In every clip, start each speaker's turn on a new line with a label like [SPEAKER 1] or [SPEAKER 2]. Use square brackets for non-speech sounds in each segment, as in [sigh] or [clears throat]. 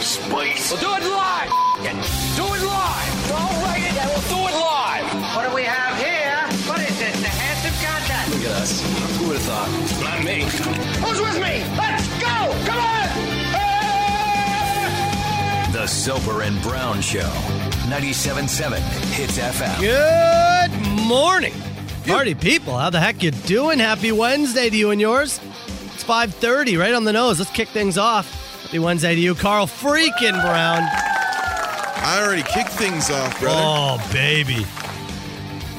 [SPEAKER 1] space.
[SPEAKER 2] We'll do it live. F- it. Do it live. Don't write it, and we'll do it live.
[SPEAKER 3] What do we have here? What is this? The handsome content.
[SPEAKER 1] Look at us. Who would have thought? Not me.
[SPEAKER 3] Who's with me? Let's go! Come on! Hey!
[SPEAKER 4] The Soper and Brown Show. 97.7 Hits FM.
[SPEAKER 5] Good morning. Party people, how the heck you doing? Happy Wednesday to you and yours. It's 5.30, right on the nose. Let's kick things off. Happy Wednesday to you, Carl freaking Brown.
[SPEAKER 6] I already kicked things off, brother.
[SPEAKER 5] Oh, baby.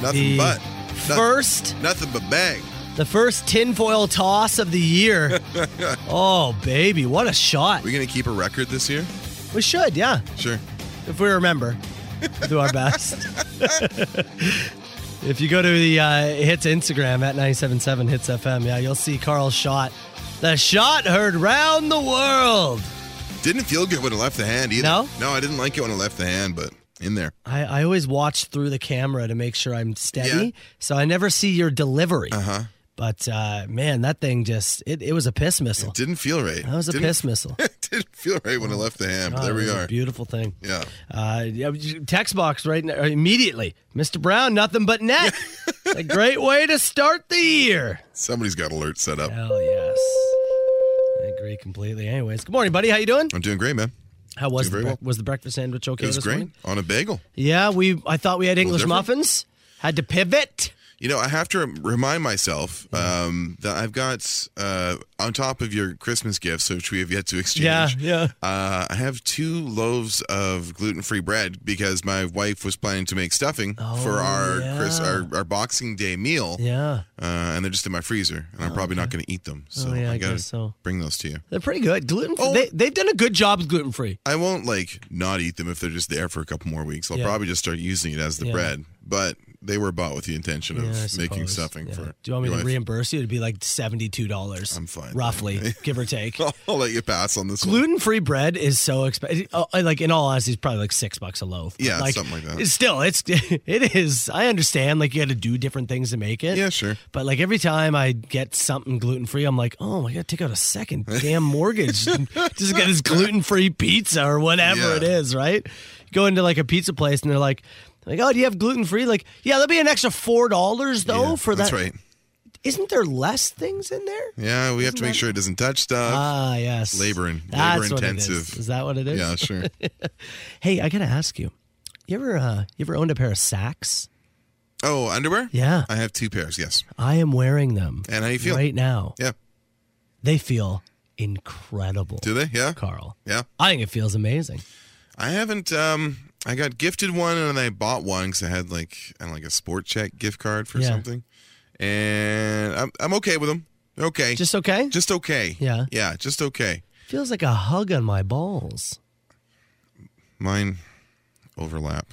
[SPEAKER 6] nothing
[SPEAKER 5] Oh, the
[SPEAKER 6] but nothing,
[SPEAKER 5] First,
[SPEAKER 6] nothing but bang.
[SPEAKER 5] the first tinfoil toss of
[SPEAKER 6] [laughs]
[SPEAKER 5] the year. oh, baby, what a shot.
[SPEAKER 6] We gonna keep a record this year?
[SPEAKER 5] We should, yeah,
[SPEAKER 6] Sure.
[SPEAKER 5] if we remember. We'll do our best. [laughs] if you go to the uh, Hits Instagram at 977 Hits FM, yeah, you'll see Carl's shot. The shot heard round the world.
[SPEAKER 6] Didn't feel good when it left the hand either.
[SPEAKER 5] No?
[SPEAKER 6] no, I didn't like it when it left the hand, but in there.
[SPEAKER 5] I, I always watch through the camera to make sure I'm steady,
[SPEAKER 6] Yeah.
[SPEAKER 5] so I never see your delivery.
[SPEAKER 6] Uh-huh.
[SPEAKER 5] But uh, man, that thing just it, it was a piss missile.
[SPEAKER 6] It didn't feel right.
[SPEAKER 5] That was a
[SPEAKER 6] didn't,
[SPEAKER 5] piss missile.
[SPEAKER 6] [laughs] didn't feel right when it left the hand. But
[SPEAKER 5] Oh,
[SPEAKER 6] there
[SPEAKER 5] it
[SPEAKER 6] we
[SPEAKER 5] was
[SPEAKER 6] are.
[SPEAKER 5] A beautiful thing.
[SPEAKER 6] yeah.
[SPEAKER 5] Uh, yeah, text box right now, immediately. Mr. Brown, nothing but net. a great way to start the year.
[SPEAKER 6] Somebody's got alert set up.
[SPEAKER 5] Hell yes. I agree completely. Anyways, good morning, buddy. How you doing?
[SPEAKER 6] I'm doing great, man.
[SPEAKER 5] How
[SPEAKER 6] Doing
[SPEAKER 5] was the
[SPEAKER 6] very
[SPEAKER 5] bre-
[SPEAKER 6] well.
[SPEAKER 5] was the breakfast sandwich okay
[SPEAKER 6] It was
[SPEAKER 5] this
[SPEAKER 6] great
[SPEAKER 5] morning?
[SPEAKER 6] on a bagel.
[SPEAKER 5] Yeah, we I thought we had English
[SPEAKER 6] different.
[SPEAKER 5] muffins. Had to pivot.
[SPEAKER 6] You know, I have to rem- remind myself um, that I've got uh, on top of your Christmas gifts, which we have yet to exchange.
[SPEAKER 5] Yeah, yeah.
[SPEAKER 6] Uh, I have two loaves of gluten-free bread because my wife was planning to make stuffing for our,
[SPEAKER 5] Oh, yeah.
[SPEAKER 6] Chris, our our Boxing Day meal,
[SPEAKER 5] Yeah.
[SPEAKER 6] uh, and they're just in my freezer, and I'm probably not going to eat them. So
[SPEAKER 5] Oh, yeah, I
[SPEAKER 6] I gotta
[SPEAKER 5] guess so.
[SPEAKER 6] bring those to you.
[SPEAKER 5] They're pretty good. Gluten
[SPEAKER 6] Oh.
[SPEAKER 5] they they've done a good job with gluten free.
[SPEAKER 6] I won't like not eat them if they're just there for a couple more weeks. I'll
[SPEAKER 5] Yeah.
[SPEAKER 6] probably just start using it as the
[SPEAKER 5] Yeah.
[SPEAKER 6] bread, but they were bought with the intention
[SPEAKER 5] Yeah, I
[SPEAKER 6] of making
[SPEAKER 5] suppose.
[SPEAKER 6] stuffing
[SPEAKER 5] Yeah.
[SPEAKER 6] for.
[SPEAKER 5] Do you want me
[SPEAKER 6] your
[SPEAKER 5] to
[SPEAKER 6] wife.
[SPEAKER 5] reimburse you? It'd be like seventy two dollars.
[SPEAKER 6] I'm fine. [laughs]
[SPEAKER 5] Roughly, give or take.
[SPEAKER 6] I'll let you pass on this one.
[SPEAKER 5] Gluten free bread is so expensive. Like in all honesty, it's probably like six bucks a loaf. But,
[SPEAKER 6] Yeah, something like that.
[SPEAKER 5] it's Still, it's [laughs] it is. I understand. Like you got to do different things to make it.
[SPEAKER 6] Yeah, sure.
[SPEAKER 5] But like every time I get something gluten free, I'm like, oh, I got to take out
[SPEAKER 6] [laughs]
[SPEAKER 5] a second damn mortgage just to get this gluten free pizza or whatever
[SPEAKER 6] Yeah.
[SPEAKER 5] it is. Right? Go into like a pizza place and they're like. Like, oh, do you have gluten free? Like, yeah, there'll be an extra four dollars though
[SPEAKER 6] Yeah,
[SPEAKER 5] for
[SPEAKER 6] that's
[SPEAKER 5] that.
[SPEAKER 6] right.
[SPEAKER 5] Isn't there less things in there?
[SPEAKER 6] Yeah, we have to make sure it doesn't touch stuff.
[SPEAKER 5] Ah, yes.
[SPEAKER 6] labor and-
[SPEAKER 5] That's
[SPEAKER 6] labor
[SPEAKER 5] what it is.
[SPEAKER 6] intensive.
[SPEAKER 5] Is that what it is?
[SPEAKER 6] yeah, sure.
[SPEAKER 5] Hey, I gotta ask you. You ever uh, you ever owned a pair of Saks?
[SPEAKER 6] Oh, underwear?
[SPEAKER 5] Yeah.
[SPEAKER 6] I have two pairs, yes.
[SPEAKER 5] I am wearing them.
[SPEAKER 6] And how you feel?
[SPEAKER 5] right now?
[SPEAKER 6] Yeah.
[SPEAKER 5] They feel incredible.
[SPEAKER 6] Do they? Yeah.
[SPEAKER 5] Carl?
[SPEAKER 6] Yeah.
[SPEAKER 5] I think it feels amazing.
[SPEAKER 6] I haven't um I got gifted one and then I bought one cuz I had like I don't know, like a sport check gift card for
[SPEAKER 5] Yeah.
[SPEAKER 6] something. And I'm I'm okay with them. Okay.
[SPEAKER 5] Just okay.
[SPEAKER 6] just okay.
[SPEAKER 5] Yeah.
[SPEAKER 6] Yeah, just okay.
[SPEAKER 5] feels like a hug on my balls.
[SPEAKER 6] Mine overlap.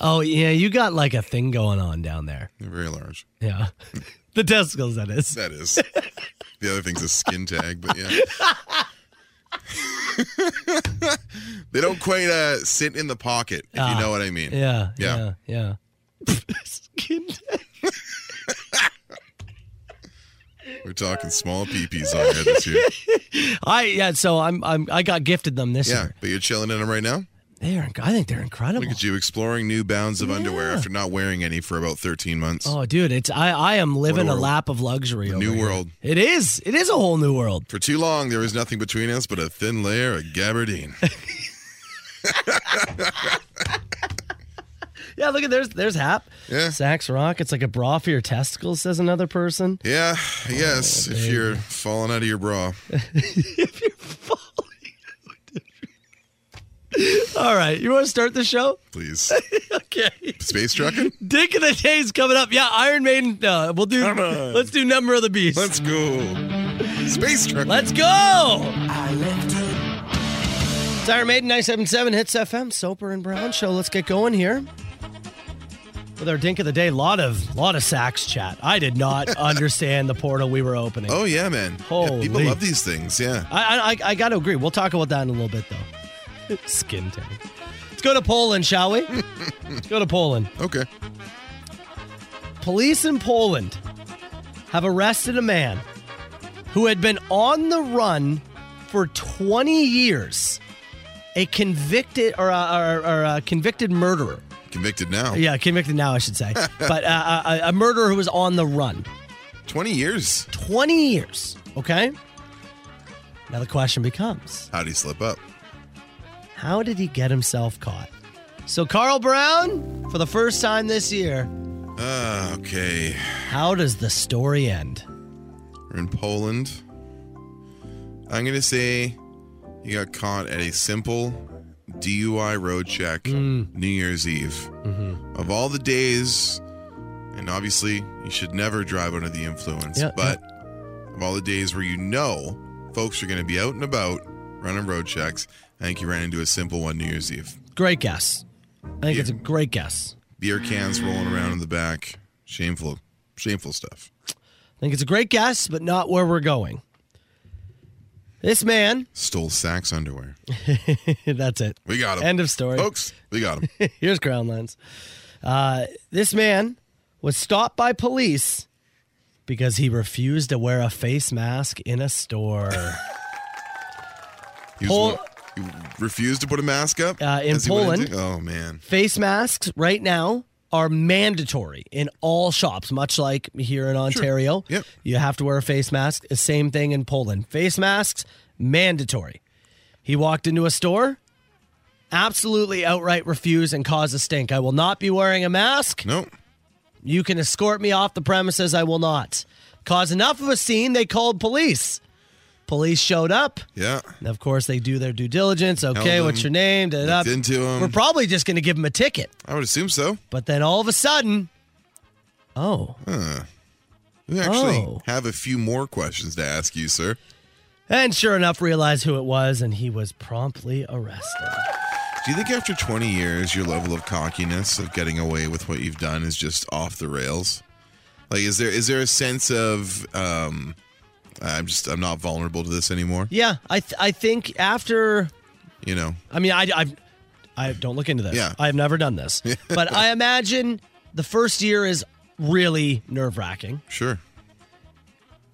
[SPEAKER 5] Oh yeah, you got like a thing going on down there.
[SPEAKER 6] They're very large.
[SPEAKER 5] Yeah, [laughs] the testicles. That is.
[SPEAKER 6] That
[SPEAKER 5] [laughs]
[SPEAKER 6] is. the other thing's a skin tag, but yeah. they don't quite uh, sit in the pocket, if
[SPEAKER 5] Ah,
[SPEAKER 6] you know what I mean.
[SPEAKER 5] Yeah. Yeah.
[SPEAKER 6] Yeah.
[SPEAKER 5] Yeah. [laughs] Skin tag.
[SPEAKER 6] We're talking small peepees on here this
[SPEAKER 5] [laughs]
[SPEAKER 6] year.
[SPEAKER 5] I yeah. So I'm I'm I got gifted them this
[SPEAKER 6] Yeah,
[SPEAKER 5] year.
[SPEAKER 6] but you're chilling in them right now.
[SPEAKER 5] They are. I think they're incredible.
[SPEAKER 6] Look at you exploring new bounds of underwear
[SPEAKER 5] Yeah.
[SPEAKER 6] after not wearing any for about 13 months.
[SPEAKER 5] Oh, dude, it's I. I am living a
[SPEAKER 6] world.
[SPEAKER 5] lap of luxury. over
[SPEAKER 6] new
[SPEAKER 5] here.
[SPEAKER 6] world.
[SPEAKER 5] It is. It is a whole new world.
[SPEAKER 6] For too long, there was nothing between us but a thin layer of
[SPEAKER 5] [laughs]
[SPEAKER 6] gabardine.
[SPEAKER 5] Yeah, look at there's there's Hap.
[SPEAKER 6] Yeah.
[SPEAKER 5] Sax Rock. It's like a bra for your testicles, says another person.
[SPEAKER 6] yeah, I guess
[SPEAKER 5] Oh,
[SPEAKER 6] if you're falling out of your bra.
[SPEAKER 5] All right, you want to start the show? [laughs]
[SPEAKER 6] Please.
[SPEAKER 5] Okay.
[SPEAKER 6] Space
[SPEAKER 5] [laughs]
[SPEAKER 6] trucking?
[SPEAKER 5] Dick of the day's coming up. Yeah, Iron Maiden. Uh, we'll do.
[SPEAKER 6] Come on.
[SPEAKER 5] Let's do Number of the Beast.
[SPEAKER 6] Let's go. Space trucking.
[SPEAKER 5] Let's go. It's Iron Maiden 977 Hits FM, Soper and Brown Show. Let's get going here. With our dink of the day, lot of lot of sax chat. I did not understand the portal we were opening.
[SPEAKER 6] Oh, yeah, man. Yeah, people
[SPEAKER 5] Holy.
[SPEAKER 6] love these things. Yeah.
[SPEAKER 5] I, I, I, I got to agree. We'll talk about that in a little bit, though. [laughs] Skin tag. Let's go to Poland, shall we? Let's go to Poland.
[SPEAKER 6] Okay.
[SPEAKER 5] Police in Poland have arrested a man who had been on the run for 20 years a convicted or a, or, or a convicted murderer.
[SPEAKER 6] Convicted now.
[SPEAKER 5] Yeah, convicted now, I should say. but uh, a, a murderer who was on the run.
[SPEAKER 6] 20 years.
[SPEAKER 5] 20 years, okay? Now the question becomes
[SPEAKER 6] How'd he slip up?
[SPEAKER 5] how did he get himself caught? So, Carl Brown, for the first time this year,
[SPEAKER 6] Uh, okay.
[SPEAKER 5] how does the story end?
[SPEAKER 6] We're in Poland. I'm going to say you got caught at a simple DUI road check
[SPEAKER 5] Hmm.
[SPEAKER 6] New Year's Eve.
[SPEAKER 5] Mm-hmm.
[SPEAKER 6] Of all the days, and obviously you should never drive under the influence,
[SPEAKER 5] Yeah,
[SPEAKER 6] but of all the days where you know folks are going to be out and about running road checks, I think you ran into a simple one New Year's Eve.
[SPEAKER 5] Great guess. I think
[SPEAKER 6] Yeah.
[SPEAKER 5] it's a great guess.
[SPEAKER 6] Beer cans rolling around in the back. Shameful, shameful stuff.
[SPEAKER 5] I think it's a great guess, but not where we're going. This man, [laughs]
[SPEAKER 6] Stole Saks underwear.
[SPEAKER 5] that's it.
[SPEAKER 6] We got him.
[SPEAKER 5] End of story.
[SPEAKER 6] Folks, we got him.
[SPEAKER 5] Here's Crown Lens. Uh, this man was stopped by police because he refused to wear a face mask in a store.
[SPEAKER 6] He, was
[SPEAKER 5] Pol-
[SPEAKER 6] he refused to put a mask up
[SPEAKER 5] Uh, in
[SPEAKER 6] as he went
[SPEAKER 5] Poland.
[SPEAKER 6] into- Oh man,
[SPEAKER 5] face masks right now are mandatory in all shops, much like here in Ontario.
[SPEAKER 6] Yep.
[SPEAKER 5] You have to wear a face mask. The same thing in Poland. Face masks, mandatory. He walked into a store, absolutely outright refused and caused a stink. I will not be wearing a mask.
[SPEAKER 6] no,
[SPEAKER 5] You can escort me off the premises. I will not. Cause enough of a scene, they called police. Police showed up.
[SPEAKER 6] yeah,
[SPEAKER 5] And of course, they do their due diligence. Okay,
[SPEAKER 6] them,
[SPEAKER 5] what's your name? Da, da,
[SPEAKER 6] looked
[SPEAKER 5] da.
[SPEAKER 6] into 'em.
[SPEAKER 5] Uh, We're probably just going to give him a ticket.
[SPEAKER 6] I would assume so.
[SPEAKER 5] But then all of a sudden, oh,
[SPEAKER 6] We actually
[SPEAKER 5] Oh.
[SPEAKER 6] have a few more questions to ask you, sir.
[SPEAKER 5] and sure enough, realized who it was, and he was promptly arrested.
[SPEAKER 6] Do you think after 20 years, your level of cockiness of getting away with what you've done is just off the rails? Like, is there is there a sense of um, I'm just I'm not vulnerable to this anymore?
[SPEAKER 5] Yeah, I th- I think after
[SPEAKER 6] You know,
[SPEAKER 5] I mean, I, I've, I don't look into
[SPEAKER 6] [laughs]
[SPEAKER 5] this.
[SPEAKER 6] Yeah.
[SPEAKER 5] I've never done this. but I imagine the first year is really nerve wracking.
[SPEAKER 6] sure.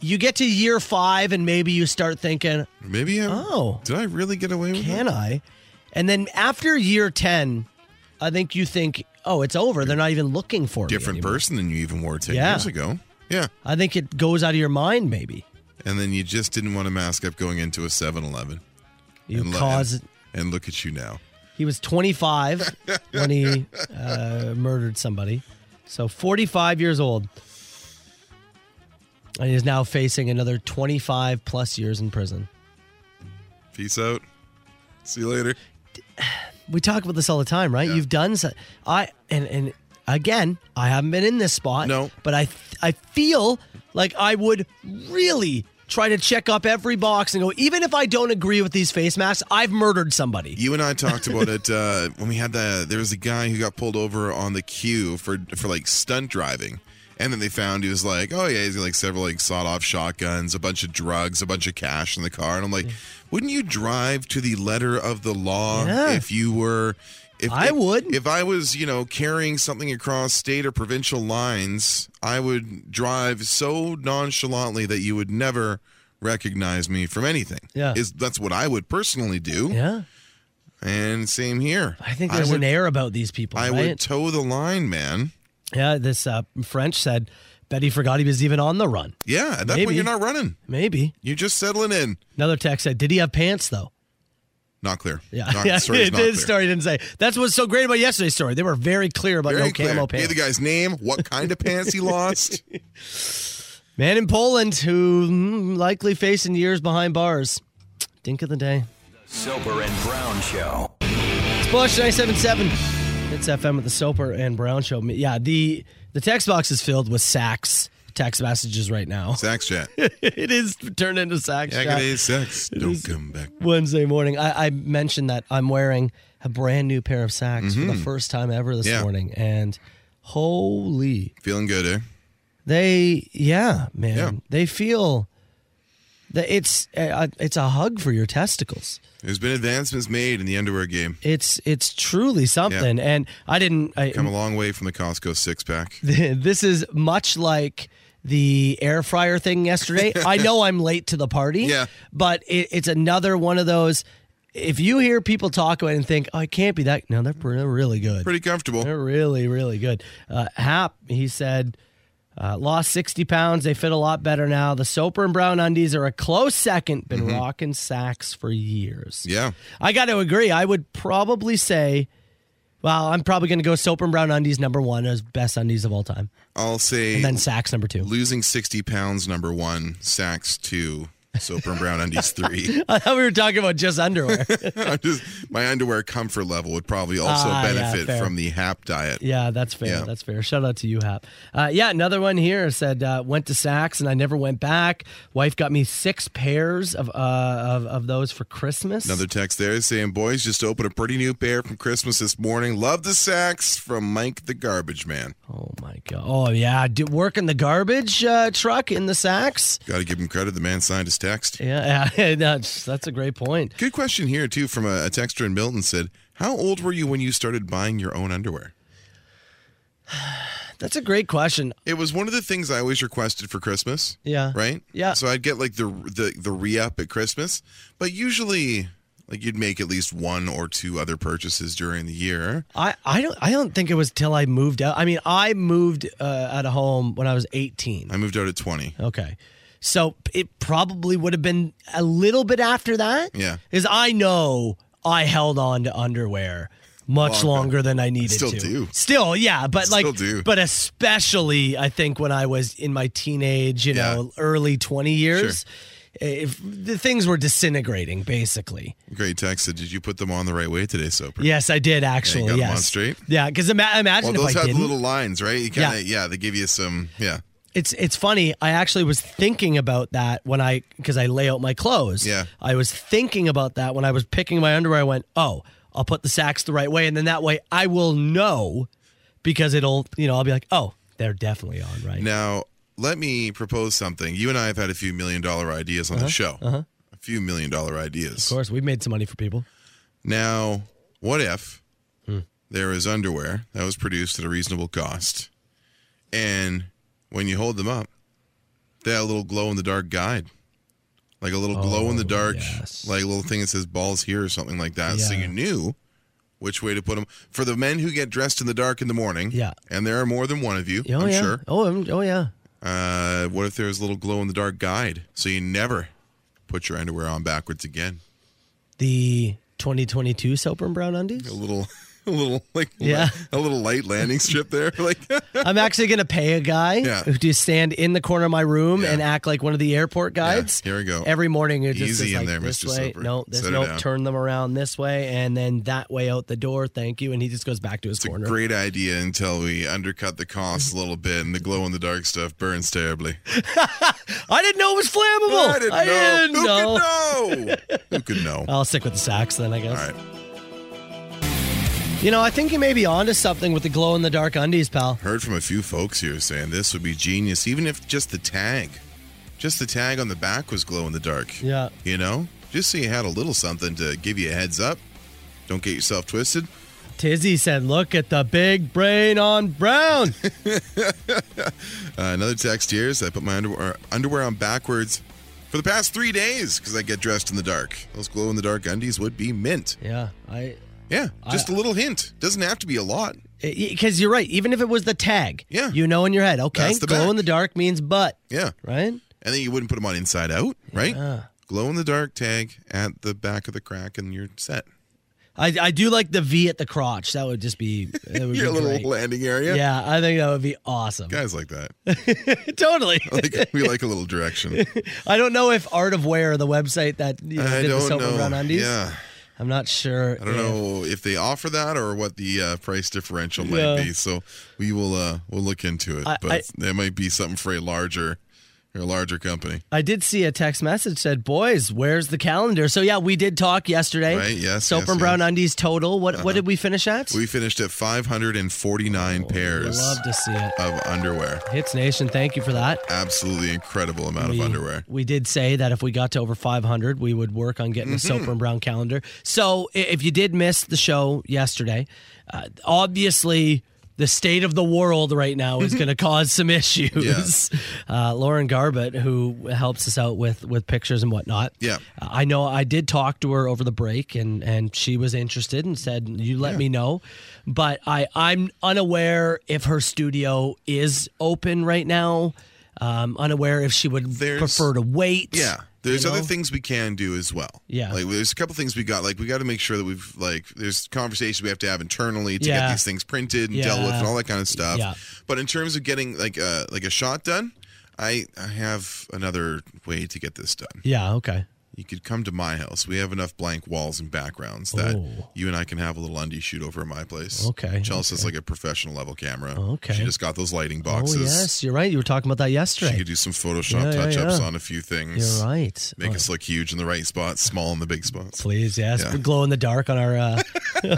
[SPEAKER 5] You get to year five, and maybe you start thinking,
[SPEAKER 6] Maybe. I'm,
[SPEAKER 5] Oh.
[SPEAKER 6] did I really get away with it?
[SPEAKER 5] can I? And then after year 10, I think you think, oh, it's over. They're not even looking for me
[SPEAKER 6] Different
[SPEAKER 5] anymore."
[SPEAKER 6] person than you even were 10
[SPEAKER 5] Yeah.
[SPEAKER 6] years ago. Yeah.
[SPEAKER 5] I think it goes out of your mind, maybe.
[SPEAKER 6] And then you just didn't want to mask up going into a 7 Eleven.
[SPEAKER 5] You
[SPEAKER 6] And lo-
[SPEAKER 5] cause.
[SPEAKER 6] And look at you now.
[SPEAKER 5] He
[SPEAKER 6] [laughs]
[SPEAKER 5] was 25 when he uh, murdered somebody. So 45 years old. And he's now facing another 25 plus years in prison.
[SPEAKER 6] Peace out. See you later.
[SPEAKER 5] We talk about this all the time, right? You've done so, I and and again, I haven't been in this spot.
[SPEAKER 6] No.
[SPEAKER 5] but I I feel like I would really try to check up every box and go. Even if I don't agree with these face masks, I've murdered somebody.
[SPEAKER 6] You and I talked about it uh, when we had the. There was a guy who got pulled over on the queue for for like stunt driving, and then they found he was like, oh yeah, he's got like several like sawed off shotguns, a bunch of drugs, a bunch of cash in the car, and I'm like, wouldn't you drive to the letter of the law
[SPEAKER 5] Yeah.
[SPEAKER 6] if you were? If,
[SPEAKER 5] I
[SPEAKER 6] if-
[SPEAKER 5] would.
[SPEAKER 6] If I was, you know, carrying something across state or provincial lines, I would drive so nonchalantly that you would never recognize me from anything.
[SPEAKER 5] Yeah.
[SPEAKER 6] Is that's what I would personally do.
[SPEAKER 5] Yeah,
[SPEAKER 6] And same here.
[SPEAKER 5] I think there's
[SPEAKER 6] I would,
[SPEAKER 5] an air about these people.
[SPEAKER 6] I
[SPEAKER 5] right?
[SPEAKER 6] would toe the line, man.
[SPEAKER 5] Yeah, this uh, French said Betty forgot he was even on the run.
[SPEAKER 6] Yeah, at that
[SPEAKER 5] Maybe.
[SPEAKER 6] point you're not running.
[SPEAKER 5] Maybe.
[SPEAKER 6] You're just settling in.
[SPEAKER 5] Another text said, Did he have pants though?
[SPEAKER 6] Not clear.
[SPEAKER 5] Yeah.
[SPEAKER 6] Not,
[SPEAKER 5] [laughs] yeah
[SPEAKER 6] story's
[SPEAKER 5] it
[SPEAKER 6] not
[SPEAKER 5] did.
[SPEAKER 6] clear.
[SPEAKER 5] Story didn't say. That's what's so great about yesterday's story. They were very clear about
[SPEAKER 6] Very
[SPEAKER 5] no
[SPEAKER 6] clear.
[SPEAKER 5] camo
[SPEAKER 6] Gave
[SPEAKER 5] pants.
[SPEAKER 6] the guy's name, what kind of pants
[SPEAKER 5] [laughs]
[SPEAKER 6] he lost.
[SPEAKER 5] Man in Poland who mm, likely facing years behind bars. Dink of the day.
[SPEAKER 4] Soper and Brown Show.
[SPEAKER 5] It's Bush 977. It's FM with the Soper and Brown Show. Yeah, the the text box is filled with sacks text messages right now. [laughs]
[SPEAKER 6] Sax chat.
[SPEAKER 5] it is turned into sacks.
[SPEAKER 6] I
[SPEAKER 5] chat.
[SPEAKER 6] got a sex. Don't come back.
[SPEAKER 5] Wednesday morning. I, I mentioned that I'm wearing a brand new pair of socks for the first time ever this
[SPEAKER 6] Mm-hmm. Yeah.
[SPEAKER 5] morning, and holy,
[SPEAKER 6] Feeling good, eh?
[SPEAKER 5] they yeah, man,
[SPEAKER 6] Yeah.
[SPEAKER 5] they feel that it's uh, it's a hug for your testicles.
[SPEAKER 6] There's been advancements made in the underwear game.
[SPEAKER 5] It's it's truly something, and I didn't. I,
[SPEAKER 6] Come a long way from the Costco six pack.
[SPEAKER 5] [laughs] this is much like the
[SPEAKER 6] [laughs]
[SPEAKER 5] air fryer thing yesterday. I know I'm late to the party,
[SPEAKER 6] Yeah.
[SPEAKER 5] but it, it's another one of those. if you hear people talk about it and think, oh, it can't be that. No, they're, pre- they're really good.
[SPEAKER 6] Pretty comfortable.
[SPEAKER 5] They're really, really good. Uh, Hap, he said, uh, lost 60 pounds. They fit a lot better now. The Soper and Brown undies are a close second. Been rocking sacks for years.
[SPEAKER 6] Mm-hmm. Yeah.
[SPEAKER 5] I got to agree. I would probably say, well, I'm probably going to go Soper and Brown undies number one as best undies of all time.
[SPEAKER 6] I'll say
[SPEAKER 5] And then sacks number two. [laughs]
[SPEAKER 6] losing 60 pounds, number one, sacks two, soap and brown undies
[SPEAKER 5] [laughs]
[SPEAKER 6] three.
[SPEAKER 5] I thought we were talking about just
[SPEAKER 6] [laughs]
[SPEAKER 5] underwear.
[SPEAKER 6] I'm just, my underwear comfort level would probably also
[SPEAKER 5] Ah, yeah,
[SPEAKER 6] benefit
[SPEAKER 5] fair.
[SPEAKER 6] from the HAP diet.
[SPEAKER 5] Yeah, that's fair.
[SPEAKER 6] Yeah.
[SPEAKER 5] That's fair. Shout out to you, Hap. Uh, yeah, another one here said uh, went to Saks and I never went back. Wife got me six pairs of uh, of, of those for Christmas.
[SPEAKER 6] Another text there saying, boys, just opened a pretty new pair from Christmas this morning. Love the sacks from Mike the Garbage Man.
[SPEAKER 5] oh my god! Oh yeah, do, work in the garbage uh, truck in the Saks.
[SPEAKER 6] Got to give him credit. The man signed his text.
[SPEAKER 5] Yeah, [laughs] yeah, that's that's a great point.
[SPEAKER 6] Good question here, too, from a, a texter in Milton said, how old were you when you started buying your own underwear?
[SPEAKER 5] That's a great question.
[SPEAKER 6] It was one of the things I always requested for Christmas.
[SPEAKER 5] Yeah.
[SPEAKER 6] Right.
[SPEAKER 5] Yeah.
[SPEAKER 6] So I'd get like the the the re up at Christmas, but usually like you'd make at least one or two other purchases during the year.
[SPEAKER 5] I, I don't I don't think it was till I moved out. I mean, I moved uh, out of home when I was 18.
[SPEAKER 6] I moved out at twenty.
[SPEAKER 5] Okay. So it probably would have been a little bit after that.
[SPEAKER 6] Yeah.
[SPEAKER 5] Because I know I held on to underwear much
[SPEAKER 6] Longer.
[SPEAKER 5] longer than I needed
[SPEAKER 6] Still
[SPEAKER 5] to.
[SPEAKER 6] do.
[SPEAKER 5] Still, yeah. But
[SPEAKER 6] Still
[SPEAKER 5] like
[SPEAKER 6] do.
[SPEAKER 5] but especially I think when I was in my teenage, you know, early twenty years. If the things were disintegrating, basically.
[SPEAKER 6] Great text said, "Did you put them on the right way today, Soper?"
[SPEAKER 5] Yes, I did actually.
[SPEAKER 6] got 'em
[SPEAKER 5] yes.
[SPEAKER 6] on straight?
[SPEAKER 5] Yeah, because ima-
[SPEAKER 6] Well,
[SPEAKER 5] imagine
[SPEAKER 6] those
[SPEAKER 5] if I
[SPEAKER 6] have
[SPEAKER 5] didn't.
[SPEAKER 6] little lines, right? You kind of yeah. They give you some yeah.
[SPEAKER 5] It's it's funny. I actually was thinking about that when I because I lay out my clothes.
[SPEAKER 6] Yeah.
[SPEAKER 5] I was thinking about that when I was picking my underwear. I went, oh, I'll put the sacks the right way, and then that way I will know because it'll you know I'll be like, oh, they're definitely on right.
[SPEAKER 6] Now let me propose something. You and I have had a few million dollar ideas on the show. Uh-huh. A few million dollar ideas.
[SPEAKER 5] Of course, we've made some money for people.
[SPEAKER 6] Now, what if
[SPEAKER 5] Hmm.
[SPEAKER 6] there is underwear that was produced at a reasonable cost, and when you hold them up, they have a little glow in the dark guide, like a little glow in the dark,
[SPEAKER 5] Oh, yes.
[SPEAKER 6] like a little thing that says "balls here" or something like that, so
[SPEAKER 5] Yeah.
[SPEAKER 6] you knew which way to put them. For the men who get dressed in the dark in the morning,
[SPEAKER 5] Yeah.
[SPEAKER 6] and there are more than one of you,
[SPEAKER 5] Oh
[SPEAKER 6] I'm
[SPEAKER 5] yeah.
[SPEAKER 6] sure.
[SPEAKER 5] Oh, I'm- oh yeah.
[SPEAKER 6] Uh, what if there was a little glow in the dark guide, so you never put your underwear on backwards again?
[SPEAKER 5] The 2022 soap and brown undies.
[SPEAKER 6] a little [laughs] a little like
[SPEAKER 5] Yeah.
[SPEAKER 6] a little light landing strip there [laughs]
[SPEAKER 5] [laughs]
[SPEAKER 6] like
[SPEAKER 5] I'm actually gonna pay a guy
[SPEAKER 6] Yeah.
[SPEAKER 5] to stand in the corner of my room
[SPEAKER 6] Yeah.
[SPEAKER 5] and act like one of the airport guides.
[SPEAKER 6] here we go.
[SPEAKER 5] Every morning, you're just,
[SPEAKER 6] Easy
[SPEAKER 5] is
[SPEAKER 6] in
[SPEAKER 5] like
[SPEAKER 6] there,
[SPEAKER 5] this
[SPEAKER 6] Mr.
[SPEAKER 5] way.
[SPEAKER 6] Soper.
[SPEAKER 5] No, this
[SPEAKER 6] Set it
[SPEAKER 5] no.
[SPEAKER 6] down.
[SPEAKER 5] Turn them around this way, and then that way out the door. Thank you. And he just goes back to his corner.
[SPEAKER 6] great idea until we undercut the cost a little bit and the glow in the dark stuff burns terribly
[SPEAKER 5] I didn't know it was flammable.
[SPEAKER 6] i didn't know
[SPEAKER 5] didn't
[SPEAKER 6] who
[SPEAKER 5] know.
[SPEAKER 6] could know who could
[SPEAKER 5] [laughs]
[SPEAKER 6] know all
[SPEAKER 5] I'll stick with the sacks then, I guess.
[SPEAKER 6] right
[SPEAKER 5] You know, I think you may be onto something with the glow in the dark undies, pal.
[SPEAKER 6] heard from a few folks here saying this would be genius even if just the tag just the tag on the back was glow in the dark
[SPEAKER 5] Yeah.
[SPEAKER 6] you know just so you had a little something to give you a heads up don't get yourself twisted
[SPEAKER 5] Tizzy said, "Look at the big brain on
[SPEAKER 6] [laughs]
[SPEAKER 5] Brown."
[SPEAKER 6] Uh, another text here is I put my underwear, underwear on backwards for the past three days because I get dressed in the dark. Those glow in the dark undies would be mint.
[SPEAKER 5] yeah, I
[SPEAKER 6] Yeah, just a little hint. Doesn't have to be a lot.
[SPEAKER 5] because you're right. Even if it was the tag,
[SPEAKER 6] Yeah.
[SPEAKER 5] you know in your head, okay,
[SPEAKER 6] That's the
[SPEAKER 5] glow
[SPEAKER 6] back.
[SPEAKER 5] in the dark means butt,
[SPEAKER 6] Yeah.
[SPEAKER 5] right?
[SPEAKER 6] And then you wouldn't put them on inside out, right? Glow in the dark tag at the back of the crack and you're set.
[SPEAKER 5] I, I do like the V at the crotch. That would just be that
[SPEAKER 6] [laughs]
[SPEAKER 5] would be
[SPEAKER 6] Your little
[SPEAKER 5] great.
[SPEAKER 6] landing area.
[SPEAKER 5] Yeah, I think that would be awesome. [laughs]
[SPEAKER 6] Guys like that. [laughs]
[SPEAKER 5] totally.
[SPEAKER 6] Like, we like a little
[SPEAKER 5] [laughs]
[SPEAKER 6] direction.
[SPEAKER 5] I don't know if Art of Wear, the website that you know,
[SPEAKER 6] I
[SPEAKER 5] did the
[SPEAKER 6] don't
[SPEAKER 5] soap and brown
[SPEAKER 6] know.
[SPEAKER 5] undies,
[SPEAKER 6] Yeah.
[SPEAKER 5] I'm not sure.
[SPEAKER 6] I don't know if they offer that or what the uh, price differential might
[SPEAKER 5] Yeah.
[SPEAKER 6] be. So we will uh, we'll look into it.
[SPEAKER 5] I-
[SPEAKER 6] but
[SPEAKER 5] I-
[SPEAKER 6] that might be something for a larger or a larger company,
[SPEAKER 5] I did see a text message said, "Boys, where's the calendar?" So yeah, we did talk yesterday.
[SPEAKER 6] right? Yes.
[SPEAKER 5] soap
[SPEAKER 6] yes, Uh-huh.
[SPEAKER 5] and brown
[SPEAKER 6] yes.
[SPEAKER 5] undies total. What what did we finish at?
[SPEAKER 6] We finished at 549 pairs
[SPEAKER 5] Oh, love to see it.
[SPEAKER 6] of underwear.
[SPEAKER 5] Hits Nation, thank you for that.
[SPEAKER 6] Absolutely incredible amount
[SPEAKER 5] we,
[SPEAKER 6] of underwear.
[SPEAKER 5] We did say that if we got to over 500, we would work on getting a
[SPEAKER 6] Mm-hmm.
[SPEAKER 5] Soper and Brown calendar. So i- if you did miss the show yesterday, uh, obviously the state of the world right now
[SPEAKER 6] [laughs]
[SPEAKER 5] is going to cause some issues. [laughs] Uh, Lauren Garbett, who helps us out with with pictures and whatnot.
[SPEAKER 6] Yeah.
[SPEAKER 5] Uh, I know I did talk to her over the break, and and she was interested and said, "You let me know," but I I'm unaware if her studio is open right now. Um, unaware if she would
[SPEAKER 6] There's-
[SPEAKER 5] prefer to wait.
[SPEAKER 6] Yeah. There's
[SPEAKER 5] you know?
[SPEAKER 6] other things we can do as well.
[SPEAKER 5] Yeah.
[SPEAKER 6] Like there's a couple things we got. Like we got to make sure that we've like there's conversations we have to have internally to
[SPEAKER 5] Yeah.
[SPEAKER 6] get these things printed and dealt with
[SPEAKER 5] Yeah.
[SPEAKER 6] and all that kind of stuff.
[SPEAKER 5] Yeah.
[SPEAKER 6] But in terms of getting like a like a shot done, I I have another way to get this done.
[SPEAKER 5] Yeah. Okay.
[SPEAKER 6] You could come to my house. We have enough blank walls and backgrounds that
[SPEAKER 5] Oh.
[SPEAKER 6] you and I can have a little undie shoot over at my place.
[SPEAKER 5] Okay,
[SPEAKER 6] Chelsea has like a professional level camera.
[SPEAKER 5] Okay.
[SPEAKER 6] She just got those lighting
[SPEAKER 5] Oh
[SPEAKER 6] boxes.
[SPEAKER 5] yes, you're right. You were talking about that
[SPEAKER 6] She
[SPEAKER 5] yesterday.
[SPEAKER 6] could do some Photoshop
[SPEAKER 5] Yeah, yeah,
[SPEAKER 6] touch ups
[SPEAKER 5] yeah.
[SPEAKER 6] on a few things.
[SPEAKER 5] You're right.
[SPEAKER 6] Make
[SPEAKER 5] Oh,
[SPEAKER 6] us look huge in the right spots, small in the big spots. [laughs]
[SPEAKER 5] please, yes,
[SPEAKER 6] Yeah.
[SPEAKER 5] we glow in the dark on our.
[SPEAKER 6] [laughs]
[SPEAKER 5] Uh,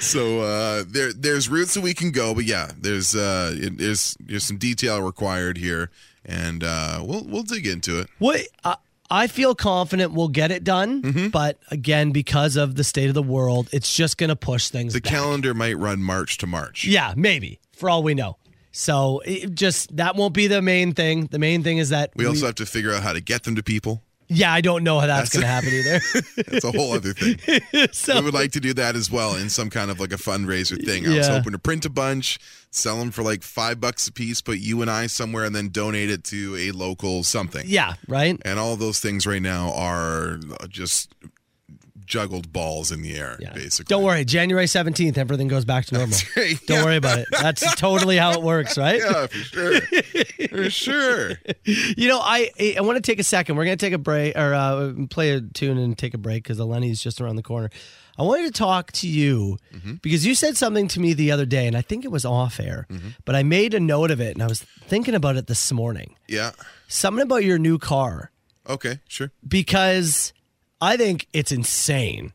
[SPEAKER 6] So uh, there, there's routes that we can go, but yeah, there's uh, it, there's there's some detail required here, and uh, we'll we'll dig into it.
[SPEAKER 5] What I, I feel confident we'll get it done,
[SPEAKER 6] Mm-hmm.
[SPEAKER 5] but again, because of the state of the world, it's just going to push things.
[SPEAKER 6] The
[SPEAKER 5] back.
[SPEAKER 6] calendar might run March to March.
[SPEAKER 5] yeah, maybe for all we know. So it just that won't be the main thing. The main thing is that
[SPEAKER 6] We also have to figure out how to get them to people.
[SPEAKER 5] yeah, I don't know how that's going
[SPEAKER 6] [laughs]
[SPEAKER 5] to happen either. [laughs]
[SPEAKER 6] That's a whole other thing. we
[SPEAKER 5] so
[SPEAKER 6] would like to do that as well in some kind of like a fundraiser thing. I was
[SPEAKER 5] Yeah.
[SPEAKER 6] hoping to print a bunch, sell them for like five bucks a piece, put you and I somewhere, and then donate it to a local something.
[SPEAKER 5] yeah, right.
[SPEAKER 6] And all those things right now are just juggled balls in the air,
[SPEAKER 5] Yeah.
[SPEAKER 6] basically.
[SPEAKER 5] Don't worry, January seventeenth, everything goes back to normal.
[SPEAKER 6] [laughs] right,
[SPEAKER 5] Don't
[SPEAKER 6] yeah.
[SPEAKER 5] worry about it.
[SPEAKER 6] [laughs]
[SPEAKER 5] That's totally how it works, right?
[SPEAKER 6] Yeah, for sure. for sure.
[SPEAKER 5] You know, I I- I want to take a second. We're going to take a break or uh, play a tune and take a break because Eleni's just around the corner. I wanted to talk to you
[SPEAKER 6] Mm-hmm.
[SPEAKER 5] because you said something to me the other day, and I think it was off air,
[SPEAKER 6] Mm-hmm.
[SPEAKER 5] but I made a note of it and I was thinking about it this morning.
[SPEAKER 6] Yeah.
[SPEAKER 5] Something about your new car
[SPEAKER 6] Okay, sure.
[SPEAKER 5] because I think it's insane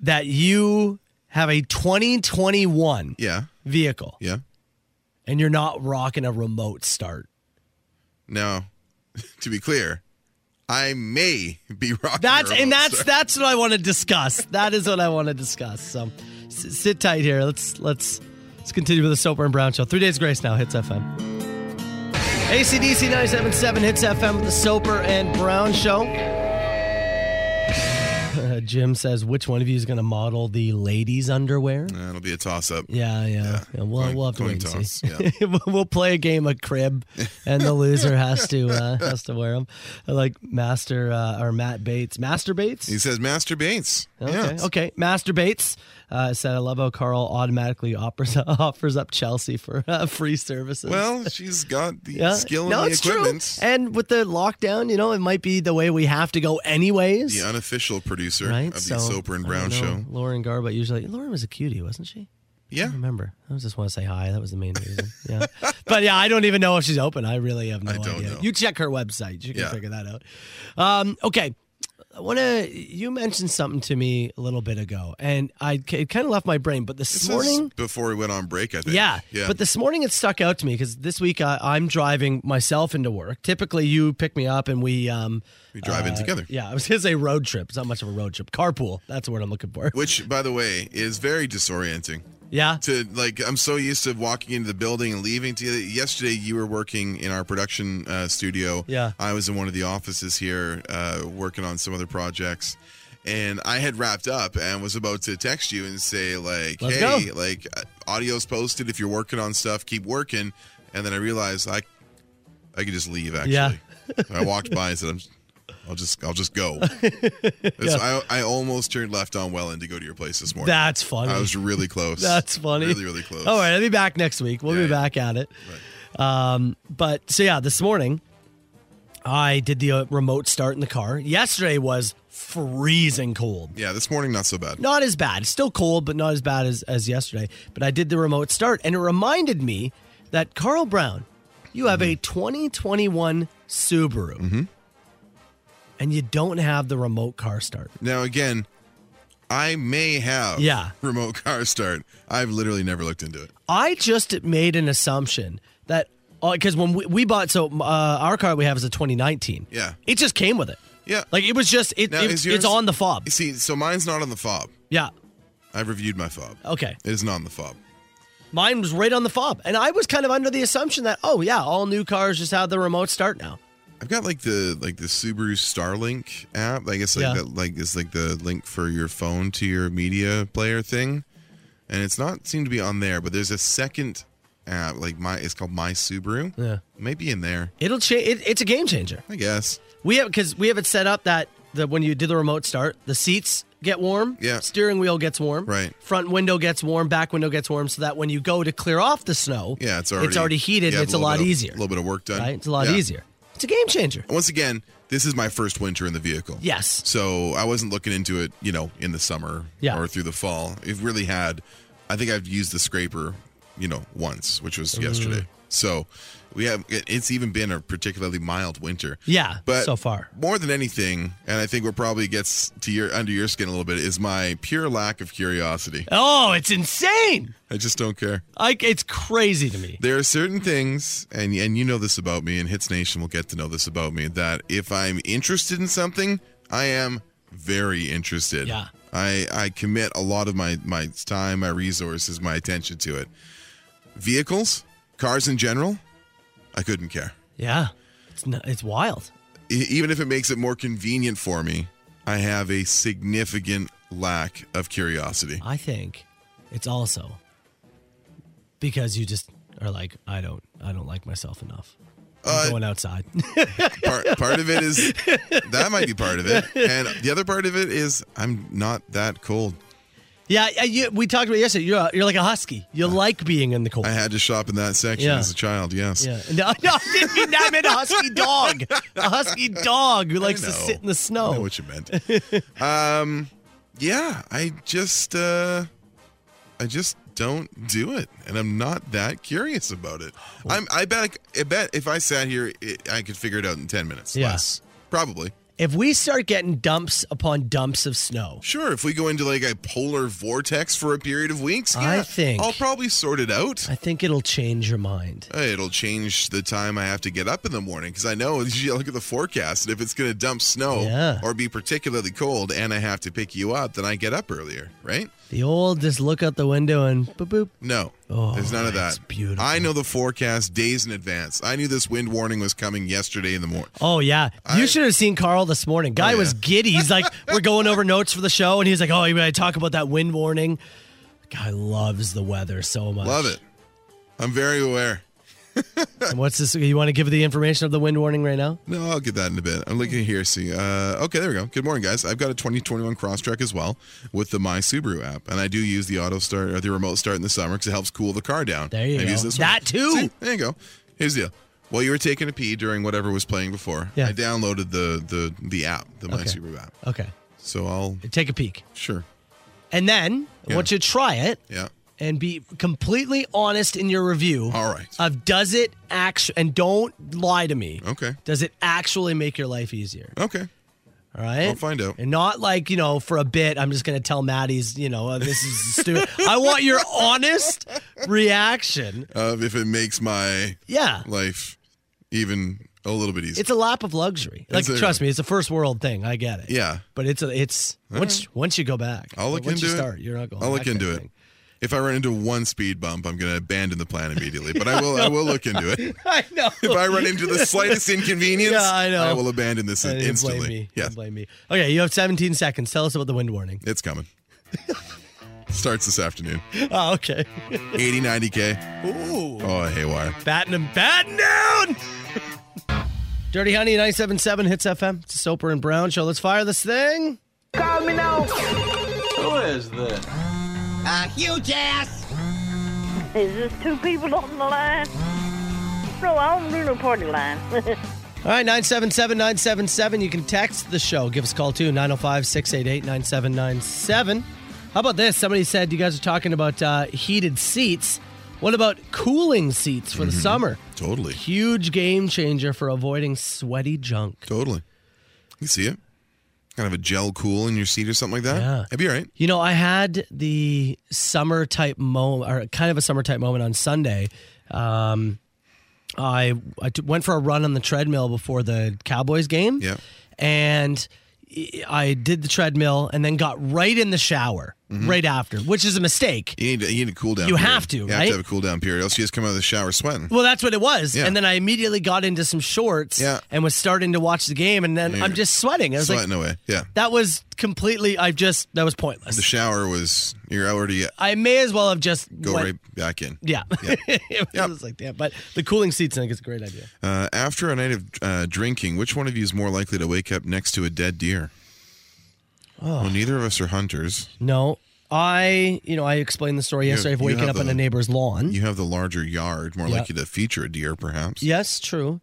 [SPEAKER 5] that you have a 2021
[SPEAKER 6] Yeah.
[SPEAKER 5] vehicle
[SPEAKER 6] Yeah.
[SPEAKER 5] and you're not rocking a remote start.
[SPEAKER 6] Now, [laughs] to be clear, I may be [laughs] rocking.
[SPEAKER 5] That's
[SPEAKER 6] a
[SPEAKER 5] and
[SPEAKER 6] remote [laughs]
[SPEAKER 5] that's
[SPEAKER 6] start.
[SPEAKER 5] that's what I want to discuss. That is what I want to discuss. So s- sit tight here. Let's let's let's continue with the Soper and Brown show. Three days grace now hits FM. ACDC 977 hits FM with the Soper and Brown show. [laughs] Uh, Jim says, which one of you is going to model the ladies' underwear?
[SPEAKER 6] That'll be a toss up.
[SPEAKER 5] Yeah, yeah. Yeah, we'll,
[SPEAKER 6] Coin-
[SPEAKER 5] we'll have to
[SPEAKER 6] coin
[SPEAKER 5] wait and
[SPEAKER 6] toss,
[SPEAKER 5] see. [laughs] We'll- we'll play a game of crib, and the loser has to
[SPEAKER 6] [laughs]
[SPEAKER 5] uh, has to wear them. Like Master uh, or Matt Bates, Master Bates.
[SPEAKER 6] He says masturbates.
[SPEAKER 5] Okay.
[SPEAKER 6] Yeah.
[SPEAKER 5] Okay. Masturbates. Uh, said, I love how Carl automatically offers, [laughs] offers up Chelsea for uh, free services.
[SPEAKER 6] Well, she's got the
[SPEAKER 5] Yeah.
[SPEAKER 6] skill and
[SPEAKER 5] no,
[SPEAKER 6] the
[SPEAKER 5] it's
[SPEAKER 6] equipment.
[SPEAKER 5] True. And with the lockdown, you know, it might be the way we have to go, anyways.
[SPEAKER 6] The unofficial producer
[SPEAKER 5] Right.
[SPEAKER 6] of the Soper and
[SPEAKER 5] I
[SPEAKER 6] Brown
[SPEAKER 5] don't know.
[SPEAKER 6] show.
[SPEAKER 5] Lauren Garbutt usually. Lauren was a cutie, wasn't she?
[SPEAKER 6] Yeah.
[SPEAKER 5] I remember. I just want to say hi. That was the main reason. [laughs] Yeah. but yeah, I don't even know if she's open. I really have no
[SPEAKER 6] I don't
[SPEAKER 5] idea.
[SPEAKER 6] know.
[SPEAKER 5] You check her website. You can
[SPEAKER 6] Yeah.
[SPEAKER 5] figure that out. Um, okay. I want to. You mentioned something to me a little bit ago, and I it kind of left my brain. But this,
[SPEAKER 6] This is
[SPEAKER 5] morning,
[SPEAKER 6] before we went on break, I think.
[SPEAKER 5] yeah,
[SPEAKER 6] Yeah.
[SPEAKER 5] But this morning it stuck out to me because this week I, I'm driving myself into work. Typically, you pick me up and we um,
[SPEAKER 6] we drive in
[SPEAKER 5] uh,
[SPEAKER 6] together.
[SPEAKER 5] Yeah, I was gonna say road trip. It's not much of a road trip. Carpool. That's the word I'm looking for.
[SPEAKER 6] Which, by the way, is very disorienting.
[SPEAKER 5] Yeah.
[SPEAKER 6] To like, I'm so used to walking into the building and leaving. To yesterday, you were working in our production uh, studio.
[SPEAKER 5] Yeah.
[SPEAKER 6] I was in one of the offices here, uh, working on some other projects, and I had wrapped up and was about to text you and say like,
[SPEAKER 5] Let's
[SPEAKER 6] "Hey,
[SPEAKER 5] go.
[SPEAKER 6] like, uh, audio's posted. If you're working on stuff, keep working." And then I realized I, I could just leave. Actually,
[SPEAKER 5] Yeah.
[SPEAKER 6] I walked by and said, "I'm." I'll just I'll just
[SPEAKER 5] [laughs]
[SPEAKER 6] go. That's- I, I almost turned left on Welland to go to your place this morning.
[SPEAKER 5] That's funny.
[SPEAKER 6] I was really close.
[SPEAKER 5] [laughs] That's funny.
[SPEAKER 6] Really, really close.
[SPEAKER 5] All right, I'll be back next week. We'll
[SPEAKER 6] Yeah,
[SPEAKER 5] be
[SPEAKER 6] yeah.
[SPEAKER 5] back at it.
[SPEAKER 6] Right.
[SPEAKER 5] Um, but so yeah, this morning I did the uh, remote start in the car. Yesterday was freezing cold.
[SPEAKER 6] Yeah, this morning not so bad.
[SPEAKER 5] Not as bad. Still cold, but not as bad as, as yesterday. But I did the remote start, and it reminded me that Carl Brown, you have
[SPEAKER 6] Mm-hmm.
[SPEAKER 5] a 2021 Subaru, and you don't have the remote car start.
[SPEAKER 6] Now again, I may have
[SPEAKER 5] Yeah.
[SPEAKER 6] [laughs] remote car start. I've literally never looked into it.
[SPEAKER 5] I just made an assumption that because when we, we bought so uh, our car we have is a 2019.
[SPEAKER 6] Yeah.
[SPEAKER 5] it just came with it.
[SPEAKER 6] Yeah.
[SPEAKER 5] Like it was just it,
[SPEAKER 6] Now,
[SPEAKER 5] it-
[SPEAKER 6] is yours-
[SPEAKER 5] it's on the fob.
[SPEAKER 6] You see, so mine's not on the fob.
[SPEAKER 5] Yeah.
[SPEAKER 6] I've reviewed my fob.
[SPEAKER 5] Okay.
[SPEAKER 6] It is not on the fob.
[SPEAKER 5] Mine was right on the fob. And I was kind of under the assumption that, oh, yeah, all new cars just have the remote start now.
[SPEAKER 6] I've got like the like the Subaru Starlink app. I guess like
[SPEAKER 5] Yeah.
[SPEAKER 6] that like it's like the link for your phone to your media player thing, and it's not seem to be on there. But there's a second app like my it's called My Subaru.
[SPEAKER 5] Yeah.
[SPEAKER 6] it might be in there.
[SPEAKER 5] It'll change. It, it's a game changer.
[SPEAKER 6] I guess.
[SPEAKER 5] We have because we have it set up that the when you do the remote start, the seats get warm.
[SPEAKER 6] Yeah.
[SPEAKER 5] Steering wheel gets warm.
[SPEAKER 6] Right.
[SPEAKER 5] Front window gets warm. Back window gets warm. So that when you go to clear off the snow,
[SPEAKER 6] Yeah, it's already
[SPEAKER 5] heated.
[SPEAKER 6] you
[SPEAKER 5] and
[SPEAKER 6] have
[SPEAKER 5] it's a
[SPEAKER 6] little
[SPEAKER 5] lot
[SPEAKER 6] bit of-
[SPEAKER 5] easier.
[SPEAKER 6] A little bit of work done.
[SPEAKER 5] right. It's a lot
[SPEAKER 6] Yeah.
[SPEAKER 5] easier. It's a game changer.
[SPEAKER 6] Once again, this is my first winter in the vehicle.
[SPEAKER 5] Yes.
[SPEAKER 6] So I wasn't looking into it, you know, in the summer
[SPEAKER 5] Yeah.
[SPEAKER 6] or through the fall. It really had. I think I've used the scraper, you know, once, which
[SPEAKER 5] Mm.
[SPEAKER 6] was yesterday. So we have. it- It's even been a particularly mild winter.
[SPEAKER 5] Yeah,
[SPEAKER 6] But
[SPEAKER 5] so far.
[SPEAKER 6] more than anything, and I think what probably gets to your under your skin a little bit is my pure lack of curiosity. [laughs]
[SPEAKER 5] Oh, it's insane.
[SPEAKER 6] I just don't care.
[SPEAKER 5] Like it's crazy to me.
[SPEAKER 6] There are certain things, and and you know this about me, and Hits Nation will get to know this about me, that if I'm interested in something, I am very interested.
[SPEAKER 5] Yeah.
[SPEAKER 6] I, I commit a lot of my, my time, my resources, my attention to it. Vehicles, cars in general, I couldn't care.
[SPEAKER 5] Yeah. It's n it's wild.
[SPEAKER 6] E- even if it makes it more convenient for me, I have a significant lack of curiosity.
[SPEAKER 5] I think it's also because you just are like, I don't, I don't like myself enough. I'm
[SPEAKER 6] Uh,
[SPEAKER 5] going outside. [laughs]
[SPEAKER 6] part, part of it is that might be part of it. And the other part of it is I'm not that cold.
[SPEAKER 5] yeah, yeah, you, we talked about it yesterday. You're a, you're like a husky. You like being in the cold.
[SPEAKER 6] I had to shop in that section
[SPEAKER 5] Yeah.
[SPEAKER 6] as a child, yes.
[SPEAKER 5] yeah. [laughs] No, no, I didn't mean that. I meant a [laughs] husky dog. A husky dog who likes to
[SPEAKER 6] know.
[SPEAKER 5] sit in the
[SPEAKER 6] I know
[SPEAKER 5] snow.
[SPEAKER 6] what you meant. um,
[SPEAKER 5] [laughs]
[SPEAKER 6] yeah, I just, uh, I just don't do it, and I'm not that curious about it. I'm, I bet, I, c- I bet if I sat here, it, I could figure it out in ten minutes.
[SPEAKER 5] Yeah.
[SPEAKER 6] Less. Probably.
[SPEAKER 5] If we start getting dumps upon dumps of snow,
[SPEAKER 6] Sure. If we go into like a polar vortex for a period of weeks,
[SPEAKER 5] I
[SPEAKER 6] yeah,
[SPEAKER 5] think-
[SPEAKER 6] I'll probably sort it out.
[SPEAKER 5] I think it'll change your mind.
[SPEAKER 6] Uh, It'll change the time I have to get up in the morning because I know [laughs] you look at the forecast, and if it's going to dump snow
[SPEAKER 5] Yeah.
[SPEAKER 6] or be particularly cold and I have to pick you up, then I get up earlier, right?
[SPEAKER 5] The old just look out the window and boop boop.
[SPEAKER 6] No,
[SPEAKER 5] Oh,
[SPEAKER 6] there's none of that.
[SPEAKER 5] that's beautiful.
[SPEAKER 6] I know the forecast days in advance. I knew this wind warning was coming yesterday in the morning.
[SPEAKER 5] Oh yeah, you
[SPEAKER 6] I-
[SPEAKER 5] should have seen Carl this morning. Guy
[SPEAKER 6] Oh, yeah.
[SPEAKER 5] was giddy.
[SPEAKER 6] [laughs]
[SPEAKER 5] He's like, we're going over notes for the show, and he's like, oh, you gotta talk about that wind warning. Guy loves the weather so much.
[SPEAKER 6] Love it. I'm very aware.
[SPEAKER 5] And what's this? You want to give the information of the wind warning right now?
[SPEAKER 6] No, I'll get that in a bit. I'm looking here. See, uh, okay, there we go. Good morning, guys. I've got a 2021 Crosstrek as well with the My Subaru app, and I do use the auto start or the remote start in the summer because it helps cool the car down.
[SPEAKER 5] There you
[SPEAKER 6] I've
[SPEAKER 5] go.
[SPEAKER 6] used this
[SPEAKER 5] That too.
[SPEAKER 6] See, there you go. Here's the deal. While you were taking a pee during whatever was playing before,
[SPEAKER 5] Yeah.
[SPEAKER 6] I downloaded the the the app, the My
[SPEAKER 5] Okay.
[SPEAKER 6] Subaru app.
[SPEAKER 5] Okay,
[SPEAKER 6] So I'll
[SPEAKER 5] take a peek,
[SPEAKER 6] sure,
[SPEAKER 5] and then I
[SPEAKER 6] Yeah.
[SPEAKER 5] want you to try it
[SPEAKER 6] yeah.
[SPEAKER 5] and be completely honest in your review.
[SPEAKER 6] All right.
[SPEAKER 5] Of does it actually? And don't lie to me.
[SPEAKER 6] Okay.
[SPEAKER 5] Does it actually make your life easier?
[SPEAKER 6] Okay.
[SPEAKER 5] All right.
[SPEAKER 6] I'll find out.
[SPEAKER 5] And not like, you know, for a bit, I'm just going to tell Maddie's, you know, uh, this is stupid. [laughs] I want your honest reaction.
[SPEAKER 6] Uh, if it makes my
[SPEAKER 5] Yeah.
[SPEAKER 6] life even a little bit easier.
[SPEAKER 5] It's a lap of luxury. Like,
[SPEAKER 6] It's a-
[SPEAKER 5] trust me, it's a first world thing. I get it.
[SPEAKER 6] Yeah.
[SPEAKER 5] But it's, a, it's, once, once you go back,
[SPEAKER 6] I'll look
[SPEAKER 5] once
[SPEAKER 6] into
[SPEAKER 5] you
[SPEAKER 6] it.
[SPEAKER 5] start, you're not going
[SPEAKER 6] I'll look
[SPEAKER 5] back kind
[SPEAKER 6] into
[SPEAKER 5] of
[SPEAKER 6] it.
[SPEAKER 5] thing. [laughs]
[SPEAKER 6] if I run into one speed bump, I'm going to abandon the plan immediately. But I will. I will look into
[SPEAKER 5] [laughs]
[SPEAKER 6] it.
[SPEAKER 5] I know.
[SPEAKER 6] if I run into the slightest inconvenience,
[SPEAKER 5] Yeah, I know.
[SPEAKER 6] I will abandon this
[SPEAKER 5] You didn't
[SPEAKER 6] instantly.
[SPEAKER 5] Blame me. You
[SPEAKER 6] Yeah,
[SPEAKER 5] didn't blame me. Okay, you have 17 seconds. Tell us about the wind warning. [laughs]
[SPEAKER 6] it's coming. Starts this afternoon.
[SPEAKER 5] Oh, okay.
[SPEAKER 6] 80, 90K.
[SPEAKER 5] Ooh.
[SPEAKER 6] Oh, haywire.
[SPEAKER 5] Batting him, batting down. [laughs] Dirty Honey 977 hits FM. It's a Soper and Brown show. Let's fire this thing.
[SPEAKER 7] Is this two people on the line? No, I don't do no party line. [laughs]
[SPEAKER 5] All right, 977 977. You can text the show. Give us a call too, 905 688 9797. How about this? Somebody said you guys are talking about uh, heated seats. What about cooling seats for the summer?
[SPEAKER 6] Totally.
[SPEAKER 5] Huge game changer for avoiding sweaty junk.
[SPEAKER 6] Totally. You see it? Kind of a gel cool in your seat or something like that.
[SPEAKER 5] Yeah.
[SPEAKER 6] That'd be all right.
[SPEAKER 5] You know, I had the summer type moment, or kind of a summer type moment on Sunday. Um, I I t- went for a run on the treadmill before the Cowboys game.
[SPEAKER 6] Yeah.
[SPEAKER 5] And I did the treadmill and then got right in the shower.
[SPEAKER 6] Mm-hmm.
[SPEAKER 5] right after, which is a mistake.
[SPEAKER 6] You need to, you need to cool down.
[SPEAKER 5] You
[SPEAKER 6] period.
[SPEAKER 5] have to,
[SPEAKER 6] You have
[SPEAKER 5] right?
[SPEAKER 6] to have a cool down period. Else you just come out of the shower sweating.
[SPEAKER 5] Well, that's what it was.
[SPEAKER 6] Yeah.
[SPEAKER 5] And then I immediately got into some shorts
[SPEAKER 6] Yeah.
[SPEAKER 5] and was starting to watch the game. And then
[SPEAKER 6] Yeah.
[SPEAKER 5] I'm just sweating. I was
[SPEAKER 6] Sweating
[SPEAKER 5] like,
[SPEAKER 6] away. Yeah.
[SPEAKER 5] that was completely, I just, that was pointless.
[SPEAKER 6] The shower was, you're already,
[SPEAKER 5] I may as well have just
[SPEAKER 6] go
[SPEAKER 5] went-
[SPEAKER 6] right back in.
[SPEAKER 5] Yeah. [laughs] it
[SPEAKER 6] Yep.
[SPEAKER 5] was like, damn. But the cooling seats, I think, is a great idea.
[SPEAKER 6] Uh, after a night of uh, drinking, which one of you is more likely to wake up next to a dead deer?
[SPEAKER 5] Oh.
[SPEAKER 6] Well, neither of us are hunters.
[SPEAKER 5] No. I, you know, I explained the story yesterday of
[SPEAKER 6] you
[SPEAKER 5] waking
[SPEAKER 6] have
[SPEAKER 5] up on
[SPEAKER 6] the-
[SPEAKER 5] a neighbor's lawn.
[SPEAKER 6] You have the larger yard, more likely to feature a deer, perhaps.
[SPEAKER 5] yes, true.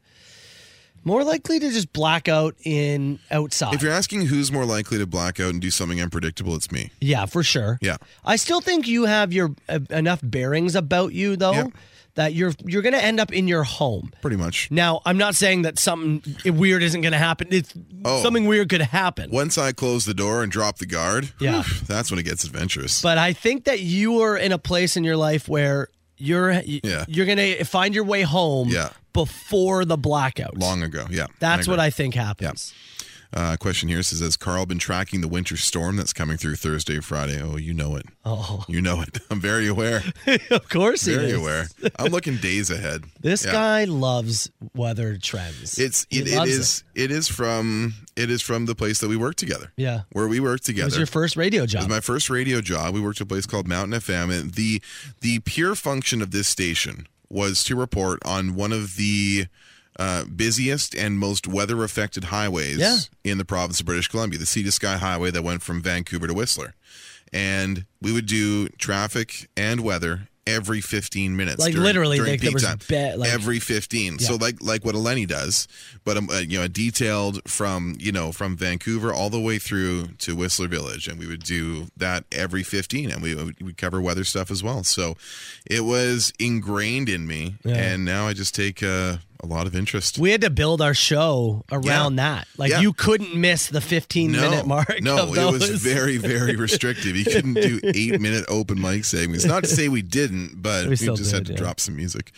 [SPEAKER 5] More likely to just black out in outside.
[SPEAKER 6] If you're asking who's more likely to black out and do something unpredictable, it's me.
[SPEAKER 5] yeah, for sure.
[SPEAKER 6] Yeah.
[SPEAKER 5] I still think you have your uh, enough bearings about you though
[SPEAKER 6] Yeah.
[SPEAKER 5] that you're you're going to end up in your home.
[SPEAKER 6] Pretty much.
[SPEAKER 5] Now, I'm not saying that something weird isn't going to happen. It's
[SPEAKER 6] Oh.
[SPEAKER 5] something weird could happen.
[SPEAKER 6] Once I close the door and drop the guard,
[SPEAKER 5] Yeah.
[SPEAKER 6] whew, that's when it gets adventurous.
[SPEAKER 5] But I think that you are in a place in your life where you're y-
[SPEAKER 6] Yeah.
[SPEAKER 5] you're gonna find your way home
[SPEAKER 6] Yeah.
[SPEAKER 5] before the blackout.
[SPEAKER 6] Long ago, yeah.
[SPEAKER 5] That's what
[SPEAKER 6] agree.
[SPEAKER 5] I think happens.
[SPEAKER 6] Uh, question here says, has Carl been tracking the winter storm that's coming through Thursday, Friday? Oh, you know it.
[SPEAKER 5] Oh, [laughs]
[SPEAKER 6] You know it. [laughs] I'm very aware.
[SPEAKER 5] of course he
[SPEAKER 6] Very
[SPEAKER 5] is.
[SPEAKER 6] aware. I'm looking days ahead.
[SPEAKER 5] [laughs] This
[SPEAKER 6] Yeah.
[SPEAKER 5] guy loves weather trends.
[SPEAKER 6] It's
[SPEAKER 5] He
[SPEAKER 6] it, it
[SPEAKER 5] loves
[SPEAKER 6] is it is from it is from the place that we worked together.
[SPEAKER 5] Yeah.
[SPEAKER 6] where we worked
[SPEAKER 5] It
[SPEAKER 6] together.
[SPEAKER 5] was your first radio
[SPEAKER 6] It
[SPEAKER 5] job.
[SPEAKER 6] was my first radio job. We worked at a place called Mountain FM, and the the pure function of this station was to report on one of the uh, busiest and most weather affected highways
[SPEAKER 5] Yeah.
[SPEAKER 6] in the province of British Columbia, the Sea to Sky Highway that went from Vancouver to Whistler, and we would do traffic and weather every 15 minutes
[SPEAKER 5] Like,
[SPEAKER 6] during-
[SPEAKER 5] literally,
[SPEAKER 6] during
[SPEAKER 5] like, there
[SPEAKER 6] peak
[SPEAKER 5] was
[SPEAKER 6] time
[SPEAKER 5] ba- like-
[SPEAKER 6] every 15 so like like what Eleni does but um, uh, you know detailed from you know from Vancouver all the way through to Whistler Village and we would do that every 15 and we would we'd cover weather stuff as well so it was ingrained in me
[SPEAKER 5] Yeah.
[SPEAKER 6] and now I just take uh, a lot of interest
[SPEAKER 5] we had to build our show around
[SPEAKER 6] Yeah.
[SPEAKER 5] that. Like
[SPEAKER 6] Yeah.
[SPEAKER 5] you couldn't miss the 15 minute mark.
[SPEAKER 6] No,
[SPEAKER 5] of
[SPEAKER 6] it was
[SPEAKER 5] those.
[SPEAKER 6] very,
[SPEAKER 5] [laughs]
[SPEAKER 6] very restrictive. You couldn't do eight minute open mic segments. Not to say we didn't, but
[SPEAKER 5] We
[SPEAKER 6] we,
[SPEAKER 5] still
[SPEAKER 6] just had
[SPEAKER 5] did,
[SPEAKER 6] to
[SPEAKER 5] yeah.
[SPEAKER 6] drop some music.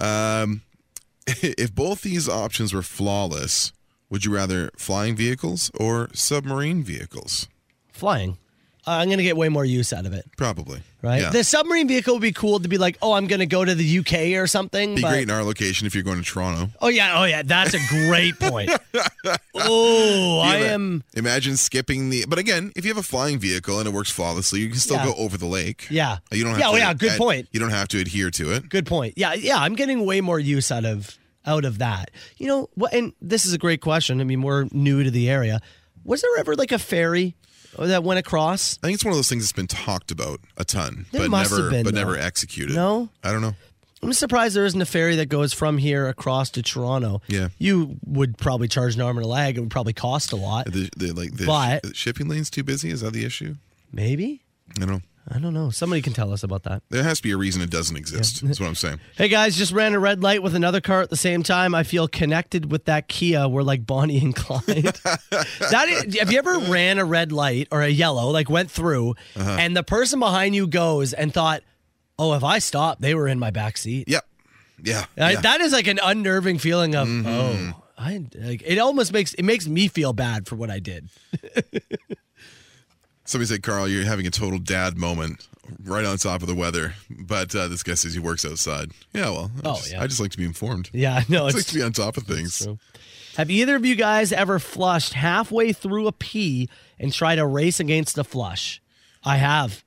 [SPEAKER 6] Um, [laughs] if both these options were flawless, would you rather flying vehicles or submarine vehicles?
[SPEAKER 5] flying. I'm gonna get way more use out of it,
[SPEAKER 6] Probably.
[SPEAKER 5] right?
[SPEAKER 6] Yeah.
[SPEAKER 5] The submarine vehicle would be cool to be like, oh, I'm gonna go to the UK or something.
[SPEAKER 6] be
[SPEAKER 5] but-
[SPEAKER 6] great in our location if you're going to Toronto.
[SPEAKER 5] Oh yeah, oh yeah, that's a great point. oh, I
[SPEAKER 6] Ima-
[SPEAKER 5] am.
[SPEAKER 6] Imagine skipping the. But again, if you have a flying vehicle and it works flawlessly, you can still
[SPEAKER 5] Yeah.
[SPEAKER 6] go over the lake.
[SPEAKER 5] Yeah.
[SPEAKER 6] You don't have
[SPEAKER 5] Yeah,
[SPEAKER 6] to.
[SPEAKER 5] well, yeah, good
[SPEAKER 6] ad-
[SPEAKER 5] point.
[SPEAKER 6] You don't have to adhere to it.
[SPEAKER 5] Good point. Yeah, yeah, I'm getting way more use out of out of that. You know, what? And this is a great question. I mean, we're new to the area. Was there ever like a ferry that went across?
[SPEAKER 6] I think it's one of those things that's been talked about a ton,
[SPEAKER 5] There
[SPEAKER 6] but
[SPEAKER 5] must
[SPEAKER 6] never,
[SPEAKER 5] have been,
[SPEAKER 6] but
[SPEAKER 5] though.
[SPEAKER 6] never executed.
[SPEAKER 5] No?
[SPEAKER 6] I don't know.
[SPEAKER 5] I'm surprised there isn't a ferry that goes from here across to Toronto.
[SPEAKER 6] Yeah.
[SPEAKER 5] you would probably charge an arm and a leg. It would probably cost a lot.
[SPEAKER 6] The, the like the
[SPEAKER 5] But-
[SPEAKER 6] sh- shipping lane's too busy. Is that the issue?
[SPEAKER 5] Maybe
[SPEAKER 6] I don't know.
[SPEAKER 5] I don't know. Somebody can tell us about that.
[SPEAKER 6] There has to be a reason it doesn't exist. That's what I'm saying.
[SPEAKER 5] Hey guys, just ran a red light with another car at the same time. I feel connected with that Kia. We're like Bonnie
[SPEAKER 6] [laughs]
[SPEAKER 5] and Clyde. that is, have you ever ran a red light or a yellow, like went through,
[SPEAKER 6] Uh-huh.
[SPEAKER 5] and the person behind you goes and thought, "Oh, if I stop, they were in my back seat."
[SPEAKER 6] Yep. Yeah. Mm-hmm.
[SPEAKER 5] I-
[SPEAKER 6] yeah.
[SPEAKER 5] That is like an unnerving feeling of, "Oh, I." Like, it almost makes it makes me feel bad for what I did.
[SPEAKER 6] Somebody said, Carl, you're having a total dad moment right on top of the weather. But uh, this guy says he works outside. Yeah. Well. I
[SPEAKER 5] Oh,
[SPEAKER 6] just,
[SPEAKER 5] yeah.
[SPEAKER 6] I just like to be informed.
[SPEAKER 5] Yeah, [laughs] no,
[SPEAKER 6] I just like to
[SPEAKER 5] it's.
[SPEAKER 6] be on top of things.
[SPEAKER 5] Have either of you guys ever flushed halfway through a pee and tried to race against the flush? I have.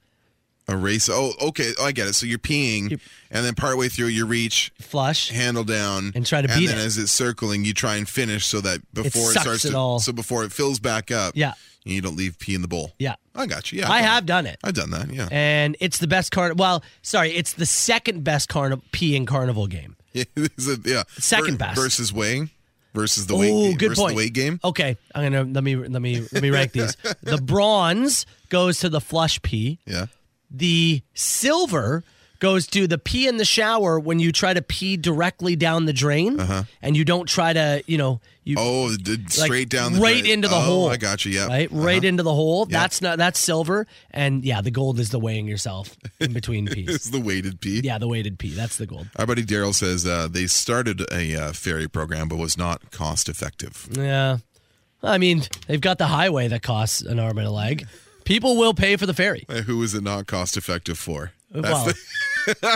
[SPEAKER 6] A race. Oh, okay. Oh, I get it. So you're peeing, and then partway through, you reach
[SPEAKER 5] flush.
[SPEAKER 6] handle down
[SPEAKER 5] And try to beat
[SPEAKER 6] then
[SPEAKER 5] it.
[SPEAKER 6] as it's circling, you try and finish so that before it,
[SPEAKER 5] sucks
[SPEAKER 6] starts
[SPEAKER 5] it
[SPEAKER 6] to,
[SPEAKER 5] all.
[SPEAKER 6] so before it fills back up,
[SPEAKER 5] Yeah.
[SPEAKER 6] you don't leave pee in the bowl.
[SPEAKER 5] Yeah.
[SPEAKER 6] I got you. Yeah,
[SPEAKER 5] I
[SPEAKER 6] I've done-
[SPEAKER 5] have done it.
[SPEAKER 6] I've done that. Yeah,
[SPEAKER 5] And it's the best carnival. Well, sorry, it's the second best carni- peeing carnival game.
[SPEAKER 6] [laughs] yeah. This is- yeah.
[SPEAKER 5] Second best.
[SPEAKER 6] versus weighing versus the weight.
[SPEAKER 5] Oh,
[SPEAKER 6] game-
[SPEAKER 5] good
[SPEAKER 6] versus The
[SPEAKER 5] point.
[SPEAKER 6] weight game.
[SPEAKER 5] Okay, I'm gonna let me let me let me
[SPEAKER 6] [laughs]
[SPEAKER 5] rank these. The bronze goes to the flush pee.
[SPEAKER 6] Yeah,
[SPEAKER 5] The silver goes to the pee in the shower when you try to pee directly down the drain and you don't try to you know you
[SPEAKER 6] Uh-huh. oh, the,
[SPEAKER 5] like,
[SPEAKER 6] straight down, the
[SPEAKER 5] right
[SPEAKER 6] drain.
[SPEAKER 5] into the
[SPEAKER 6] oh,
[SPEAKER 5] hole.
[SPEAKER 6] I got you. Yeah, Uh-huh.
[SPEAKER 5] right, right into the hole. That's not that's silver, and yeah, the gold is the weighing yourself in between
[SPEAKER 6] [laughs] [laughs]
[SPEAKER 5] pees.
[SPEAKER 6] It's the weighted pee.
[SPEAKER 5] yeah, the weighted pee. That's the gold.
[SPEAKER 6] Our buddy Daryl says uh, they started a uh, ferry program, but was not cost effective.
[SPEAKER 5] Yeah. I mean, they've got the highway that costs an arm and a leg. People will pay for the ferry.
[SPEAKER 6] Uh, Who is it not cost effective for? That's
[SPEAKER 5] Well, no,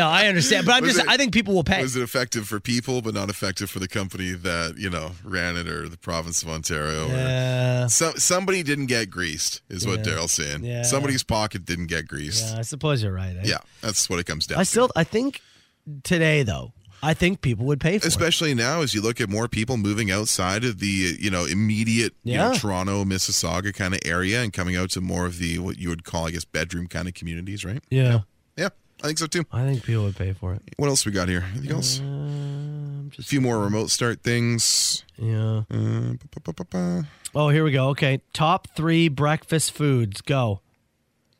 [SPEAKER 5] I understand, but I'm
[SPEAKER 6] Was
[SPEAKER 5] just
[SPEAKER 6] it-
[SPEAKER 5] I think people will pay.
[SPEAKER 6] Was it effective for people, but not effective for the company that you know ran it, or the province of Ontario? Or
[SPEAKER 5] Yeah,
[SPEAKER 6] so, somebody didn't get greased, is what Daryl's saying.
[SPEAKER 5] Yeah.
[SPEAKER 6] Somebody's pocket didn't get greased.
[SPEAKER 5] yeah,
[SPEAKER 6] Yeah,
[SPEAKER 5] I suppose you're right. eh?
[SPEAKER 6] that's what it comes down.
[SPEAKER 5] I
[SPEAKER 6] to.
[SPEAKER 5] still I think today though I think people would pay for it.
[SPEAKER 6] especially now as you look at more people moving outside of the you know immediate you know,
[SPEAKER 5] Yeah.
[SPEAKER 6] Toronto, Mississauga kind of area, and coming out to more of the what you would call, I guess, bedroom kind of communities, right?
[SPEAKER 5] Yeah,
[SPEAKER 6] Yeah, I think so too.
[SPEAKER 5] I think people would pay for it.
[SPEAKER 6] What else we got here? Anything else?
[SPEAKER 5] Um,
[SPEAKER 6] A
[SPEAKER 5] just
[SPEAKER 6] few more remote start things.
[SPEAKER 5] yeah.
[SPEAKER 6] Uh, ba-ba-ba-ba.
[SPEAKER 5] Oh, here we go. Okay, top three breakfast foods. Go.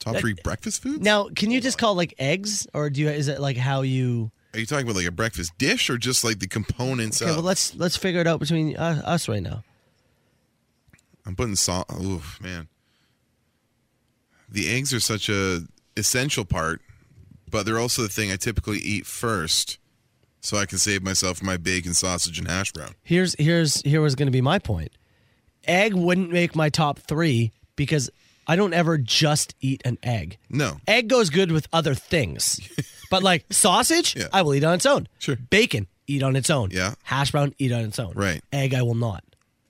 [SPEAKER 6] Top three breakfast foods.
[SPEAKER 5] Now, can you just call like eggs, or do you? Is it like how you?
[SPEAKER 6] Are you talking about like a breakfast dish or just like the components
[SPEAKER 5] Okay,
[SPEAKER 6] of?
[SPEAKER 5] well let's let's figure it out between us, us right now.
[SPEAKER 6] I'm putting salt. Oh man, the eggs are such a essential part, but they're also the thing I typically eat first, so I can save myself my bacon, sausage, and hash brown.
[SPEAKER 5] Here's here's here was going to be my point. Egg wouldn't make my top three because I don't ever just eat an egg.
[SPEAKER 6] No,
[SPEAKER 5] Egg goes good with
[SPEAKER 6] [laughs]
[SPEAKER 5] other things, but like sausage,
[SPEAKER 6] Yeah.
[SPEAKER 5] I will eat on its own.
[SPEAKER 6] Sure.
[SPEAKER 5] Bacon, eat on its own.
[SPEAKER 6] Yeah.
[SPEAKER 5] Hash brown, eat on its own.
[SPEAKER 6] Right.
[SPEAKER 5] Egg, I will not.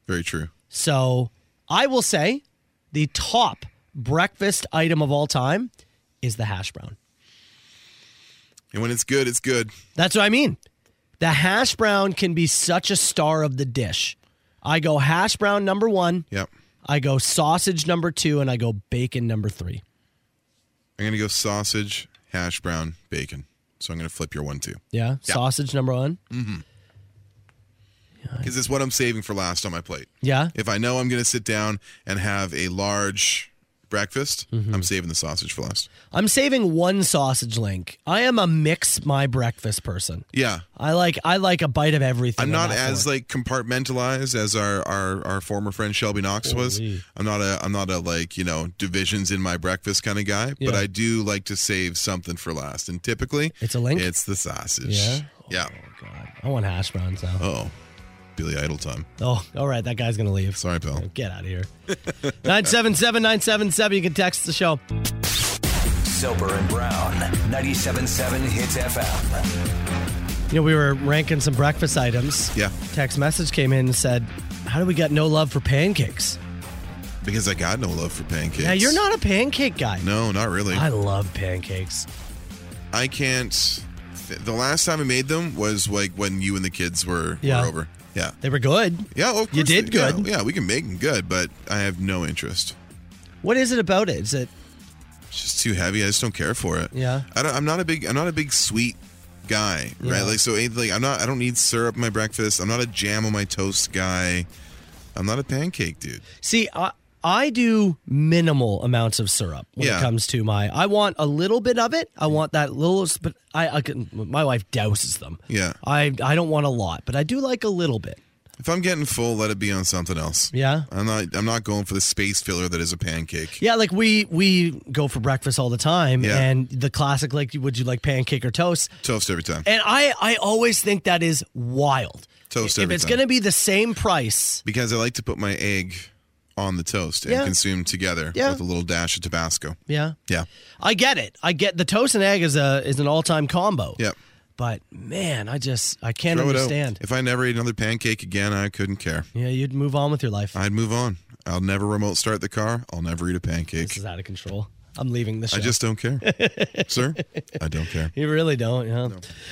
[SPEAKER 6] very true.
[SPEAKER 5] So I will say the top breakfast item of all time is the hash brown.
[SPEAKER 6] And when it's good, it's good.
[SPEAKER 5] That's what I mean. The hash brown can be such a star of the dish. I go hash brown number one.
[SPEAKER 6] Yep.
[SPEAKER 5] I go sausage number two, and I go bacon number three.
[SPEAKER 6] I'm gonna go sausage, hash brown, bacon. So I'm gonna flip your one too,
[SPEAKER 5] Yeah. Sausage number one.
[SPEAKER 6] because it's what I'm saving for last on my plate.
[SPEAKER 5] Yeah.
[SPEAKER 6] If I know I'm gonna sit down and have a large breakfast,
[SPEAKER 5] Mm-hmm.
[SPEAKER 6] I'm saving the sausage for last.
[SPEAKER 5] I'm saving one sausage link. I am a mix my breakfast person.
[SPEAKER 6] Yeah,
[SPEAKER 5] I like I like a bite of everything.
[SPEAKER 6] I'm
[SPEAKER 5] on
[SPEAKER 6] not
[SPEAKER 5] that
[SPEAKER 6] as
[SPEAKER 5] board.
[SPEAKER 6] like compartmentalized as our, our our former friend Shelby Knox was. I'm not a I'm not a like you know divisions in my breakfast kind of guy, but
[SPEAKER 5] Yeah.
[SPEAKER 6] I do like to save something for last. And typically,
[SPEAKER 5] It's a link?
[SPEAKER 6] It's the sausage.
[SPEAKER 5] Yeah?
[SPEAKER 6] Yeah.
[SPEAKER 5] Oh, God, I want hash browns now.
[SPEAKER 6] Oh, Billy Idol time.
[SPEAKER 5] Oh, all right, that guy's gonna leave.
[SPEAKER 6] Sorry, pal.
[SPEAKER 5] Get out
[SPEAKER 6] [laughs]
[SPEAKER 5] of here. 977 977. You can text the show.
[SPEAKER 4] Soper and Brown, 97.7 Hits FM.
[SPEAKER 5] You know, we were ranking some breakfast items.
[SPEAKER 6] Yeah,
[SPEAKER 5] Text message came in and said, How do we got no love for pancakes?
[SPEAKER 6] because I got no love for pancakes.
[SPEAKER 5] Yeah, you're not a pancake guy.
[SPEAKER 6] No, not really.
[SPEAKER 5] I love pancakes.
[SPEAKER 6] I can't. th- The last time I made them was like when you and the kids were,
[SPEAKER 5] Yeah.
[SPEAKER 6] were over. Yeah.
[SPEAKER 5] They were good.
[SPEAKER 6] Yeah, of
[SPEAKER 5] You
[SPEAKER 6] course
[SPEAKER 5] did
[SPEAKER 6] they- yeah,
[SPEAKER 5] good.
[SPEAKER 6] yeah, we can make them good, but I have no interest.
[SPEAKER 5] What is it about it? Is it
[SPEAKER 6] It's just too heavy. I just don't care for it.
[SPEAKER 5] Yeah.
[SPEAKER 6] I don't, I'm not a big I'm not a big sweet guy, right?
[SPEAKER 5] Yeah.
[SPEAKER 6] Like so, ain't- like I'm not I don't need syrup in my breakfast. I'm not a jam on my toast guy. I'm not a pancake dude.
[SPEAKER 5] See, I, I do minimal amounts of syrup when
[SPEAKER 6] Yeah.
[SPEAKER 5] it comes to my. I want a little bit of it. I want that little, s- but I, I can, my wife douses them.
[SPEAKER 6] Yeah.
[SPEAKER 5] I I don't want a lot, but I do like a little bit.
[SPEAKER 6] If I'm getting full, let it be on something else.
[SPEAKER 5] Yeah.
[SPEAKER 6] I'm not I'm not going for the space filler that is a pancake.
[SPEAKER 5] Yeah, like we we go for breakfast all the time,
[SPEAKER 6] Yeah.
[SPEAKER 5] and the classic like, would you like pancake or toast?
[SPEAKER 6] Toast every time.
[SPEAKER 5] And I I always think that is wild.
[SPEAKER 6] Toast
[SPEAKER 5] If
[SPEAKER 6] every
[SPEAKER 5] it's
[SPEAKER 6] time.
[SPEAKER 5] gonna be the same price,
[SPEAKER 6] because I like to put my egg on the toast and
[SPEAKER 5] Yeah.
[SPEAKER 6] consume together
[SPEAKER 5] Yeah.
[SPEAKER 6] with a little dash of Tabasco.
[SPEAKER 5] yeah,
[SPEAKER 6] Yeah.
[SPEAKER 5] I get it. I get the toast and egg is a is an all time combo.
[SPEAKER 6] Yep.
[SPEAKER 5] But man, I just I can't
[SPEAKER 6] Throw it out.
[SPEAKER 5] understand.
[SPEAKER 6] If I never ate another pancake again, I couldn't care.
[SPEAKER 5] Yeah, you'd move on with your life.
[SPEAKER 6] I'd move on. I'll never remote start the car. I'll never eat a pancake.
[SPEAKER 5] this is out of control. I'm leaving the show.
[SPEAKER 6] I just don't
[SPEAKER 5] [laughs]
[SPEAKER 6] care, sir. I don't care.
[SPEAKER 5] you really don't, yeah.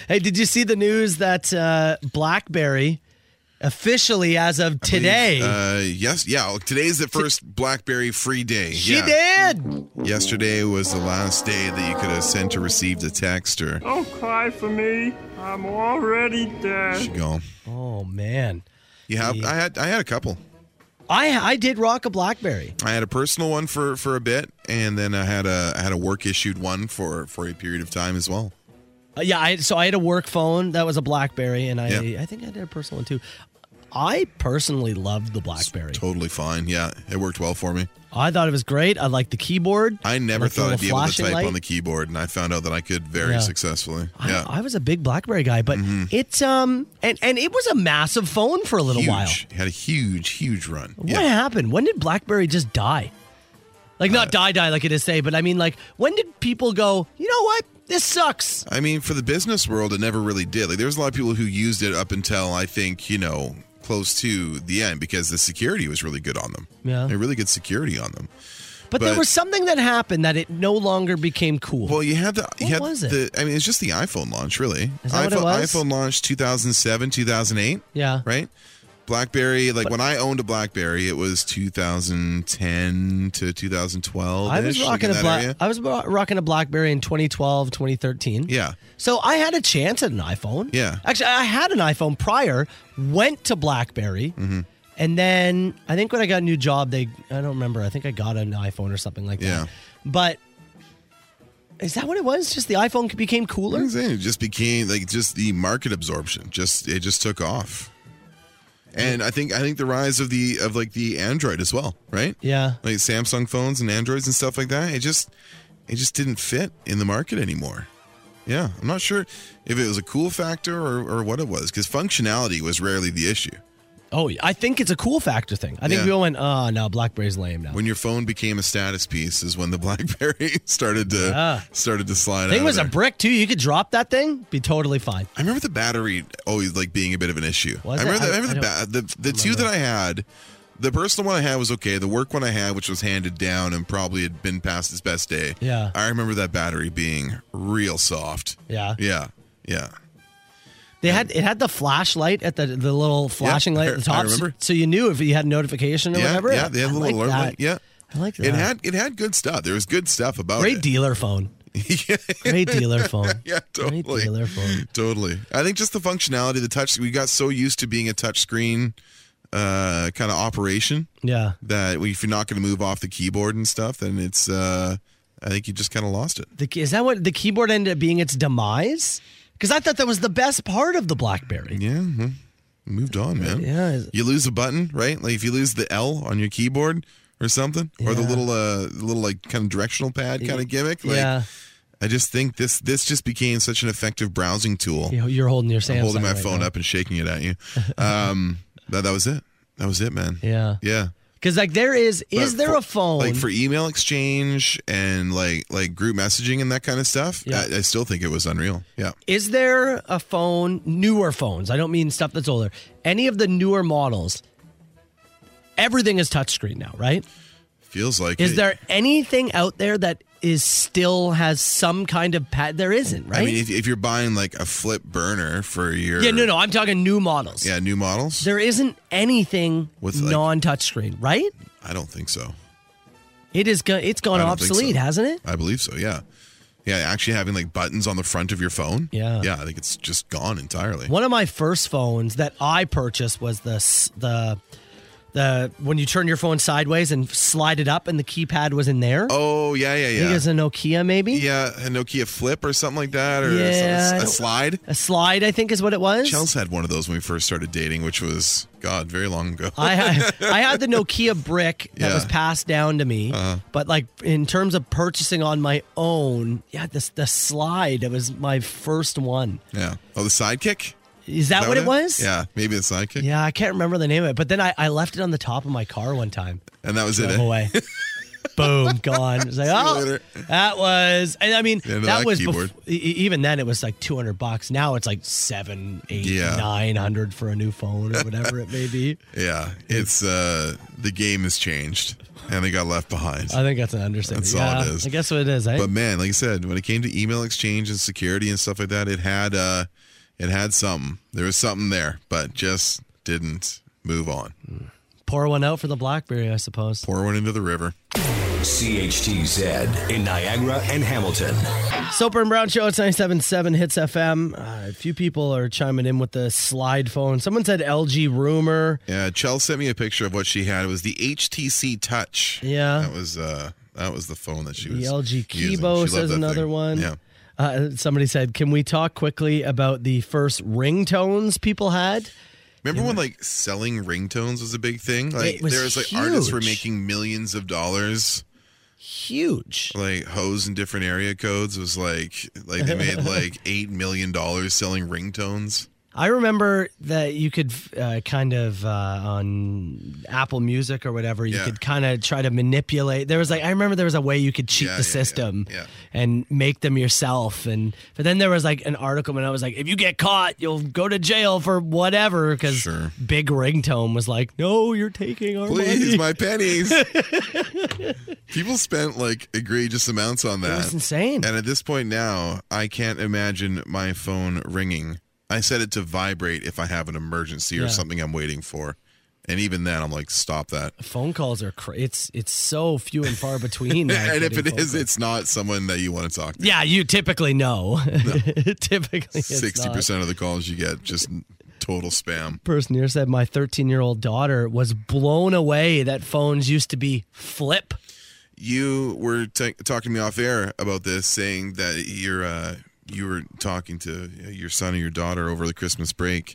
[SPEAKER 5] Hey, did you see the news that uh, BlackBerry officially, as of today,
[SPEAKER 6] Uh, yes, yeah. well, Today's the first BlackBerry free day.
[SPEAKER 5] she
[SPEAKER 6] yeah.
[SPEAKER 5] did?
[SPEAKER 6] Yesterday was the last day that you could have sent or received a text or
[SPEAKER 8] Don't cry for me. I'm already dead.
[SPEAKER 6] should go.
[SPEAKER 5] Oh man,
[SPEAKER 6] You have. I had. I had a couple.
[SPEAKER 5] I I did rock a BlackBerry.
[SPEAKER 6] I had a personal one for for a bit, and then I had a I had a work issued one for for a period of time as well.
[SPEAKER 5] Uh, yeah, I, so I had a work phone that was a BlackBerry, and I
[SPEAKER 6] Yeah.
[SPEAKER 5] I think I did a personal one too. I personally loved the BlackBerry.
[SPEAKER 6] Totally fine. Yeah, it worked well for me.
[SPEAKER 5] I thought it was great. I liked the keyboard.
[SPEAKER 6] I never
[SPEAKER 5] liked the
[SPEAKER 6] thought I'd
[SPEAKER 5] little
[SPEAKER 6] be able to
[SPEAKER 5] flashing
[SPEAKER 6] type
[SPEAKER 5] light.
[SPEAKER 6] on the keyboard, and I found out that I could very
[SPEAKER 5] Yeah.
[SPEAKER 6] successfully. Yeah. Mm-hmm.
[SPEAKER 5] I, I was a big BlackBerry guy, but it's um and and it was a massive phone for a little
[SPEAKER 6] huge.
[SPEAKER 5] while.
[SPEAKER 6] Had a huge, huge run.
[SPEAKER 5] What
[SPEAKER 6] yeah.
[SPEAKER 5] happened? When did BlackBerry just die? Like
[SPEAKER 6] Uh,
[SPEAKER 5] not die die like it is say, but I mean like when did people go, you know what? This sucks.
[SPEAKER 6] I mean, for the business world, it never really did. Like, there was a lot of people who used it up until I think you know close to the end because the security was really good on them.
[SPEAKER 5] Yeah.
[SPEAKER 6] They had really good security on them.
[SPEAKER 5] But, there
[SPEAKER 6] But-
[SPEAKER 5] was something that happened that it no longer became cool.
[SPEAKER 6] Well, you had the you
[SPEAKER 5] What
[SPEAKER 6] had
[SPEAKER 5] was it?
[SPEAKER 6] the. I mean, it's just the iPhone launch, really.
[SPEAKER 5] Is that what it
[SPEAKER 6] iPhone,
[SPEAKER 5] was?
[SPEAKER 6] iPhone launch 2007, 2008.
[SPEAKER 5] yeah.
[SPEAKER 6] right? BlackBerry, like when I owned a BlackBerry, it was 2010 to 2012.
[SPEAKER 5] I was rocking a
[SPEAKER 6] BlackBerry.
[SPEAKER 5] black I was ro- rocking a BlackBerry in 2012, 2013.
[SPEAKER 6] Yeah,
[SPEAKER 5] So I had a chance at an iPhone.
[SPEAKER 6] Yeah.
[SPEAKER 5] Actually, I had an iPhone prior, went to BlackBerry.
[SPEAKER 6] Mm-hmm.
[SPEAKER 5] And then I think when I got a new job, they, I don't remember, I think I got an iPhone or something like that.
[SPEAKER 6] Yeah.
[SPEAKER 5] But is that what it was? Just the iPhone became cooler?
[SPEAKER 6] What I'm saying, it just became like just the market absorption. Just it just took off, and I think I think the rise of the of like the Android as well, right?
[SPEAKER 5] Yeah.
[SPEAKER 6] Like Samsung phones and Androids and stuff like that. It just it just didn't fit in the market anymore. Yeah, I'm not sure if it was a cool factor or, or what it was because functionality was rarely the issue.
[SPEAKER 5] Oh, yeah. I think it's a cool factor thing. I think
[SPEAKER 6] Yeah.
[SPEAKER 5] we all went, oh, no, BlackBerry's lame now.
[SPEAKER 6] when your phone became a status piece is when the [laughs] blackberry started to
[SPEAKER 5] Yeah.
[SPEAKER 6] started to slide out
[SPEAKER 5] thing
[SPEAKER 6] of
[SPEAKER 5] was a
[SPEAKER 6] there.
[SPEAKER 5] brick, too. You could drop that thing, be totally fine.
[SPEAKER 6] i remember the battery always like being a bit of an issue
[SPEAKER 5] Was
[SPEAKER 6] i
[SPEAKER 5] it?
[SPEAKER 6] remember, the,
[SPEAKER 5] I-
[SPEAKER 6] I remember
[SPEAKER 5] I
[SPEAKER 6] the, ba- the, the two that i had the personal one i had was okay the work one i had which was handed down and probably had been past its best day
[SPEAKER 5] Yeah.
[SPEAKER 6] i remember that battery being real soft
[SPEAKER 5] Yeah.
[SPEAKER 6] yeah yeah
[SPEAKER 5] They had it had the flashlight at the the little flashing light at
[SPEAKER 6] [laughs]
[SPEAKER 5] the
[SPEAKER 6] I- I
[SPEAKER 5] top, so-
[SPEAKER 6] remember.
[SPEAKER 5] So, you knew if you had a notification or
[SPEAKER 6] yeah,
[SPEAKER 5] whatever.
[SPEAKER 6] yeah, they had a
[SPEAKER 5] I
[SPEAKER 6] little
[SPEAKER 5] like
[SPEAKER 6] alert
[SPEAKER 5] that.
[SPEAKER 6] light. Yeah,
[SPEAKER 5] I like that.
[SPEAKER 6] it had it had good stuff. There was good stuff about
[SPEAKER 5] Great
[SPEAKER 6] it.
[SPEAKER 5] dealer
[SPEAKER 6] [laughs]
[SPEAKER 5] phone. Great dealer phone.
[SPEAKER 6] Yeah,
[SPEAKER 5] Great
[SPEAKER 6] totally.
[SPEAKER 5] dealer phone.
[SPEAKER 6] Totally. I think just the functionality, the touch, we got so used to being a touchscreen uh, kind of operation
[SPEAKER 5] Yeah.
[SPEAKER 6] that if you're not going to move off the keyboard and stuff, then it's, uh, I think you just kind of lost it.
[SPEAKER 5] The, key- is that what the keyboard ended up being its demise? Because I thought that was the best part of the BlackBerry.
[SPEAKER 6] Yeah. well, Moved on, man.
[SPEAKER 5] Yeah.
[SPEAKER 6] You lose a button, right? Like if you lose the L on your keyboard or something, or the
[SPEAKER 5] Yeah.
[SPEAKER 6] little, uh, the little like kind of directional pad kind of gimmick. Like,
[SPEAKER 5] yeah.
[SPEAKER 6] I just think this, this just became such an effective browsing tool.
[SPEAKER 5] You- You're holding your Samsung.
[SPEAKER 6] I'm holding my
[SPEAKER 5] right
[SPEAKER 6] phone
[SPEAKER 5] now.
[SPEAKER 6] up and shaking it
[SPEAKER 5] [laughs]
[SPEAKER 6] at you. Um, that, that was it. That was it, man.
[SPEAKER 5] Yeah.
[SPEAKER 6] Yeah.
[SPEAKER 5] Because like there is is
[SPEAKER 6] But
[SPEAKER 5] there
[SPEAKER 6] for-
[SPEAKER 5] a phone?
[SPEAKER 6] like for email exchange and like like group messaging and that kind of stuff?
[SPEAKER 5] Yeah.
[SPEAKER 6] I, I still think it was unreal. Yeah.
[SPEAKER 5] Is there a phone, newer phones? I don't mean stuff that's older. Any of the newer models, everything is touchscreen now, right?
[SPEAKER 6] Feels like
[SPEAKER 5] Is
[SPEAKER 6] it.
[SPEAKER 5] there anything out there that is still has some kind of pad? There isn't, right?
[SPEAKER 6] I mean, if, if you're buying like a flip burner for your
[SPEAKER 5] yeah, no, no. I'm talking new models.
[SPEAKER 6] yeah new models,
[SPEAKER 5] There isn't anything
[SPEAKER 6] With, like-
[SPEAKER 5] non-touchscreen, right?
[SPEAKER 6] I don't think so.
[SPEAKER 5] It is. Go- it's gone
[SPEAKER 6] I don't think
[SPEAKER 5] obsolete,
[SPEAKER 6] so.
[SPEAKER 5] hasn't it?
[SPEAKER 6] I believe so. Yeah. Yeah, actually having like buttons on the front of your phone.
[SPEAKER 5] Yeah.
[SPEAKER 6] Yeah, I think it's just gone entirely.
[SPEAKER 5] One of my first phones that I purchased was the s- the the when you turn your phone sideways and slide it up, and the keypad was in there.
[SPEAKER 6] Oh, yeah, yeah,
[SPEAKER 5] I think it
[SPEAKER 6] yeah.
[SPEAKER 5] was a Nokia, maybe.
[SPEAKER 6] Yeah, a Nokia flip or something like that or a-
[SPEAKER 5] Yeah, I
[SPEAKER 6] a,
[SPEAKER 5] don't-
[SPEAKER 6] slide.
[SPEAKER 5] A slide, I think, is what it was.
[SPEAKER 6] Chels had one of those when we first started dating, which was god, very long ago. [laughs]
[SPEAKER 5] I had I had the Nokia brick that
[SPEAKER 6] Yeah. Uh-huh.
[SPEAKER 5] was passed down to me, but like in terms of purchasing on my own, yeah, this the slide. It was my first one.
[SPEAKER 6] Yeah. Oh, the sidekick?
[SPEAKER 5] Is that,
[SPEAKER 6] Is
[SPEAKER 5] what it was?
[SPEAKER 6] Yeah, maybe the sidekick.
[SPEAKER 5] Yeah, I can't remember the name of it, but then I, I left it on the top of my car one time.
[SPEAKER 6] And that was it.
[SPEAKER 5] Drove
[SPEAKER 6] eh? [laughs]
[SPEAKER 5] away. Boom, gone. It was like,
[SPEAKER 6] you
[SPEAKER 5] oh,
[SPEAKER 6] later."
[SPEAKER 5] that was, and I mean,
[SPEAKER 6] The end
[SPEAKER 5] that,
[SPEAKER 6] of that
[SPEAKER 5] was
[SPEAKER 6] keyboard.
[SPEAKER 5] before, even then it was like 200 bucks. Now it's like seven, eight,
[SPEAKER 6] Yeah.
[SPEAKER 5] 900 for a new phone or whatever it may
[SPEAKER 6] [laughs]
[SPEAKER 5] be.
[SPEAKER 6] Yeah. It's uh the game has changed and they got left behind.
[SPEAKER 5] I think that's an understatement.
[SPEAKER 6] That's all it
[SPEAKER 5] Yeah,
[SPEAKER 6] is.
[SPEAKER 5] I guess what it is, eh?
[SPEAKER 6] But man, like I said, when it came to email exchange and security and stuff like that, it had uh it had something. There was something there, but just didn't move on.
[SPEAKER 5] Pour one out for the BlackBerry, I suppose.
[SPEAKER 6] Pour one into the river.
[SPEAKER 4] CHTZ in Niagara and Hamilton.
[SPEAKER 5] Soper and Brown Show, it's 97.7 Hits FM. Uh, a few people are chiming in with the slide phone. Someone said LG rumor.
[SPEAKER 6] Yeah, Chell sent me a picture of what she had. It was the HTC Touch.
[SPEAKER 5] Yeah.
[SPEAKER 6] That was uh that was the phone that she
[SPEAKER 5] The
[SPEAKER 6] was
[SPEAKER 5] LG
[SPEAKER 6] using. She
[SPEAKER 5] Kibo
[SPEAKER 6] loved
[SPEAKER 5] says
[SPEAKER 6] that
[SPEAKER 5] another
[SPEAKER 6] thing.
[SPEAKER 5] one.
[SPEAKER 6] Yeah.
[SPEAKER 5] Uh, somebody said, can we talk quickly about the first ringtones people had?
[SPEAKER 6] Remember when like selling ringtones was a big thing? Like
[SPEAKER 5] was
[SPEAKER 6] there was like artists were
[SPEAKER 5] huge.
[SPEAKER 6] making millions of dollars,
[SPEAKER 5] Huge.
[SPEAKER 6] like hoes in
[SPEAKER 5] [laughs]
[SPEAKER 6] different area codes was like like they made like eight million dollars selling ringtones.
[SPEAKER 5] I remember that you could uh, kind of uh, on Apple Music or whatever, you
[SPEAKER 6] Yeah.
[SPEAKER 5] could kind of try to manipulate. There was like I remember there was a way you could cheat
[SPEAKER 6] Yeah,
[SPEAKER 5] the
[SPEAKER 6] yeah, yeah,
[SPEAKER 5] system
[SPEAKER 6] yeah.
[SPEAKER 5] and make them yourself. And but then there was like an article, and I was like, if you get caught, you'll go to jail for whatever. Because
[SPEAKER 6] Sure.
[SPEAKER 5] Big Ringtone was like, no, you're taking our
[SPEAKER 6] Please,
[SPEAKER 5] money.
[SPEAKER 6] my
[SPEAKER 5] [laughs]
[SPEAKER 6] pennies. People spent like egregious amounts on that.
[SPEAKER 5] That's insane.
[SPEAKER 6] And at this point now, I can't imagine my phone ringing. I set it to vibrate if I have an emergency
[SPEAKER 5] Yeah.
[SPEAKER 6] or something I'm waiting for. And even then, I'm like, stop
[SPEAKER 5] [laughs]
[SPEAKER 6] that.
[SPEAKER 5] phone calls are cra- it's it's so few and
[SPEAKER 6] [laughs]
[SPEAKER 5] far between. now
[SPEAKER 6] and if
[SPEAKER 5] getting
[SPEAKER 6] it
[SPEAKER 5] phone
[SPEAKER 6] is,
[SPEAKER 5] calls.
[SPEAKER 6] it's not someone that you want to talk to.
[SPEAKER 5] yeah, you typically know. [laughs] typically, it's
[SPEAKER 6] Sixty
[SPEAKER 5] not.
[SPEAKER 6] percent of the calls you get just total spam.
[SPEAKER 5] person here said my 13 year old daughter was blown away that phones used to be flip.
[SPEAKER 6] You were t- talking to me off air about this, saying that you're uh, you were talking to your son or your daughter over the Christmas break,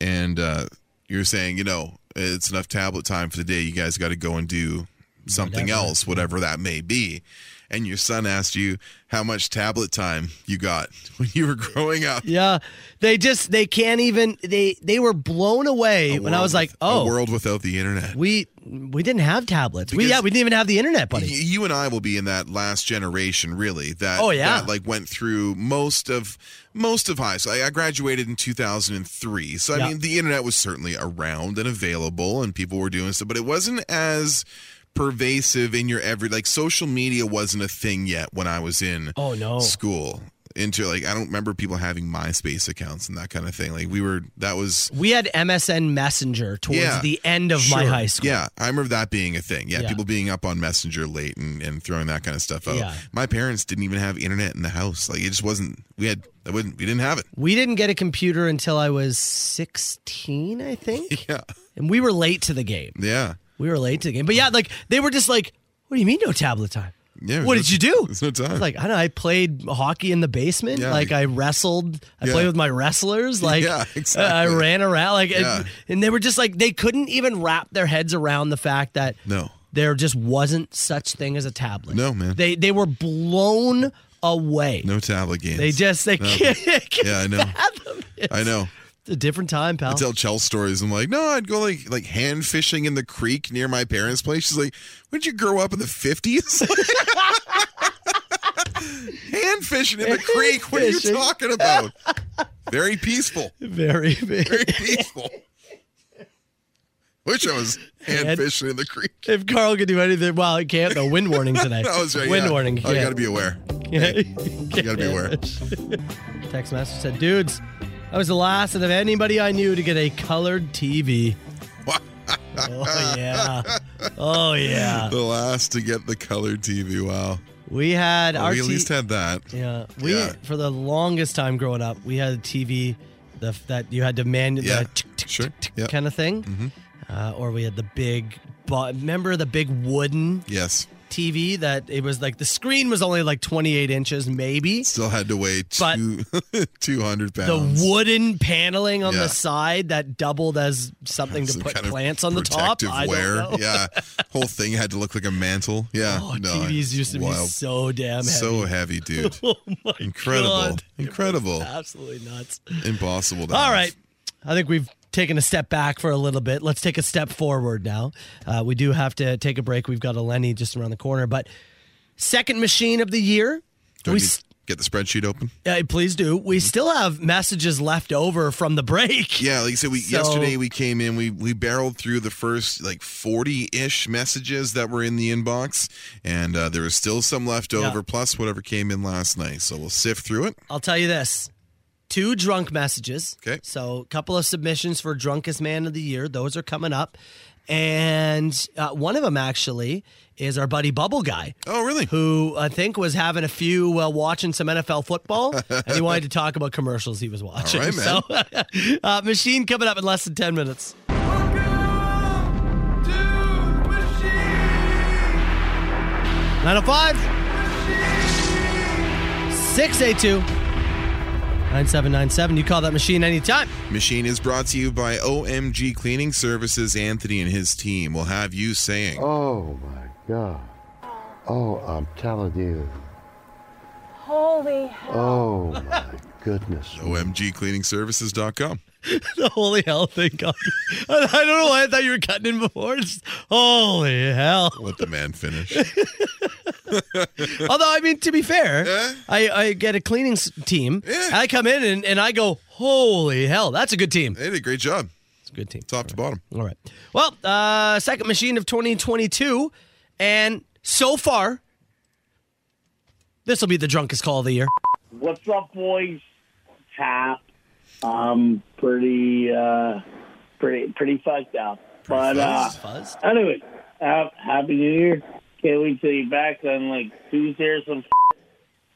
[SPEAKER 6] and uh, you were saying, you know, it's enough tablet time for the day. You guys got to go and do something
[SPEAKER 5] Whatever.
[SPEAKER 6] else, whatever that may be. And your son asked you how much tablet time you got [laughs] when you were growing up.
[SPEAKER 5] Yeah, they just they can't even they they were blown away
[SPEAKER 6] A
[SPEAKER 5] when I
[SPEAKER 6] world
[SPEAKER 5] was like,
[SPEAKER 6] with-
[SPEAKER 5] oh,
[SPEAKER 6] a world without the internet.
[SPEAKER 5] we we didn't have tablets. we
[SPEAKER 6] Because-
[SPEAKER 5] yeah, we didn't even have the internet,
[SPEAKER 6] Y-
[SPEAKER 5] buddy.
[SPEAKER 6] you and I will be in that last generation, really. That
[SPEAKER 5] Oh, yeah.
[SPEAKER 6] that, like went through most of most of high school. I, I graduated in two thousand and three, so I
[SPEAKER 5] Yeah.
[SPEAKER 6] mean the internet was certainly around and available, and people were doing stuff, but it wasn't as pervasive in your every like social media wasn't a thing yet when I was in
[SPEAKER 5] Oh, no.
[SPEAKER 6] school. Into like I don't remember people having MySpace accounts and that kind of thing. Like we were that was
[SPEAKER 5] we had MSN Messenger towards
[SPEAKER 6] Yeah,
[SPEAKER 5] the end of my
[SPEAKER 6] Sure.
[SPEAKER 5] high school.
[SPEAKER 6] Yeah, I remember that being a thing. Yeah,
[SPEAKER 5] Yeah.
[SPEAKER 6] people being up on Messenger late and, and throwing that kind of stuff out.
[SPEAKER 5] Yeah.
[SPEAKER 6] My parents didn't even have internet in the house. Like it just wasn't. We had. I wouldn't. We didn't have it. [laughs]
[SPEAKER 5] We didn't get a computer until I was 16, I think.
[SPEAKER 6] [laughs] Yeah.
[SPEAKER 5] And we were late to the game.
[SPEAKER 6] Yeah.
[SPEAKER 5] We were late to the game. But yeah, like they were just like, what do you mean no tablet time?
[SPEAKER 6] Yeah.
[SPEAKER 5] What did you do?
[SPEAKER 6] There's no
[SPEAKER 5] I was
[SPEAKER 6] time.
[SPEAKER 5] like I don't know, I played hockey in the basement.
[SPEAKER 6] Yeah,
[SPEAKER 5] like
[SPEAKER 6] you-
[SPEAKER 5] I wrestled. I
[SPEAKER 6] Yeah.
[SPEAKER 5] played with my wrestlers. Like
[SPEAKER 6] Yeah, exactly.
[SPEAKER 5] I ran around. Like and-
[SPEAKER 6] Yeah.
[SPEAKER 5] and, they were just like they couldn't even wrap their heads around the fact that
[SPEAKER 6] No.
[SPEAKER 5] there just wasn't such thing as a tablet.
[SPEAKER 6] No, man.
[SPEAKER 5] They they were blown away.
[SPEAKER 6] no tablet games.
[SPEAKER 5] They just they can't, [laughs] can't
[SPEAKER 6] Yeah, I know.
[SPEAKER 5] fathom it. [laughs]
[SPEAKER 6] I know.
[SPEAKER 5] It's a different time, pal.
[SPEAKER 6] I tell Chell stories. I'm like, no, I'd go like like hand fishing in the creek near my parents' place. She's like, when did you grow up in the 50s? [laughs] hand fishing in the creek. What are you
[SPEAKER 5] Fishing.
[SPEAKER 6] talking about? Very peaceful.
[SPEAKER 5] very very [laughs]
[SPEAKER 6] very peaceful. Wish I was hand
[SPEAKER 5] Hand-
[SPEAKER 6] fishing in the
[SPEAKER 5] [laughs]
[SPEAKER 6] creek.
[SPEAKER 5] if Carl could do anything, well, he can't. No wind warning
[SPEAKER 6] [laughs]
[SPEAKER 5] today.
[SPEAKER 6] That was right.
[SPEAKER 5] Wind
[SPEAKER 6] yeah.
[SPEAKER 5] warning.
[SPEAKER 6] Oh, you
[SPEAKER 5] can't.
[SPEAKER 6] got to be aware.
[SPEAKER 5] you
[SPEAKER 6] gotta be aware.
[SPEAKER 5] [laughs] Text message said, "Dudes, I was the last of anybody I knew to get a
[SPEAKER 6] [laughs]
[SPEAKER 5] colored TV." [laughs] Oh yeah, oh yeah.
[SPEAKER 6] the last to get the color TV. Wow.
[SPEAKER 5] We had our
[SPEAKER 6] we at
[SPEAKER 5] t-
[SPEAKER 6] least had that.
[SPEAKER 5] yeah. We
[SPEAKER 6] Yeah.
[SPEAKER 5] for the longest time growing up, we had a TV the, that you had to manually
[SPEAKER 6] Yeah. Sure.
[SPEAKER 5] tick, tick,
[SPEAKER 6] Yeah. Mm-hmm.
[SPEAKER 5] kind of thing, uh, or we had the big. Bo- remember the big wooden
[SPEAKER 6] Yes.
[SPEAKER 5] TV that it was like the screen was only like 28 inches, maybe.
[SPEAKER 6] Still had to weigh [laughs]
[SPEAKER 5] But-
[SPEAKER 6] two, 200
[SPEAKER 5] the
[SPEAKER 6] pounds.
[SPEAKER 5] wooden paneling
[SPEAKER 6] Um,
[SPEAKER 5] on
[SPEAKER 6] Yeah.
[SPEAKER 5] the side that doubled as something to
[SPEAKER 6] Some
[SPEAKER 5] put
[SPEAKER 6] kind of
[SPEAKER 5] plants on the top.
[SPEAKER 6] protective
[SPEAKER 5] I don't
[SPEAKER 6] wear. [laughs]
[SPEAKER 5] know. [laughs]
[SPEAKER 6] Yeah. Whole thing had to look like a mantle. Yeah.
[SPEAKER 5] Oh,
[SPEAKER 6] No,
[SPEAKER 5] TVs used to be
[SPEAKER 6] wild.
[SPEAKER 5] so damn heavy.
[SPEAKER 6] So
[SPEAKER 5] [laughs]
[SPEAKER 6] heavy, dude.
[SPEAKER 5] oh my
[SPEAKER 6] Incredible.
[SPEAKER 5] God.
[SPEAKER 6] Incredible.
[SPEAKER 5] Absolutely nuts.
[SPEAKER 6] Impossible to
[SPEAKER 5] All
[SPEAKER 6] have.
[SPEAKER 5] right. I think we've taken a step back for a little bit. Let's take a step forward now. Uh, we do have to take a break. We've got a Lenny just around the corner, but second machine of the year.
[SPEAKER 6] Do I
[SPEAKER 5] we
[SPEAKER 6] need
[SPEAKER 5] s-
[SPEAKER 6] to get the spreadsheet open?
[SPEAKER 5] uh, please do.
[SPEAKER 6] Mm-hmm.
[SPEAKER 5] We still have messages left over from the break.
[SPEAKER 6] Yeah, like I said, we
[SPEAKER 5] So-
[SPEAKER 6] yesterday we came in, we we barreled through the first like forty ish messages that were in the inbox, and uh, there was still some left
[SPEAKER 5] Yeah.
[SPEAKER 6] over, plus whatever came in last night. So we'll sift through it.
[SPEAKER 5] I'll tell you this. Two drunk messages.
[SPEAKER 6] Okay.
[SPEAKER 5] So a couple of submissions for drunkest man of the year. Those are coming up. And uh, one of them actually is our buddy Bubble Guy,
[SPEAKER 6] Oh, really?
[SPEAKER 5] who I think was having a few while watching some NFL football, and he wanted to talk about commercials he was watching.
[SPEAKER 6] right, man.
[SPEAKER 5] [laughs] So, uh, machine coming up in less than ten minutes. Nine oh five. 682 9797. You call that machine anytime.
[SPEAKER 6] Machine is brought to you by OMG Cleaning Services. Anthony and his team will have you saying,
[SPEAKER 9] Oh my God. Oh, I'm telling you.
[SPEAKER 7] Holy
[SPEAKER 9] Oh my goodness.
[SPEAKER 6] OMGcleaningservices.com.
[SPEAKER 5] the holy hell thing. got me. [laughs] I I don't know why I thought you were cutting in before. It's, holy
[SPEAKER 6] [laughs]
[SPEAKER 5] hell.
[SPEAKER 6] Let the man finish.
[SPEAKER 5] Although, I mean, to be fair,
[SPEAKER 6] Yeah.
[SPEAKER 5] I, I get a cleaning s- team.
[SPEAKER 6] Yeah.
[SPEAKER 5] And I come in and, and I go, holy hell, that's a good team.
[SPEAKER 6] They did a great job,
[SPEAKER 5] It's a good team.
[SPEAKER 6] top to bottom.
[SPEAKER 5] All right. Well, uh, second machine of 2022. And so far, this will be the drunkest call of the year.
[SPEAKER 10] What's up, boys? Tap. Um, pretty, uh, pretty, pretty fucked up. but
[SPEAKER 6] fuzzed.
[SPEAKER 5] Fuzz.
[SPEAKER 10] uh, anyway, ha- happy New Year! Can't wait till you're back on like Tuesday or some.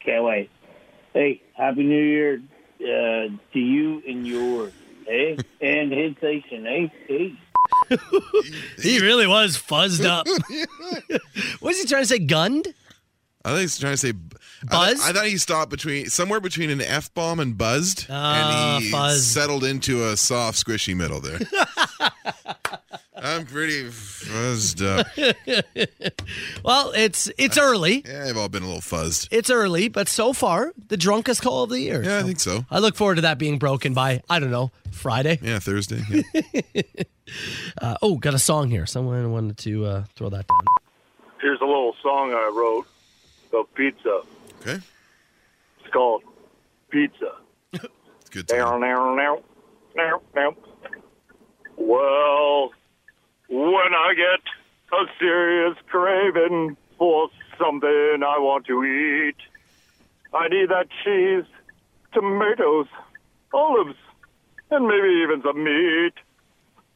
[SPEAKER 10] Can't wait. Hey, happy New Year uh, to you and yours, eh? and his station, eh? Hey.
[SPEAKER 5] He really was fuzzed
[SPEAKER 6] [laughs]
[SPEAKER 5] up. [laughs] what is he trying to say? Gunned?
[SPEAKER 6] I think he's trying to say b- I,
[SPEAKER 5] Buzzed?
[SPEAKER 6] thought- I thought he stopped between somewhere between an f bomb and buzzed,
[SPEAKER 5] Ah,
[SPEAKER 6] and he
[SPEAKER 5] fuzzed.
[SPEAKER 6] settled into a soft, squishy middle there. [laughs] I'm pretty fuzzed
[SPEAKER 5] [laughs]
[SPEAKER 6] up.
[SPEAKER 5] Well, it's it's early.
[SPEAKER 6] Yeah, I've all been a little fuzzed.
[SPEAKER 5] It's early, but so far, the drunkest call of the year.
[SPEAKER 6] Yeah, I think so.
[SPEAKER 5] I look forward to that being broken by, I don't know, Friday.
[SPEAKER 6] Yeah, Thursday.
[SPEAKER 5] [laughs]
[SPEAKER 6] Yeah.
[SPEAKER 5] Uh, oh, got a song here. Someone wanted to uh, throw that down.
[SPEAKER 11] Here's a little song I wrote about pizza.
[SPEAKER 6] Okay,
[SPEAKER 11] It's called Pizza.
[SPEAKER 6] it's good.
[SPEAKER 11] Now,
[SPEAKER 6] Time. [laughs]
[SPEAKER 11] now, now, now, now. Well, when I get a serious craving for something I want to eat, I need that cheese, tomatoes, olives, and maybe even some meat.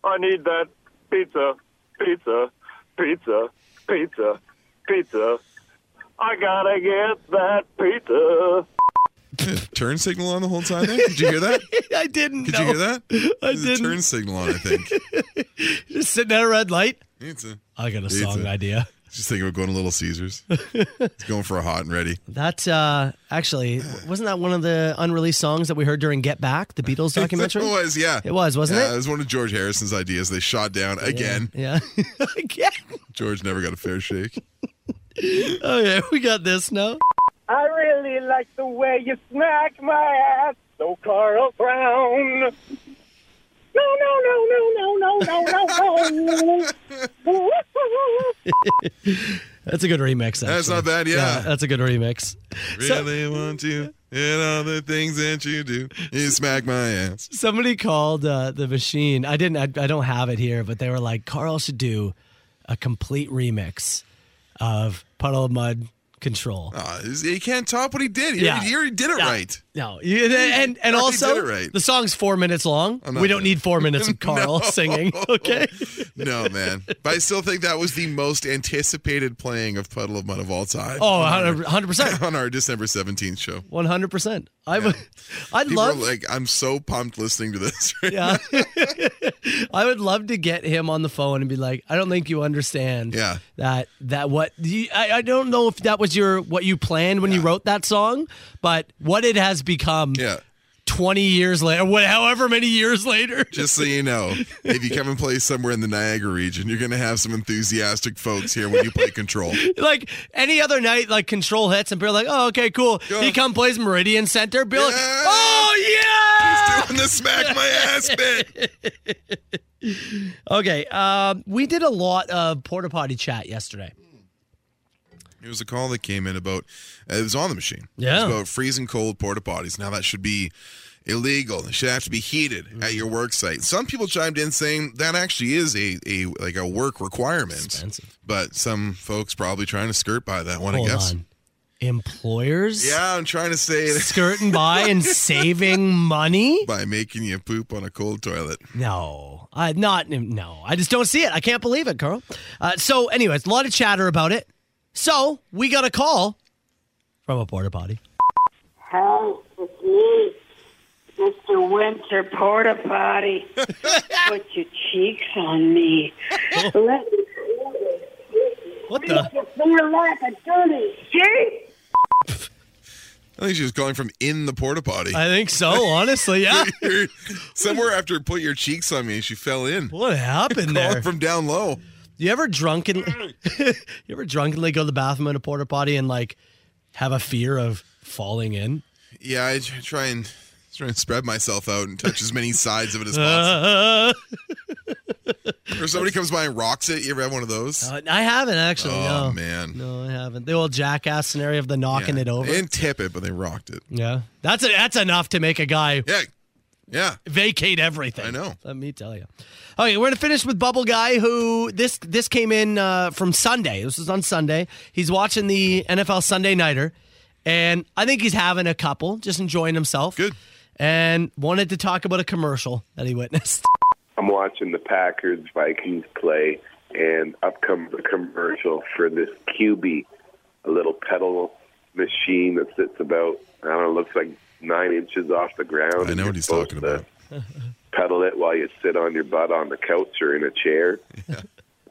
[SPEAKER 11] I need that pizza, pizza, pizza, pizza, pizza. I gotta get that pizza.
[SPEAKER 6] Turn signal on the whole time. There? Did you hear that?
[SPEAKER 5] [laughs] I didn't
[SPEAKER 6] Did
[SPEAKER 5] know.
[SPEAKER 6] you hear that?
[SPEAKER 5] I
[SPEAKER 6] There's
[SPEAKER 5] didn't.
[SPEAKER 6] A turn signal on. I
[SPEAKER 5] [laughs]
[SPEAKER 6] think.
[SPEAKER 5] Just sitting at a red light.
[SPEAKER 6] It's a-
[SPEAKER 5] I got a
[SPEAKER 6] Pizza.
[SPEAKER 5] song idea.
[SPEAKER 6] just thinking about going to Little Caesars. It's going for a hot and ready.
[SPEAKER 5] That uh,
[SPEAKER 6] [sighs]
[SPEAKER 5] actually wasn't that one of the unreleased songs that we heard during Get Back,
[SPEAKER 6] [laughs]
[SPEAKER 5] the Beatles documentary.
[SPEAKER 6] It was, yeah.
[SPEAKER 5] It was, wasn't
[SPEAKER 6] yeah,
[SPEAKER 5] it?
[SPEAKER 6] It was one of George Harrison's ideas. They shot down again.
[SPEAKER 5] Yeah. [laughs] Again.
[SPEAKER 6] George never got a fair shake.
[SPEAKER 5] Oh yeah, we got this now.
[SPEAKER 10] I really like the way you smack my ass, so Carl Brown. No, no, no, no, no, no, no, no, no.
[SPEAKER 5] That's a good remix. Actually.
[SPEAKER 6] That's not bad, yeah.
[SPEAKER 5] that's a good remix. [laughs] So-
[SPEAKER 6] Really want you and all the things that you do. You smack my ass.
[SPEAKER 5] Somebody called uh, the machine. I didn't. I, I don't have it here, but they were like, Carl should do a complete remix of Puddle of Mud Control.
[SPEAKER 6] Ah, he can't top what he did. He,
[SPEAKER 5] Yeah.
[SPEAKER 6] already, he already did it
[SPEAKER 5] Yeah.
[SPEAKER 6] right.
[SPEAKER 5] No, you, and and, and
[SPEAKER 6] already
[SPEAKER 5] also
[SPEAKER 6] did it right.
[SPEAKER 5] the song's four minutes long.
[SPEAKER 6] I'm not
[SPEAKER 5] We don't
[SPEAKER 6] gonna-
[SPEAKER 5] need four
[SPEAKER 6] [laughs]
[SPEAKER 5] minutes of Carl singing. Okay.
[SPEAKER 6] No, man. But I still think that was the most anticipated playing of Puddle of Mud of all time.
[SPEAKER 5] Oh, 100 percent,
[SPEAKER 6] on our December 17th show.
[SPEAKER 5] one hundred percent. I would, I'd
[SPEAKER 6] People
[SPEAKER 5] love,
[SPEAKER 6] are like, I'm so pumped listening to this. [laughs] right
[SPEAKER 5] [laughs] yeah, I would love to get him on the phone and be like, I don't think you understand.
[SPEAKER 6] Yeah.
[SPEAKER 5] That that what you, I I don't know if that was your what you planned when you wrote that song, but what it has become.
[SPEAKER 6] Yeah.
[SPEAKER 5] Twenty years later, what, however many years later. [laughs]
[SPEAKER 6] Just so you know, if you come and play somewhere in the Niagara region, you're going to have some enthusiastic folks here when you play Control.
[SPEAKER 5] Like any other night, like control hits and people are like, oh, okay, cool.
[SPEAKER 6] Yeah.
[SPEAKER 5] He come plays Meridian Center. Be like,
[SPEAKER 6] Yeah.
[SPEAKER 5] oh, yeah.
[SPEAKER 6] Doing the smack my
[SPEAKER 5] [laughs]
[SPEAKER 6] ass bit.
[SPEAKER 5] Okay. Um, we did a lot of porta potty chat yesterday.
[SPEAKER 6] It was a call that came in about, it was on the machine.
[SPEAKER 5] Yeah.
[SPEAKER 6] It was about freezing cold porta potties. Now that should be illegal. It should have to be heated
[SPEAKER 5] Mm-hmm.
[SPEAKER 6] at your work site. Some people chimed in saying that actually is a, a like a work requirement.
[SPEAKER 5] Expensive.
[SPEAKER 6] But some folks probably trying to skirt by that one,
[SPEAKER 5] Hold
[SPEAKER 6] I guess.
[SPEAKER 5] on. Employers
[SPEAKER 6] Yeah, I'm trying to say it
[SPEAKER 5] skirting by [laughs] and saving
[SPEAKER 6] [laughs]
[SPEAKER 5] money?
[SPEAKER 6] by making you poop on a cold toilet.
[SPEAKER 5] No, I not no. I just don't see it. I can't believe it, Carl. Uh, so, anyways, a lot of chatter about it. So we got a call from a porta potty.
[SPEAKER 7] Hi, it's me, Mr. Winter Porta Potty.
[SPEAKER 10] [laughs]
[SPEAKER 7] Put your cheeks on me. Let me
[SPEAKER 5] What the?
[SPEAKER 7] you feel like a dirty sheep.
[SPEAKER 6] I think she was calling from in the porta potty.
[SPEAKER 5] I think so. Honestly, [laughs] yeah.
[SPEAKER 6] [laughs] Somewhere after put your cheeks on me, she fell in.
[SPEAKER 5] What happened there?
[SPEAKER 6] Calling from down low.
[SPEAKER 5] [laughs] You ever drunkenly, you ever drunkenly go to the bathroom in a porta potty and like have a fear of falling in?
[SPEAKER 6] Yeah, I tr- try and try and spread myself out and touch as
[SPEAKER 5] [laughs]
[SPEAKER 6] many sides of it as possible.
[SPEAKER 5] [laughs] Uh,
[SPEAKER 6] Or somebody comes by and rocks it. You ever have one of those?
[SPEAKER 5] uh, I haven't actually.
[SPEAKER 6] oh
[SPEAKER 5] no.
[SPEAKER 6] man,
[SPEAKER 5] No, I haven't. The old jackass scenario of the knocking
[SPEAKER 6] Yeah.
[SPEAKER 5] it over.
[SPEAKER 6] They didn't tip it, but they rocked it.
[SPEAKER 5] yeah, that's a, that's enough to make a guy
[SPEAKER 6] Yeah, yeah,
[SPEAKER 5] vacate everything.
[SPEAKER 6] I know.
[SPEAKER 5] Let me tell you. Okay, we're gonna finish with Bubble Guy, who this this came in uh, from Sunday. This was on Sunday. He's watching the NFL Sunday Nighter, and I think he's having a couple, just enjoying himself.
[SPEAKER 6] Good.
[SPEAKER 5] And wanted to talk about a commercial that he witnessed. [laughs]
[SPEAKER 12] I'm watching the Packers Vikings play, and up comes a commercial for this QB, a little pedal machine that sits about I don't know, looks like nine inches off the ground.
[SPEAKER 6] I know what
[SPEAKER 12] and you're
[SPEAKER 6] he's
[SPEAKER 12] supposed
[SPEAKER 6] talking
[SPEAKER 12] to
[SPEAKER 6] about.
[SPEAKER 12] Pedal it while you sit on your butt on the couch or in a chair.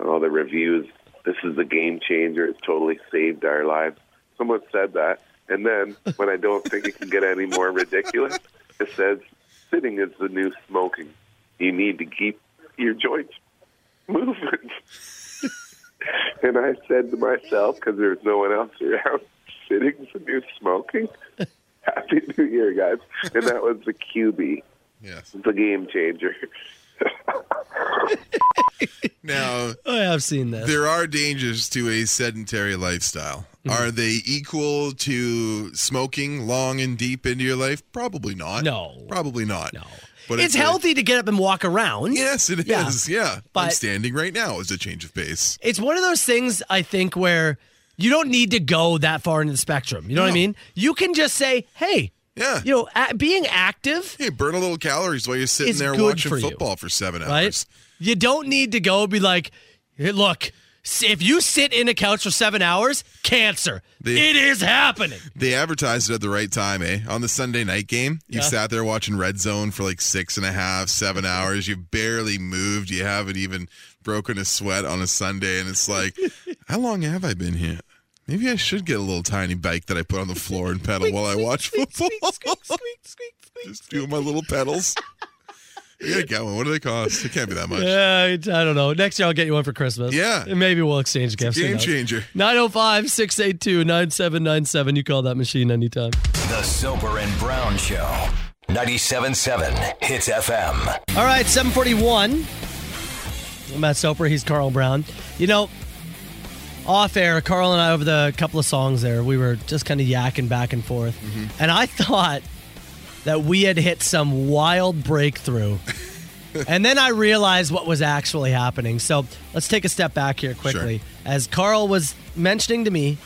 [SPEAKER 12] All the reviews. This is a game changer. It's totally saved our lives. Someone said that, and then when I don't think it can get any more ridiculous, it says sitting is the new smoking you need to keep your joints moving. [laughs] and I said to myself, because there was no one else around, sitting for new smoking. Happy New Year, guys. And that was the QB,
[SPEAKER 6] Yes.
[SPEAKER 12] the game changer.
[SPEAKER 5] [laughs]
[SPEAKER 6] Now
[SPEAKER 5] I have seen this.
[SPEAKER 6] there are dangers to a sedentary lifestyle.
[SPEAKER 5] Mm-hmm.
[SPEAKER 6] Are they equal to smoking long and deep into your life? Probably not.
[SPEAKER 5] No.
[SPEAKER 6] Probably not.
[SPEAKER 5] no,
[SPEAKER 6] But
[SPEAKER 5] it's
[SPEAKER 6] a-
[SPEAKER 5] healthy to get up and walk around.
[SPEAKER 6] Yes, it is.
[SPEAKER 5] Yeah.
[SPEAKER 6] yeah. I'm
[SPEAKER 5] But-
[SPEAKER 6] standing right now is a change of pace.
[SPEAKER 5] it's one of those things I think where you don't need to go that far into the spectrum. You know what I
[SPEAKER 6] No.
[SPEAKER 5] mean? You can just say, "Hey,
[SPEAKER 6] Yeah.
[SPEAKER 5] you know, a- being active,
[SPEAKER 6] Hey, burn a little calories while you're sitting
[SPEAKER 5] It's
[SPEAKER 6] there
[SPEAKER 5] good
[SPEAKER 6] watching
[SPEAKER 5] for you.
[SPEAKER 6] football for seven hours.
[SPEAKER 5] right? You don't need to go be like, hey, look." s- If you sit in a couch for seven hours, cancer.
[SPEAKER 6] The-
[SPEAKER 5] it is [laughs] happening.
[SPEAKER 6] They advertised it at the right time, eh? On the Sunday night game, you
[SPEAKER 5] Yeah.
[SPEAKER 6] sat there watching Red Zone for like six and a half, seven hours. You barely moved. You haven't even broken a sweat on a Sunday. And it's
[SPEAKER 5] [laughs]
[SPEAKER 6] like, how long have I been here? Maybe I should get a little tiny bike that I put on the floor and pedal while I
[SPEAKER 5] [laughs]
[SPEAKER 6] watch football. [laughs] Just doing my little
[SPEAKER 5] [laughs]
[SPEAKER 6] pedals. I gotta get one. What do they cost? It can't be that much.
[SPEAKER 5] Yeah, Uh, I don't know. Next year I'll get you one for Christmas.
[SPEAKER 6] Yeah.
[SPEAKER 5] And maybe we'll exchange gifts.
[SPEAKER 6] Game changer.
[SPEAKER 5] 905 682 9797. You call that machine anytime.
[SPEAKER 4] The Soper and Brown Show. 97.7 Hits FM.
[SPEAKER 5] All right, 741. I'm Matt Soper. He's Carl Brown. You know, off air, Carl and I, over the couple of songs there, we were just kind of yakking back and forth. And I thought that we had hit some wild breakthrough. and then I realized what was actually happening. So let's take a step back here quickly. As Carl was mentioning to me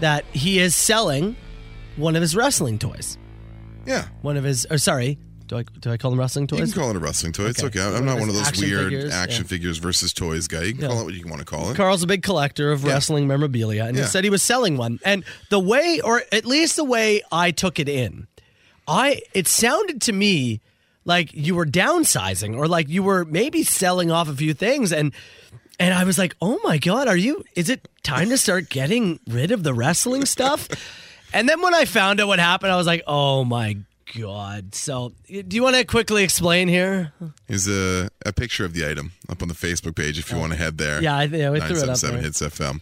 [SPEAKER 5] that he is selling one of his wrestling toys.
[SPEAKER 6] Yeah.
[SPEAKER 5] One of his, or sorry, do I, do I call them wrestling
[SPEAKER 6] You
[SPEAKER 5] toys?
[SPEAKER 6] can call it a wrestling toy. It's
[SPEAKER 5] Okay.
[SPEAKER 6] okay. I'm
[SPEAKER 5] One
[SPEAKER 6] not
[SPEAKER 5] of
[SPEAKER 6] one of
[SPEAKER 5] those
[SPEAKER 6] those
[SPEAKER 5] action
[SPEAKER 6] weird
[SPEAKER 5] figures,
[SPEAKER 6] action
[SPEAKER 5] yeah.
[SPEAKER 6] figures versus toys guy. You can
[SPEAKER 5] Yeah.
[SPEAKER 6] call it what you want to call it.
[SPEAKER 5] Carl's a big collector of
[SPEAKER 6] Yeah.
[SPEAKER 5] wrestling memorabilia, and
[SPEAKER 6] Yeah.
[SPEAKER 5] he said he was selling one. And the way, or at least the way I took it in, I it sounded to me like you were downsizing, or like you were maybe selling off a few things, and and I was like, oh my god, are you? Is it time to start getting rid of the wrestling stuff?
[SPEAKER 6] [laughs]
[SPEAKER 5] and then when I found out what happened, I was like, oh my god. So, do you want to quickly explain here?
[SPEAKER 6] Here's a, a picture of the item up on the Facebook page if you want to head there.
[SPEAKER 5] Yeah, I, yeah, we threw it up.
[SPEAKER 6] 977
[SPEAKER 5] There.
[SPEAKER 6] hits FM.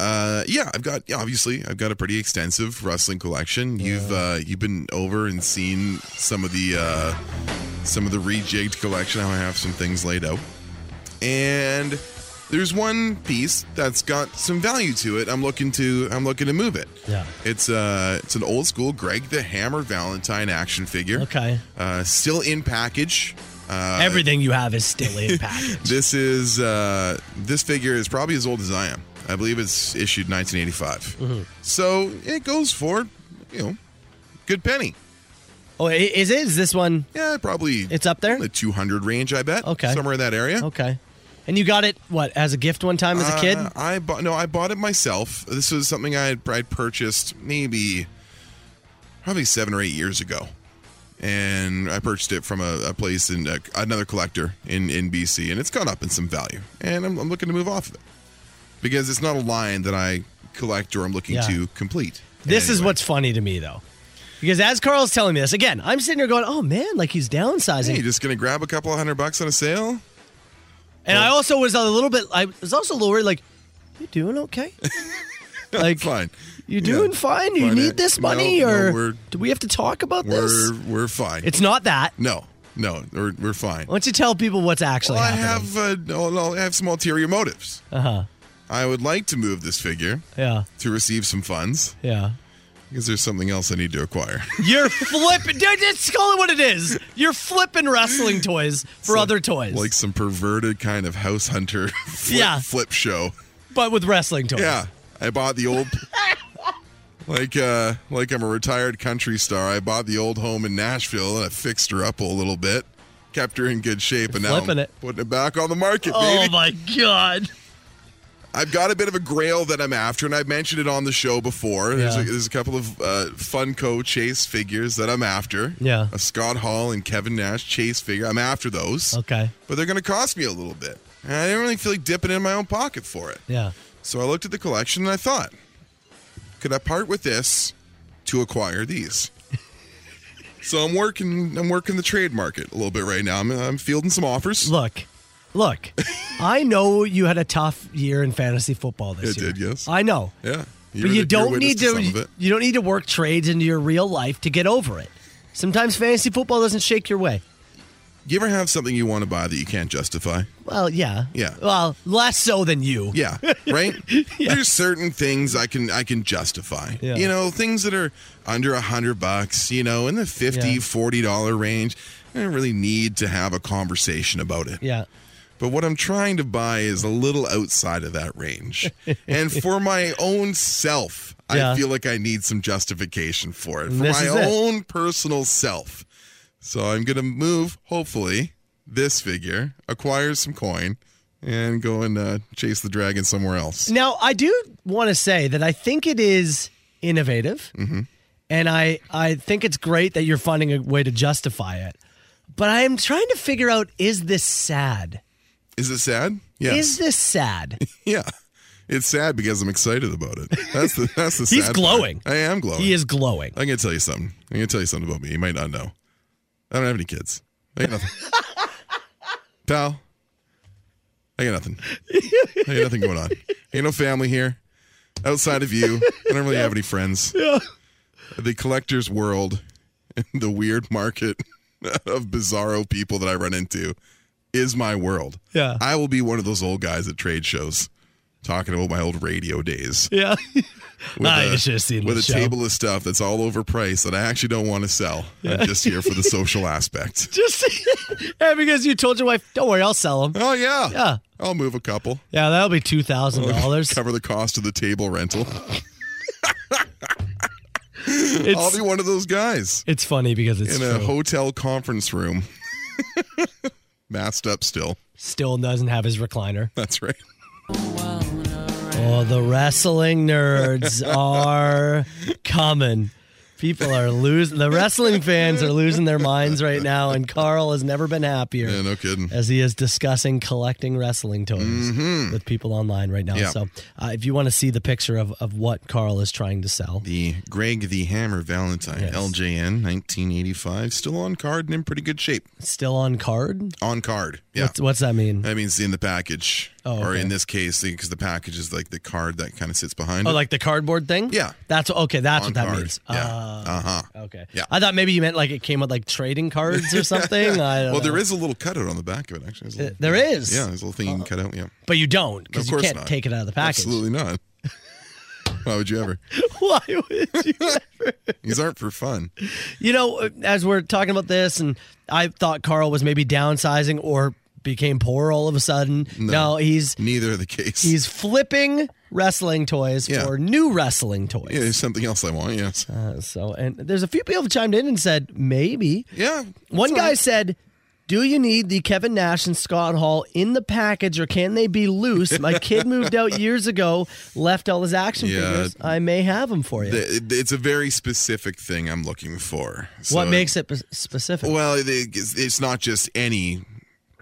[SPEAKER 6] Uh, yeah, I've got yeah, obviously I've got a pretty extensive wrestling collection. You've uh, you've been over and seen some of the uh, some of the rejigged collection. I have some things laid out, and there's one piece that's got some value to it. I'm looking to I'm looking to move it.
[SPEAKER 5] Yeah.
[SPEAKER 6] It's uh it's an old school Greg the Hammer Valentine action figure.
[SPEAKER 5] Okay.
[SPEAKER 6] Uh, still in package. Uh,
[SPEAKER 5] Everything you have is still in package.
[SPEAKER 6] [laughs] This is uh, this figure is probably as old as I am. I believe it's issued 1985.
[SPEAKER 5] Mm-hmm.
[SPEAKER 6] So it goes for you know good penny.
[SPEAKER 5] Oh, i- is it? Is this one?
[SPEAKER 6] Yeah, probably
[SPEAKER 5] It's up there.
[SPEAKER 6] in the 200 range. I bet.
[SPEAKER 5] Okay.
[SPEAKER 6] somewhere in that area.
[SPEAKER 5] Okay. And you got it what as a gift one time as a kid?
[SPEAKER 6] Uh, I bought no, I bought it myself. This was something I had I'd purchased maybe probably seven or eight years ago, and I purchased it from a, a place in uh another collector in in BC, and it's gone up in some value, and I'm, I'm looking to move off of it because it's not a line that I collect or I'm looking
[SPEAKER 5] Yeah.
[SPEAKER 6] to complete. in
[SPEAKER 5] this
[SPEAKER 6] any
[SPEAKER 5] is
[SPEAKER 6] way.
[SPEAKER 5] what's funny to me though. Because as Carl's telling me this, again, I'm sitting here going, "Oh man, like he's downsizing."
[SPEAKER 6] Hey, you just gonna grab a couple of hundred bucks on a sale? [laughs]
[SPEAKER 5] and I also was a little bit I was also a little worried like, "You doing okay?" Like,
[SPEAKER 6] fine. eh?
[SPEAKER 5] You doing fine? You need this money,
[SPEAKER 6] No, no,
[SPEAKER 5] or
[SPEAKER 6] we're-
[SPEAKER 5] do we have to talk about this?
[SPEAKER 6] We're we're fine.
[SPEAKER 5] It's not that.
[SPEAKER 6] No, no, we're, we're fine.
[SPEAKER 5] Why don't you tell people what's actually
[SPEAKER 6] Well, I
[SPEAKER 5] happening?
[SPEAKER 6] have uh, no, no, I have some ulterior motives.
[SPEAKER 5] Uh huh.
[SPEAKER 6] I would like to move this figure
[SPEAKER 5] Yeah.
[SPEAKER 6] to receive some funds
[SPEAKER 5] Yeah.
[SPEAKER 6] because there's something else I need to acquire.
[SPEAKER 5] You're flipping. Dude, That's call it what it is. You're flipping wrestling toys [laughs] for other toys,
[SPEAKER 6] like some perverted kind of house hunter [laughs] flip,
[SPEAKER 5] Yeah.
[SPEAKER 6] flip show.
[SPEAKER 5] but with wrestling toys.
[SPEAKER 6] Yeah, I bought the
[SPEAKER 5] [laughs]
[SPEAKER 6] old like uh like I'm a retired country star. I bought the old home in Nashville and I fixed her up a little bit, kept her in good shape, and now
[SPEAKER 5] flipping
[SPEAKER 6] I'm
[SPEAKER 5] it.
[SPEAKER 6] putting it back on the market,
[SPEAKER 5] Oh
[SPEAKER 6] baby.
[SPEAKER 5] my god.
[SPEAKER 6] I've got a bit of a grail that I'm after, and I've mentioned it on the show before. There's,
[SPEAKER 5] Yeah.
[SPEAKER 6] a, there's a couple of uh, Funko Chase figures that I'm after.
[SPEAKER 5] Yeah.
[SPEAKER 6] A Scott Hall and Kevin Nash Chase figure. I'm after those,
[SPEAKER 5] Okay.
[SPEAKER 6] but they're going to cost me a little bit. And I didn't really feel like dipping in my own pocket for it.
[SPEAKER 5] Yeah.
[SPEAKER 6] So I looked at the collection and I thought, could I part with this to acquire
[SPEAKER 5] [laughs]
[SPEAKER 6] these? so I'm working. I'm working the trade market a little bit right now. I'm, I'm fielding some offers.
[SPEAKER 5] Look, look. I know you had a tough year in fantasy football this
[SPEAKER 6] It
[SPEAKER 5] year.
[SPEAKER 6] did, yes.
[SPEAKER 5] I know.
[SPEAKER 6] Yeah,
[SPEAKER 5] but
[SPEAKER 6] were-
[SPEAKER 5] you
[SPEAKER 6] were
[SPEAKER 5] don't
[SPEAKER 6] witness
[SPEAKER 5] need to,
[SPEAKER 6] some of it.
[SPEAKER 5] you don't need to work trades into your real life to get over it. Sometimes fantasy football doesn't shake your way.
[SPEAKER 6] You ever have something you want to buy that you can't justify?
[SPEAKER 5] Well, yeah.
[SPEAKER 6] Yeah.
[SPEAKER 5] Well, less so than you. [laughs]
[SPEAKER 6] Yeah, right. There's certain things I can I can justify.
[SPEAKER 5] Yeah.
[SPEAKER 6] You know, things that are under a hundred bucks. You know, in the 50
[SPEAKER 5] Yeah.
[SPEAKER 6] 40 dollar range. I don't really need to have a conversation about it.
[SPEAKER 5] Yeah.
[SPEAKER 6] But what I'm trying to buy is a little outside of that range. and
[SPEAKER 5] [laughs]
[SPEAKER 6] for my own self,
[SPEAKER 5] Yeah.
[SPEAKER 6] I feel like I need some justification for it. For
[SPEAKER 5] This
[SPEAKER 6] my
[SPEAKER 5] is it.
[SPEAKER 6] own personal self. So I'm going to move, hopefully, this figure, acquire some coin, and go and uh, chase the dragon somewhere else.
[SPEAKER 5] Now, I do want to say that I think it is innovative,
[SPEAKER 6] Mm-hmm.
[SPEAKER 5] and I I think it's great that you're finding a way to justify it. But I am trying to figure out: is this sad?
[SPEAKER 6] Is it sad? Yes.
[SPEAKER 5] Is
[SPEAKER 6] [laughs]
[SPEAKER 5] this sad?
[SPEAKER 6] yeah. It's sad because I'm excited about it. That's the that's the.
[SPEAKER 5] [laughs] He's
[SPEAKER 6] sad part.
[SPEAKER 5] glowing.
[SPEAKER 6] I am glowing.
[SPEAKER 5] he is glowing.
[SPEAKER 6] I'm gonna tell you something. I'm gonna tell you something about me. You might not know. I don't have any kids. I got nothing.
[SPEAKER 5] [laughs]
[SPEAKER 6] Pal, I got nothing. I got nothing going on. Ain't no family here. Outside of you, I don't really have any friends.
[SPEAKER 5] [laughs] Yeah.
[SPEAKER 6] The collector's world and the weird market [laughs] of bizarro people that I run into is my world.
[SPEAKER 5] Yeah.
[SPEAKER 6] I will be one of those old guys at trade shows talking about my old radio days
[SPEAKER 5] Yeah. [laughs]
[SPEAKER 6] with
[SPEAKER 5] Ah,
[SPEAKER 6] a,
[SPEAKER 5] you should have seen
[SPEAKER 6] with
[SPEAKER 5] this
[SPEAKER 6] a
[SPEAKER 5] show.
[SPEAKER 6] table of stuff that's all overpriced that I actually don't want to sell. I'm just here for the social [laughs] aspect.
[SPEAKER 5] [laughs] Just yeah, because you told your wife, "Don't worry, I'll sell them."
[SPEAKER 6] Oh yeah,
[SPEAKER 5] Yeah.
[SPEAKER 6] I'll move a couple.
[SPEAKER 5] Yeah, that'll be two thousand dollars.
[SPEAKER 6] [laughs] Cover the cost of the table rental. I'll
[SPEAKER 5] It's
[SPEAKER 6] be one of those guys
[SPEAKER 5] it's funny because it's
[SPEAKER 6] in a
[SPEAKER 5] true.
[SPEAKER 6] hotel conference room, [laughs] masked up. Still,
[SPEAKER 5] still doesn't have his recliner.
[SPEAKER 6] that's right.
[SPEAKER 5] Oh, the
[SPEAKER 6] [laughs]
[SPEAKER 5] wrestling nerds are coming. People are losing. The wrestling fans are losing their minds right now, and Carl has never been happier
[SPEAKER 6] Yeah, no kidding.
[SPEAKER 5] as he is discussing collecting wrestling toys with people online right now.
[SPEAKER 6] Mm-hmm. Yeah.
[SPEAKER 5] So, uh, if you want to see the picture of, of what Carl is trying to sell,
[SPEAKER 6] The Greg the Hammer Valentine
[SPEAKER 5] Yes.
[SPEAKER 6] LJN 1985 still on card and in pretty good shape.
[SPEAKER 5] still on card.
[SPEAKER 6] On card, yeah.
[SPEAKER 5] What's, what's that mean?
[SPEAKER 6] That means in the package,
[SPEAKER 5] Oh,
[SPEAKER 6] or
[SPEAKER 5] okay.
[SPEAKER 6] in this case, because the package is like the card that kind of sits behind.
[SPEAKER 5] Oh,
[SPEAKER 6] it.
[SPEAKER 5] like the cardboard thing?
[SPEAKER 6] Yeah.
[SPEAKER 5] That's okay. That's
[SPEAKER 6] On
[SPEAKER 5] what that
[SPEAKER 6] card.
[SPEAKER 5] means.
[SPEAKER 6] Yeah. Uh-huh.
[SPEAKER 5] Uh,
[SPEAKER 6] huh.
[SPEAKER 5] okay.
[SPEAKER 6] Yeah.
[SPEAKER 5] I thought maybe you meant like it came with like trading
[SPEAKER 6] [laughs]
[SPEAKER 5] cards or something. I don't
[SPEAKER 6] Well, there
[SPEAKER 5] know.
[SPEAKER 6] is a little cutout on the back of it, actually. There's a
[SPEAKER 5] Uh,
[SPEAKER 6] little-
[SPEAKER 5] there is.
[SPEAKER 6] Yeah, there's a little thing you can cut out. Yeah.
[SPEAKER 5] But you don't
[SPEAKER 6] Of
[SPEAKER 5] because you
[SPEAKER 6] course
[SPEAKER 5] can't
[SPEAKER 6] not.
[SPEAKER 5] take it out of the package.
[SPEAKER 6] Absolutely not. [laughs] Why would you ever?
[SPEAKER 5] [laughs] Why would you?
[SPEAKER 6] These aren't for fun.
[SPEAKER 5] you know, as we're talking about this, and I thought Carl was maybe downsizing or became poor all of a sudden. No, he's
[SPEAKER 6] Neither of the case.
[SPEAKER 5] he's flipping wrestling toys
[SPEAKER 6] Yeah.
[SPEAKER 5] for new wrestling toys.
[SPEAKER 6] yeah, there's something else I want. Yes.
[SPEAKER 5] Uh, so, and there's a few people that chimed in and said maybe.
[SPEAKER 6] Yeah.
[SPEAKER 5] One
[SPEAKER 6] that's
[SPEAKER 5] guy
[SPEAKER 6] all right.
[SPEAKER 5] said, "Do you need the Kevin Nash and Scott Hall in the package, or can they be loose?
[SPEAKER 6] [laughs]
[SPEAKER 5] My kid moved out years ago, left all his action
[SPEAKER 6] Yeah.
[SPEAKER 5] figures. I may have them for you."
[SPEAKER 6] The- it- it's a very specific thing I'm looking for. So-
[SPEAKER 5] what makes it p- specific?
[SPEAKER 6] Well, it- it's it's not just any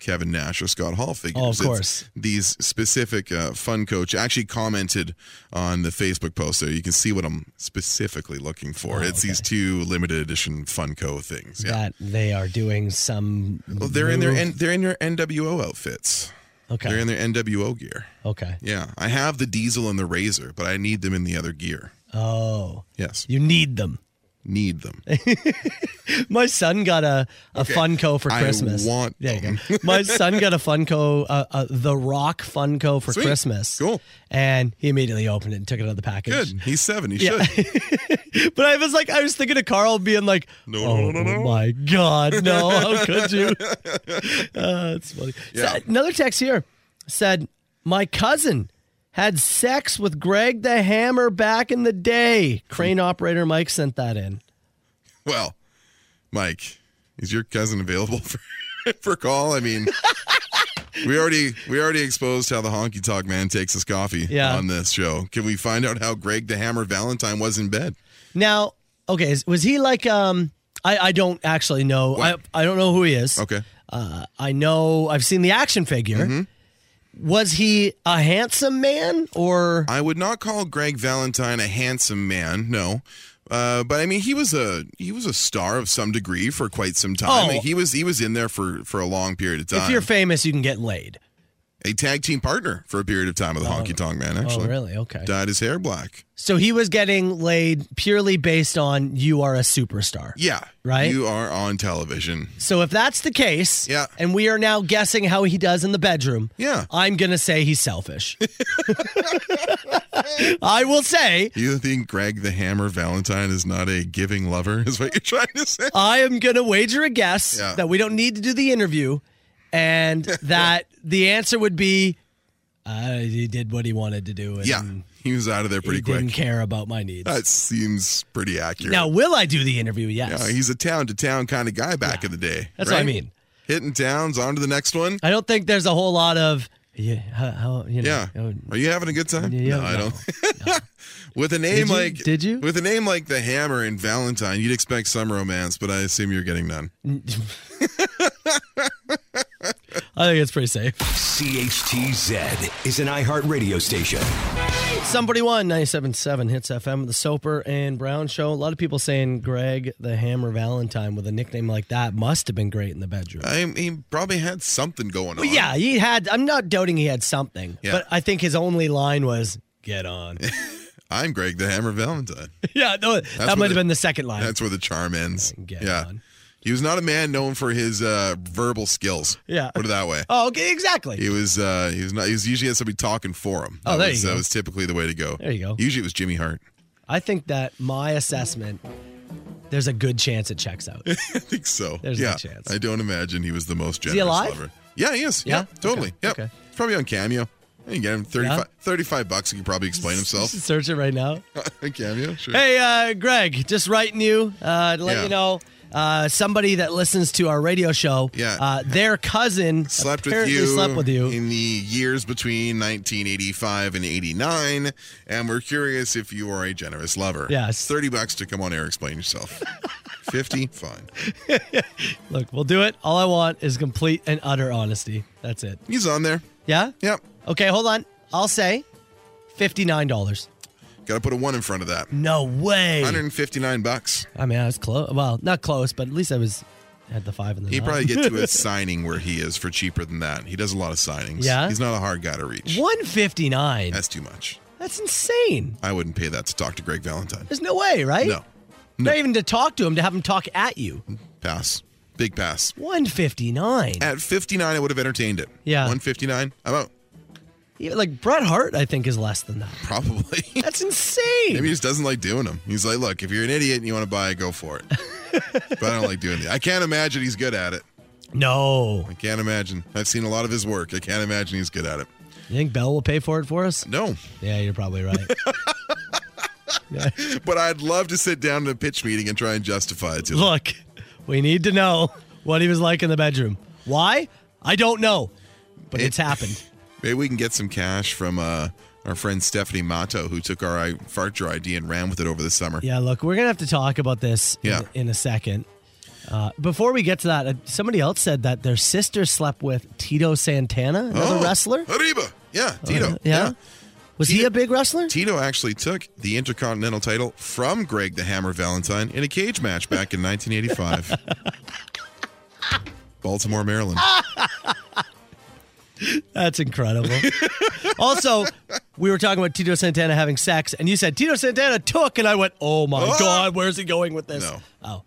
[SPEAKER 6] Kevin Nash or Scott Hall figures.
[SPEAKER 5] Oh, of
[SPEAKER 6] It's
[SPEAKER 5] course.
[SPEAKER 6] these specific uh, fun coach actually commented on the Facebook post there. You can see what I'm specifically looking for.
[SPEAKER 5] Oh,
[SPEAKER 6] it's these two limited edition Funko things. Yeah.
[SPEAKER 5] that they are doing some.
[SPEAKER 6] Oh, well, they're in their N- they're in their NWO outfits.
[SPEAKER 5] Okay.
[SPEAKER 6] They're in their NWO gear.
[SPEAKER 5] Okay.
[SPEAKER 6] Yeah. I have the diesel and the razor, but I need them in the other gear.
[SPEAKER 5] Oh.
[SPEAKER 6] Yes.
[SPEAKER 5] You need them.
[SPEAKER 6] Need them.
[SPEAKER 5] [laughs] My son got a, a
[SPEAKER 6] Okay.
[SPEAKER 5] Funko for
[SPEAKER 6] I
[SPEAKER 5] Christmas.
[SPEAKER 6] want
[SPEAKER 5] there you go. My son got a Funko, uh, uh, the Rock Funko for
[SPEAKER 6] Sweet.
[SPEAKER 5] Christmas.
[SPEAKER 6] Cool.
[SPEAKER 5] And he immediately opened it and took it out of the package.
[SPEAKER 6] Good. He's seven. He
[SPEAKER 5] Yeah.
[SPEAKER 6] should.
[SPEAKER 5] But I was like, I was thinking of Carl being like,
[SPEAKER 6] No,
[SPEAKER 5] "Oh
[SPEAKER 6] no, no, no, no."
[SPEAKER 5] my
[SPEAKER 6] [laughs]
[SPEAKER 5] God, no! How could you?" Uh, it's funny.
[SPEAKER 6] Yeah.
[SPEAKER 5] So, another text here said, "My cousin had sex with Greg the Hammer back in the day." Crane operator Mike sent that in.
[SPEAKER 6] Well, Mike, is your cousin available [laughs] for, for call? I mean, we already we already exposed how the honky talk man takes his coffee
[SPEAKER 5] Yeah.
[SPEAKER 6] on this show. Can we find out how Greg the Hammer Valentine was in bed?
[SPEAKER 5] Now, okay, is- was he like? Um, I I don't actually know. I
[SPEAKER 6] What?
[SPEAKER 5] I don't know who he is.
[SPEAKER 6] Okay.
[SPEAKER 5] Uh, I know I've seen the action figure.
[SPEAKER 6] Mm-hmm.
[SPEAKER 5] Was he a handsome man or?
[SPEAKER 6] I would not call Greg Valentine a handsome man, no. Uh, but I mean, he was a he was a star of some degree for quite some time.
[SPEAKER 5] Oh.
[SPEAKER 6] He was he was in there for for a long period of time.
[SPEAKER 5] If you're famous, you can get laid.
[SPEAKER 6] a tag team partner for a period of time with the Honky Tonk Man. Actually,
[SPEAKER 5] Oh, really? Okay.
[SPEAKER 6] dyed his hair black.
[SPEAKER 5] So he was getting laid purely based on you are a superstar.
[SPEAKER 6] Yeah,
[SPEAKER 5] Right?
[SPEAKER 6] You are on television.
[SPEAKER 5] So if that's the case,
[SPEAKER 6] Yeah.
[SPEAKER 5] and we are now guessing how he does in the bedroom,
[SPEAKER 6] Yeah.
[SPEAKER 5] I'm gonna say he's selfish. [laughs] I will say
[SPEAKER 6] You think Greg the Hammer Valentine is not a giving lover? Is what you're trying to say?
[SPEAKER 5] I am gonna wager a guess
[SPEAKER 6] Yeah.
[SPEAKER 5] that we don't need to do the interview,
[SPEAKER 6] [laughs]
[SPEAKER 5] and that the answer would be uh, he did what he wanted to do. And
[SPEAKER 6] yeah, he was out of there pretty
[SPEAKER 5] he
[SPEAKER 6] quick.
[SPEAKER 5] didn't care about my needs.
[SPEAKER 6] That seems pretty accurate.
[SPEAKER 5] now, will I do the interview? Yes.
[SPEAKER 6] Yeah, he's a town to town kind of guy back in the day.
[SPEAKER 5] That's what I
[SPEAKER 6] right?
[SPEAKER 5] mean.
[SPEAKER 6] Hitting towns, on to the next one.
[SPEAKER 5] I don't think there's a whole lot of yeah. How, how you know?
[SPEAKER 6] Yeah.
[SPEAKER 5] oh,
[SPEAKER 6] Are you having a good time?
[SPEAKER 5] Yeah,
[SPEAKER 6] no, I
[SPEAKER 5] no,
[SPEAKER 6] don't. [laughs] with a name
[SPEAKER 5] Did you-
[SPEAKER 6] like
[SPEAKER 5] did you?
[SPEAKER 6] With a name like the Hammer and Valentine, you'd expect some romance, but I assume you're getting none.
[SPEAKER 5] I think it's pretty safe.
[SPEAKER 4] CHTZ is an iHeartRadio station.
[SPEAKER 5] Somebody won 97.7 Hits FM, the Soper and Brown Show. A lot of people saying Greg the Hammer Valentine with a nickname like that must have been great in the bedroom.
[SPEAKER 6] I, he probably had something going on.
[SPEAKER 5] Well, yeah, he had, I'm not doubting he had something,
[SPEAKER 6] Yeah.
[SPEAKER 5] but I think his only line was,
[SPEAKER 6] [laughs]
[SPEAKER 5] get on. [laughs]
[SPEAKER 6] I'm Greg the Hammer Valentine.
[SPEAKER 5] yeah, no, that
[SPEAKER 6] what
[SPEAKER 5] might have
[SPEAKER 6] the-
[SPEAKER 5] been the second line.
[SPEAKER 6] That's where the charm ends.
[SPEAKER 5] Get
[SPEAKER 6] yeah.
[SPEAKER 5] on.
[SPEAKER 6] He was not a man known for his uh, verbal skills.
[SPEAKER 5] Yeah.
[SPEAKER 6] Put it that
[SPEAKER 5] [laughs]
[SPEAKER 6] way.
[SPEAKER 5] Oh, okay, exactly.
[SPEAKER 6] He was uh, he was not he was usually had somebody talking for him.
[SPEAKER 5] Oh,
[SPEAKER 6] That
[SPEAKER 5] there
[SPEAKER 6] was,
[SPEAKER 5] you
[SPEAKER 6] That
[SPEAKER 5] go.
[SPEAKER 6] was typically the way to go.
[SPEAKER 5] There you go.
[SPEAKER 6] Usually it was Jimmy Hart. [laughs]
[SPEAKER 5] I think that my assessment, there's a good chance it checks out.
[SPEAKER 6] I think so.
[SPEAKER 5] There's no
[SPEAKER 6] yeah.
[SPEAKER 5] chance.
[SPEAKER 6] I don't imagine he was the most generous
[SPEAKER 5] he alive?
[SPEAKER 6] lover. Yeah, he is.
[SPEAKER 5] Yeah?
[SPEAKER 6] Yeah, totally.
[SPEAKER 5] Okay,
[SPEAKER 6] Yeah.
[SPEAKER 5] okay.
[SPEAKER 6] He's probably on Cameo. You can get him 35,
[SPEAKER 5] Yeah?
[SPEAKER 6] 35 bucks. He can probably
[SPEAKER 5] [laughs]
[SPEAKER 6] explain himself.
[SPEAKER 5] Search it right now.
[SPEAKER 6] [laughs] on Cameo, sure.
[SPEAKER 5] Hey, uh, Greg, just writing you uh, to let
[SPEAKER 6] Yeah.
[SPEAKER 5] you know uh, somebody that listens to our radio show,
[SPEAKER 6] Yeah.
[SPEAKER 5] uh, their cousin
[SPEAKER 6] Slept with
[SPEAKER 5] apparently
[SPEAKER 6] you.
[SPEAKER 5] slept with you.
[SPEAKER 6] in the years between 1985 and 89, and we're curious if you are a generous lover.
[SPEAKER 5] Yes.
[SPEAKER 6] thirty bucks to come on air, explain yourself. [laughs] Fifty, fine.
[SPEAKER 5] Look, we'll do it. All I want is complete and utter honesty. That's it.
[SPEAKER 6] He's on there.
[SPEAKER 5] Yeah?
[SPEAKER 6] Yep,
[SPEAKER 5] Okay, hold on. I'll say $59.
[SPEAKER 6] got to put a one in front of that.
[SPEAKER 5] No way.
[SPEAKER 6] 159 bucks.
[SPEAKER 5] I mean, I was close. Well, not close, but at least I was had the five in the
[SPEAKER 6] He
[SPEAKER 5] nine. [laughs]
[SPEAKER 6] probably get to a signing where he is for cheaper than that. He does a lot of signings.
[SPEAKER 5] Yeah?
[SPEAKER 6] he's not a hard guy to reach.
[SPEAKER 5] 159.
[SPEAKER 6] That's too much.
[SPEAKER 5] That's insane.
[SPEAKER 6] I wouldn't pay that to talk to Greg Valentine.
[SPEAKER 5] There's no way, right?
[SPEAKER 6] No,
[SPEAKER 5] Not even to talk to him, to have him talk at you.
[SPEAKER 6] pass. Big pass.
[SPEAKER 5] 159.
[SPEAKER 6] At 59, I would have entertained it.
[SPEAKER 5] Yeah.
[SPEAKER 6] 159. I'm out.
[SPEAKER 5] Yeah, like Bret Hart, I think is less than that.
[SPEAKER 6] [laughs] Probably.
[SPEAKER 5] That's
[SPEAKER 6] Maybe he
[SPEAKER 5] insane.
[SPEAKER 6] just doesn't like doing them. He's like, look, if you're an idiot and you want to buy it, go for it. but I don't like doing it. I can't imagine he's good at it.
[SPEAKER 5] No,
[SPEAKER 6] I can't imagine. I've seen a lot of his work. I can't imagine he's good at it.
[SPEAKER 5] you think Bell will pay for it for us?
[SPEAKER 6] No,
[SPEAKER 5] Yeah, you're
[SPEAKER 6] [laughs]
[SPEAKER 5] probably right.
[SPEAKER 6] but I'd love to sit down in a pitch meeting and try and justify it to them.
[SPEAKER 5] Look, we need to know what he was like in the bedroom. Why? I don't know, but it's happened.
[SPEAKER 6] Maybe we can get some cash from uh, our friend Stephanie Mato, who took our I- Farcher ID and ran with it over the summer.
[SPEAKER 5] Yeah, look, we're gonna have to talk about this
[SPEAKER 6] Yeah.
[SPEAKER 5] in, in a second. Uh, before we get to that, uh, somebody else said that their sister slept with Tito Santana, another
[SPEAKER 6] Oh,
[SPEAKER 5] wrestler. Uh,
[SPEAKER 6] Arriba. Yeah, Tito.
[SPEAKER 5] yeah? Was he
[SPEAKER 6] Tito-
[SPEAKER 5] a big wrestler?
[SPEAKER 6] Tito actually took the Intercontinental title from Greg the Hammer Valentine in a cage match back in
[SPEAKER 5] [laughs] Ah!
[SPEAKER 6] 1985. Baltimore, Maryland.
[SPEAKER 5] That's incredible. [laughs] also, we were talking about Tito Santana having sex, and you said Tito Santana took, and I went, "Oh my
[SPEAKER 6] Oh!
[SPEAKER 5] god, where's he going with this?"
[SPEAKER 6] No.
[SPEAKER 5] Oh,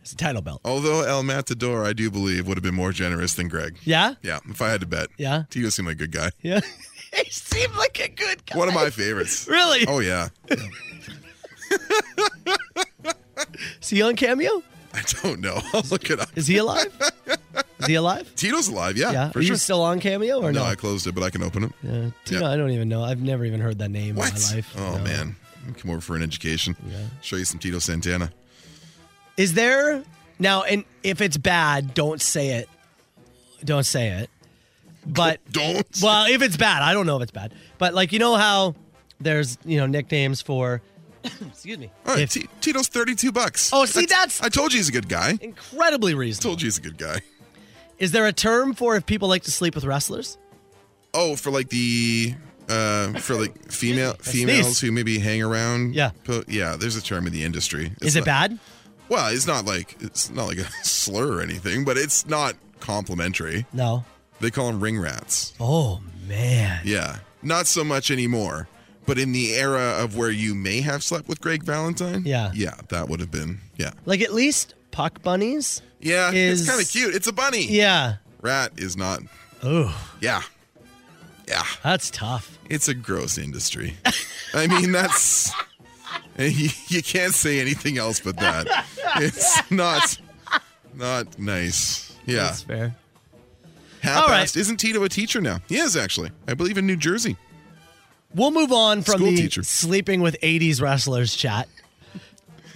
[SPEAKER 5] it's a title belt.
[SPEAKER 6] Although El Matador, I do believe, would have been more generous than Greg.
[SPEAKER 5] Yeah,
[SPEAKER 6] Yeah, if I had to bet.
[SPEAKER 5] Yeah?
[SPEAKER 6] Tito seemed like a good guy.
[SPEAKER 5] yeah. [laughs] he seemed like a good guy.
[SPEAKER 6] One of my favorites.
[SPEAKER 5] [laughs] Really?
[SPEAKER 6] Oh, yeah.
[SPEAKER 5] Is he on cameo?
[SPEAKER 6] I don't know. [laughs] I'll look it up.
[SPEAKER 5] Is he alive? Is he alive?
[SPEAKER 6] Tito's alive, [laughs] yeah.
[SPEAKER 5] yeah.
[SPEAKER 6] for
[SPEAKER 5] Are
[SPEAKER 6] sure.
[SPEAKER 5] you still on cameo or
[SPEAKER 6] no,
[SPEAKER 5] no?
[SPEAKER 6] I closed it, but I can open it.
[SPEAKER 5] Uh, Tito,
[SPEAKER 6] Yeah.
[SPEAKER 5] I don't even know. I've never even heard that name
[SPEAKER 6] What?
[SPEAKER 5] in my life.
[SPEAKER 6] Oh,
[SPEAKER 5] No.
[SPEAKER 6] man. Come over for an education. Show you some Tito Santana.
[SPEAKER 5] Is there now? And if it's bad, don't say it. Don't say it. But
[SPEAKER 6] Don't.
[SPEAKER 5] [laughs] well, if it's bad, I don't know if it's bad. But like you know how there's you know nicknames for. [coughs] excuse me.
[SPEAKER 6] All right,
[SPEAKER 5] If-
[SPEAKER 6] T- Tito's 32 bucks.
[SPEAKER 5] Oh, see,
[SPEAKER 6] I-
[SPEAKER 5] that's-
[SPEAKER 6] I told you he's a good guy.
[SPEAKER 5] incredibly reasonable.
[SPEAKER 6] told you he's a good guy.
[SPEAKER 5] Is there a term for if people like to sleep with wrestlers?
[SPEAKER 6] Oh, for like the uh for like female females who maybe hang around.
[SPEAKER 5] Yeah.
[SPEAKER 6] Po- yeah, there's a term in the industry. It's
[SPEAKER 5] Is it
[SPEAKER 6] not-
[SPEAKER 5] bad?
[SPEAKER 6] Well, it's not like it's not like a [laughs] slur or anything, but it's not complimentary.
[SPEAKER 5] No.
[SPEAKER 6] They call them ring rats.
[SPEAKER 5] Oh man.
[SPEAKER 6] Yeah. Not so much anymore. But in the era of where you may have slept with Greg Valentine,
[SPEAKER 5] Yeah.
[SPEAKER 6] yeah, that would have been, yeah,
[SPEAKER 5] Like at least puck bunnies.
[SPEAKER 6] yeah,
[SPEAKER 5] Is-
[SPEAKER 6] it's kind of cute. It's a bunny.
[SPEAKER 5] Yeah.
[SPEAKER 6] Rat is not,
[SPEAKER 5] Oh,
[SPEAKER 6] yeah, yeah.
[SPEAKER 5] that's tough.
[SPEAKER 6] It's a gross industry. I mean, that's [laughs] you, you can't say anything else but that. It's not not nice. Yeah,
[SPEAKER 5] That's fair.
[SPEAKER 6] half
[SPEAKER 5] all right.
[SPEAKER 6] past. Isn't Tito a teacher now? He is actually, I believe, in New Jersey.
[SPEAKER 5] We'll move on from
[SPEAKER 6] School
[SPEAKER 5] the
[SPEAKER 6] teacher.
[SPEAKER 5] sleeping with 80s wrestlers chat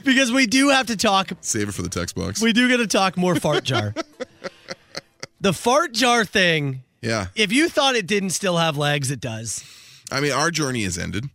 [SPEAKER 5] because we do have to talk.
[SPEAKER 6] Save it for the text box.
[SPEAKER 5] We do get to talk more
[SPEAKER 6] [laughs]
[SPEAKER 5] fart jar. the fart jar thing.
[SPEAKER 6] yeah,
[SPEAKER 5] If you thought it didn't still have legs, it does.
[SPEAKER 6] I mean, our journey has ended.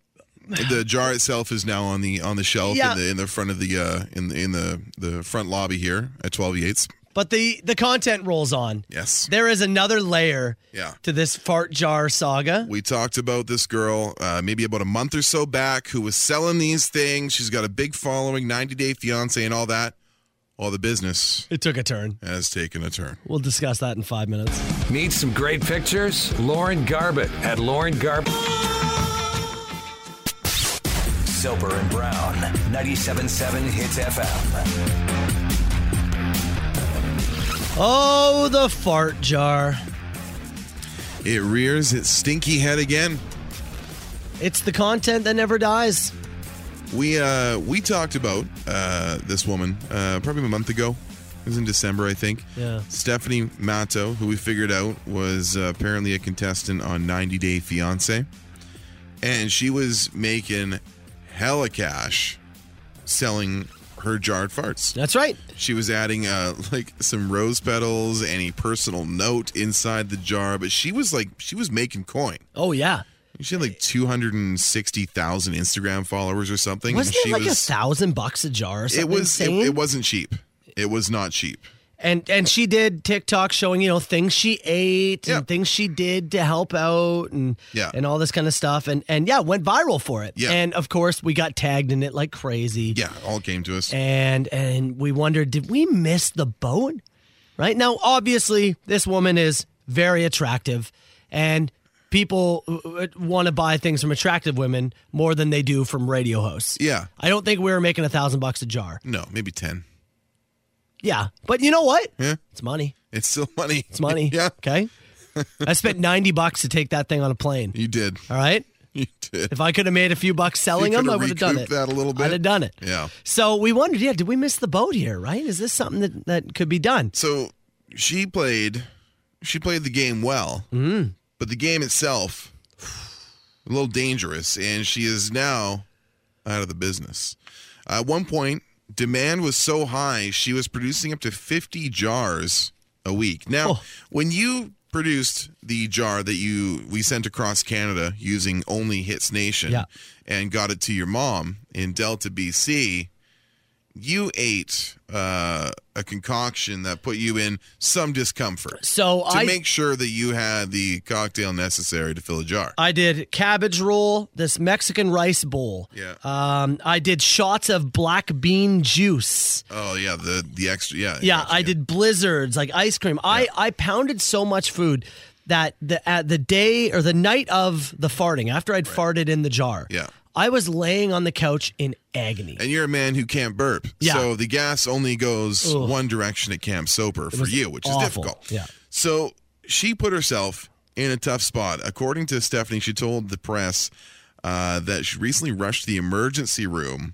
[SPEAKER 6] The jar itself is now on the on the shelf
[SPEAKER 5] Yeah.
[SPEAKER 6] in the in the front of the uh in the in the the front lobby here at twelve Yates.
[SPEAKER 5] But the the content rolls on.
[SPEAKER 6] Yes.
[SPEAKER 5] There is another layer
[SPEAKER 6] Yeah.
[SPEAKER 5] to this fart jar saga.
[SPEAKER 6] We talked about this girl uh, maybe about a month or so back who was selling these things. She's got a big following, 90 Day Fiance, and all that. All the business
[SPEAKER 5] It took a turn.
[SPEAKER 6] has taken a turn.
[SPEAKER 5] We'll discuss that in five minutes.
[SPEAKER 4] Need some great pictures? Lauren Garbett at Lauren Garbett. Soper and Brown, 97.7 Hits FM.
[SPEAKER 5] Oh, the fart jar.
[SPEAKER 6] It rears its stinky head again.
[SPEAKER 5] It's the content that never dies.
[SPEAKER 6] We uh, we talked about uh, this woman uh, probably a month ago. It was in December, I think.
[SPEAKER 5] Yeah.
[SPEAKER 6] Stephanie Matto, who we figured out was uh, apparently a contestant on 90 Day Fiance, and she was making hella cash selling her jarred farts.
[SPEAKER 5] That's right.
[SPEAKER 6] She was adding uh, [laughs] like some rose petals and a personal note inside the jar, but she was like she was making coin.
[SPEAKER 5] Oh yeah.
[SPEAKER 6] She had like 260,000 Instagram followers or something.
[SPEAKER 5] Wasn't
[SPEAKER 6] and
[SPEAKER 5] it
[SPEAKER 6] she
[SPEAKER 5] like a
[SPEAKER 6] was
[SPEAKER 5] thousand bucks a jar or something?
[SPEAKER 6] it was it,
[SPEAKER 5] insane?
[SPEAKER 6] it wasn't cheap. It was not cheap.
[SPEAKER 5] And and she did TikTok showing you know things she ate
[SPEAKER 6] Yeah.
[SPEAKER 5] and things she did to help out and
[SPEAKER 6] Yeah.
[SPEAKER 5] and all this kind of stuff and and yeah went viral for it
[SPEAKER 6] Yeah.
[SPEAKER 5] and of course we got tagged in it like crazy
[SPEAKER 6] Yeah, all came to us.
[SPEAKER 5] and and we wondered did we miss the boat right now obviously this woman is very attractive and people want to buy things from attractive women more than they do from radio hosts
[SPEAKER 6] Yeah.
[SPEAKER 5] I don't think we were making a thousand bucks a jar
[SPEAKER 6] No, maybe 10.
[SPEAKER 5] yeah but you know what
[SPEAKER 6] Yeah.
[SPEAKER 5] it's money
[SPEAKER 6] It's still money.
[SPEAKER 5] It's money.
[SPEAKER 6] [laughs] yeah.
[SPEAKER 5] Okay. I spent 90 bucks to take that thing on a plane.
[SPEAKER 6] You did. [laughs]
[SPEAKER 5] All right.
[SPEAKER 6] You did.
[SPEAKER 5] If I could have made a few bucks selling
[SPEAKER 6] You
[SPEAKER 5] them, I
[SPEAKER 6] coulda
[SPEAKER 5] would have done it.
[SPEAKER 6] recouped that a little bit.
[SPEAKER 5] I'd have done it.
[SPEAKER 6] Yeah.
[SPEAKER 5] So we wondered, yeah, did we miss the boat here, right? Is this something that, that could be done?
[SPEAKER 6] So she played she played the game well.
[SPEAKER 5] Mm-hmm.
[SPEAKER 6] But the game itself a little dangerous and she is now out of the business. At one point, demand was so high she was producing up to 50 jars a week. Now,
[SPEAKER 5] Oh.
[SPEAKER 6] when you produced the jar that you we sent across Canada using only Hits Nation
[SPEAKER 5] Yeah.
[SPEAKER 6] and got it to your mom in Delta BC, you ate uh, a concoction that put you in some discomfort
[SPEAKER 5] So
[SPEAKER 6] to
[SPEAKER 5] I
[SPEAKER 6] make sure that you had the cocktail necessary to fill a jar.
[SPEAKER 5] I did cabbage roll, this Mexican rice bowl.
[SPEAKER 6] Yeah.
[SPEAKER 5] Um, I did shots of black bean juice.
[SPEAKER 6] oh yeah, the the extra yeah.
[SPEAKER 5] Yeah,
[SPEAKER 6] gotcha,
[SPEAKER 5] I did blizzards, like ice cream. I I pounded so much food that the at the day or the night of the farting, after I'd farted in the jar,
[SPEAKER 6] Yeah.
[SPEAKER 5] I was laying on the couch in agony.
[SPEAKER 6] And you're a man who can't burp.
[SPEAKER 5] Yeah.
[SPEAKER 6] So the gas only goes
[SPEAKER 5] Ugh.
[SPEAKER 6] one direction at Camp Soper
[SPEAKER 5] It
[SPEAKER 6] for
[SPEAKER 5] was
[SPEAKER 6] you, which
[SPEAKER 5] awful.
[SPEAKER 6] is difficult.
[SPEAKER 5] Yeah.
[SPEAKER 6] So she put herself in a tough spot. According to Stephanie, she told the press uh, that she recently rushed to the emergency room.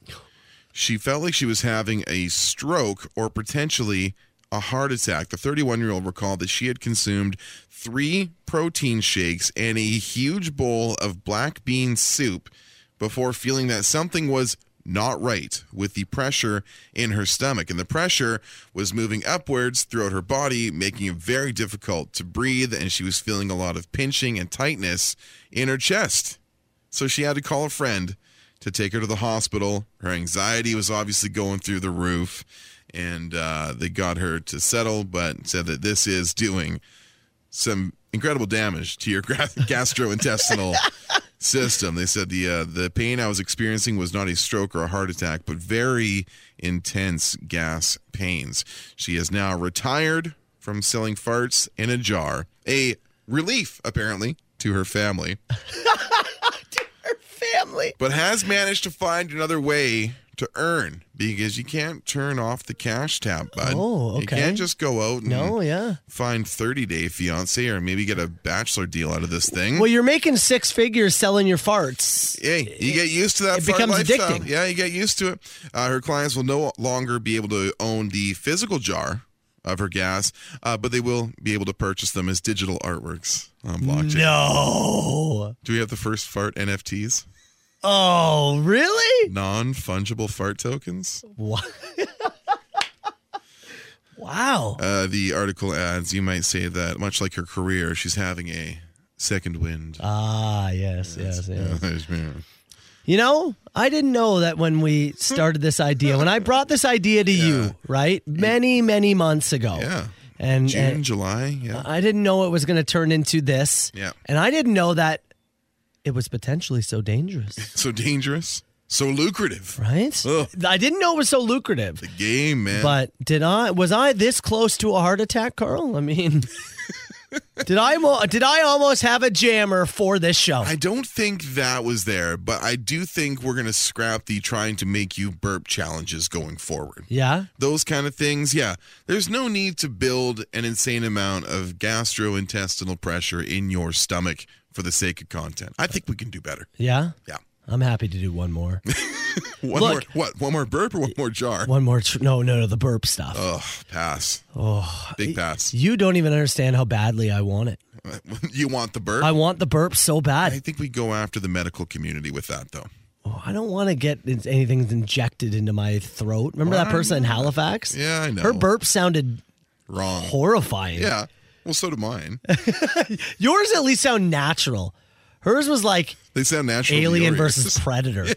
[SPEAKER 6] She felt like she was having a stroke or potentially a heart attack. The 31 year old recalled that she had consumed three protein shakes and a huge bowl of black bean soup before feeling that something was not right with the pressure in her stomach. And the pressure was moving upwards throughout her body, making it very difficult to breathe. And she was feeling a lot of pinching and tightness in her chest. So she had to call a friend to take her to the hospital. Her anxiety was obviously going through the roof. And uh, they got her to settle, but said that this is doing some incredible damage to your gra- [laughs] gastrointestinal system. They said the uh, the pain I was experiencing was not a stroke or a heart attack, but very intense gas pains. She is now retired from selling farts in a jar, a relief apparently to her family,
[SPEAKER 5] Family.
[SPEAKER 6] but has managed to find another way to earn because you can't turn off the cash tab, bud.
[SPEAKER 5] Oh,
[SPEAKER 6] You
[SPEAKER 5] okay.
[SPEAKER 6] can't just go out and
[SPEAKER 5] No, Oh, yeah.
[SPEAKER 6] find 30 day fiance or maybe get a bachelor deal out of this thing.
[SPEAKER 5] Well, you're making six figures selling your farts.
[SPEAKER 6] Hey, you get used to that.
[SPEAKER 5] It
[SPEAKER 6] fart
[SPEAKER 5] becomes
[SPEAKER 6] lifestyle.
[SPEAKER 5] addicting.
[SPEAKER 6] Yeah, you get used to it. Uh, her clients will no longer be able to own the physical jar of her gas, uh, but they will be able to purchase them as digital artworks on blockchain.
[SPEAKER 5] No.
[SPEAKER 6] Do we have the first fart NFTs?
[SPEAKER 5] Oh, really? [laughs]
[SPEAKER 6] Non fungible fart tokens?
[SPEAKER 5] What? wow.
[SPEAKER 6] Uh, the article adds you might say that, much like her career, she's having a second wind.
[SPEAKER 5] Ah, yes, yes, yes.
[SPEAKER 6] Yeah.
[SPEAKER 5] You know, I didn't know that when we
[SPEAKER 6] Hmm.
[SPEAKER 5] started this idea, when I brought this idea to you, right? Many, many months ago.
[SPEAKER 6] Mm. Yeah.
[SPEAKER 5] And,
[SPEAKER 6] June,
[SPEAKER 5] and
[SPEAKER 6] July. Yeah.
[SPEAKER 5] I didn't know it was going to turn into this.
[SPEAKER 6] Yeah.
[SPEAKER 5] And I didn't know that it was potentially so dangerous,
[SPEAKER 6] [laughs] So dangerous. So lucrative.
[SPEAKER 5] right?
[SPEAKER 6] Ugh.
[SPEAKER 5] I didn't know it was so lucrative.
[SPEAKER 6] The game, man.
[SPEAKER 5] But did I was I this close to a heart attack, Carl?
[SPEAKER 6] [laughs]
[SPEAKER 5] I mean, did I mo- did I almost have a jammer for this show?
[SPEAKER 6] I don't think that was there, but I do think we're going to scrap the trying to make you burp challenges going forward.
[SPEAKER 5] yeah.
[SPEAKER 6] Those kind of things, yeah. There's no need to build an insane amount of gastrointestinal pressure in your stomach for the sake of content. I think we can do better.
[SPEAKER 5] Yeah.
[SPEAKER 6] Yeah.
[SPEAKER 5] I'm happy to do one
[SPEAKER 6] [laughs]
[SPEAKER 5] more.
[SPEAKER 6] One
[SPEAKER 5] Look-
[SPEAKER 6] more what? One more burp or one more jar?
[SPEAKER 5] One more tr- no, no, no, the burp stuff.
[SPEAKER 6] Oh, pass.
[SPEAKER 5] oh.
[SPEAKER 6] Big pass.
[SPEAKER 5] You don't even understand how badly I want it.
[SPEAKER 6] [laughs] You want the burp?
[SPEAKER 5] I want the burp so bad.
[SPEAKER 6] I think we go after the medical community with that though.
[SPEAKER 5] Oh, I don't want to get in- anything injected into my throat. Remember that
[SPEAKER 6] Why
[SPEAKER 5] person in Halifax?
[SPEAKER 6] Yeah, I know.
[SPEAKER 5] Her burp sounded
[SPEAKER 6] Wrong.
[SPEAKER 5] horrifying.
[SPEAKER 6] Yeah. Well, so do mine.
[SPEAKER 5] Yours at least sound natural. Hers was like
[SPEAKER 6] They sound natural. to
[SPEAKER 5] Alien
[SPEAKER 6] your ears. [laughs]
[SPEAKER 5] versus Predator.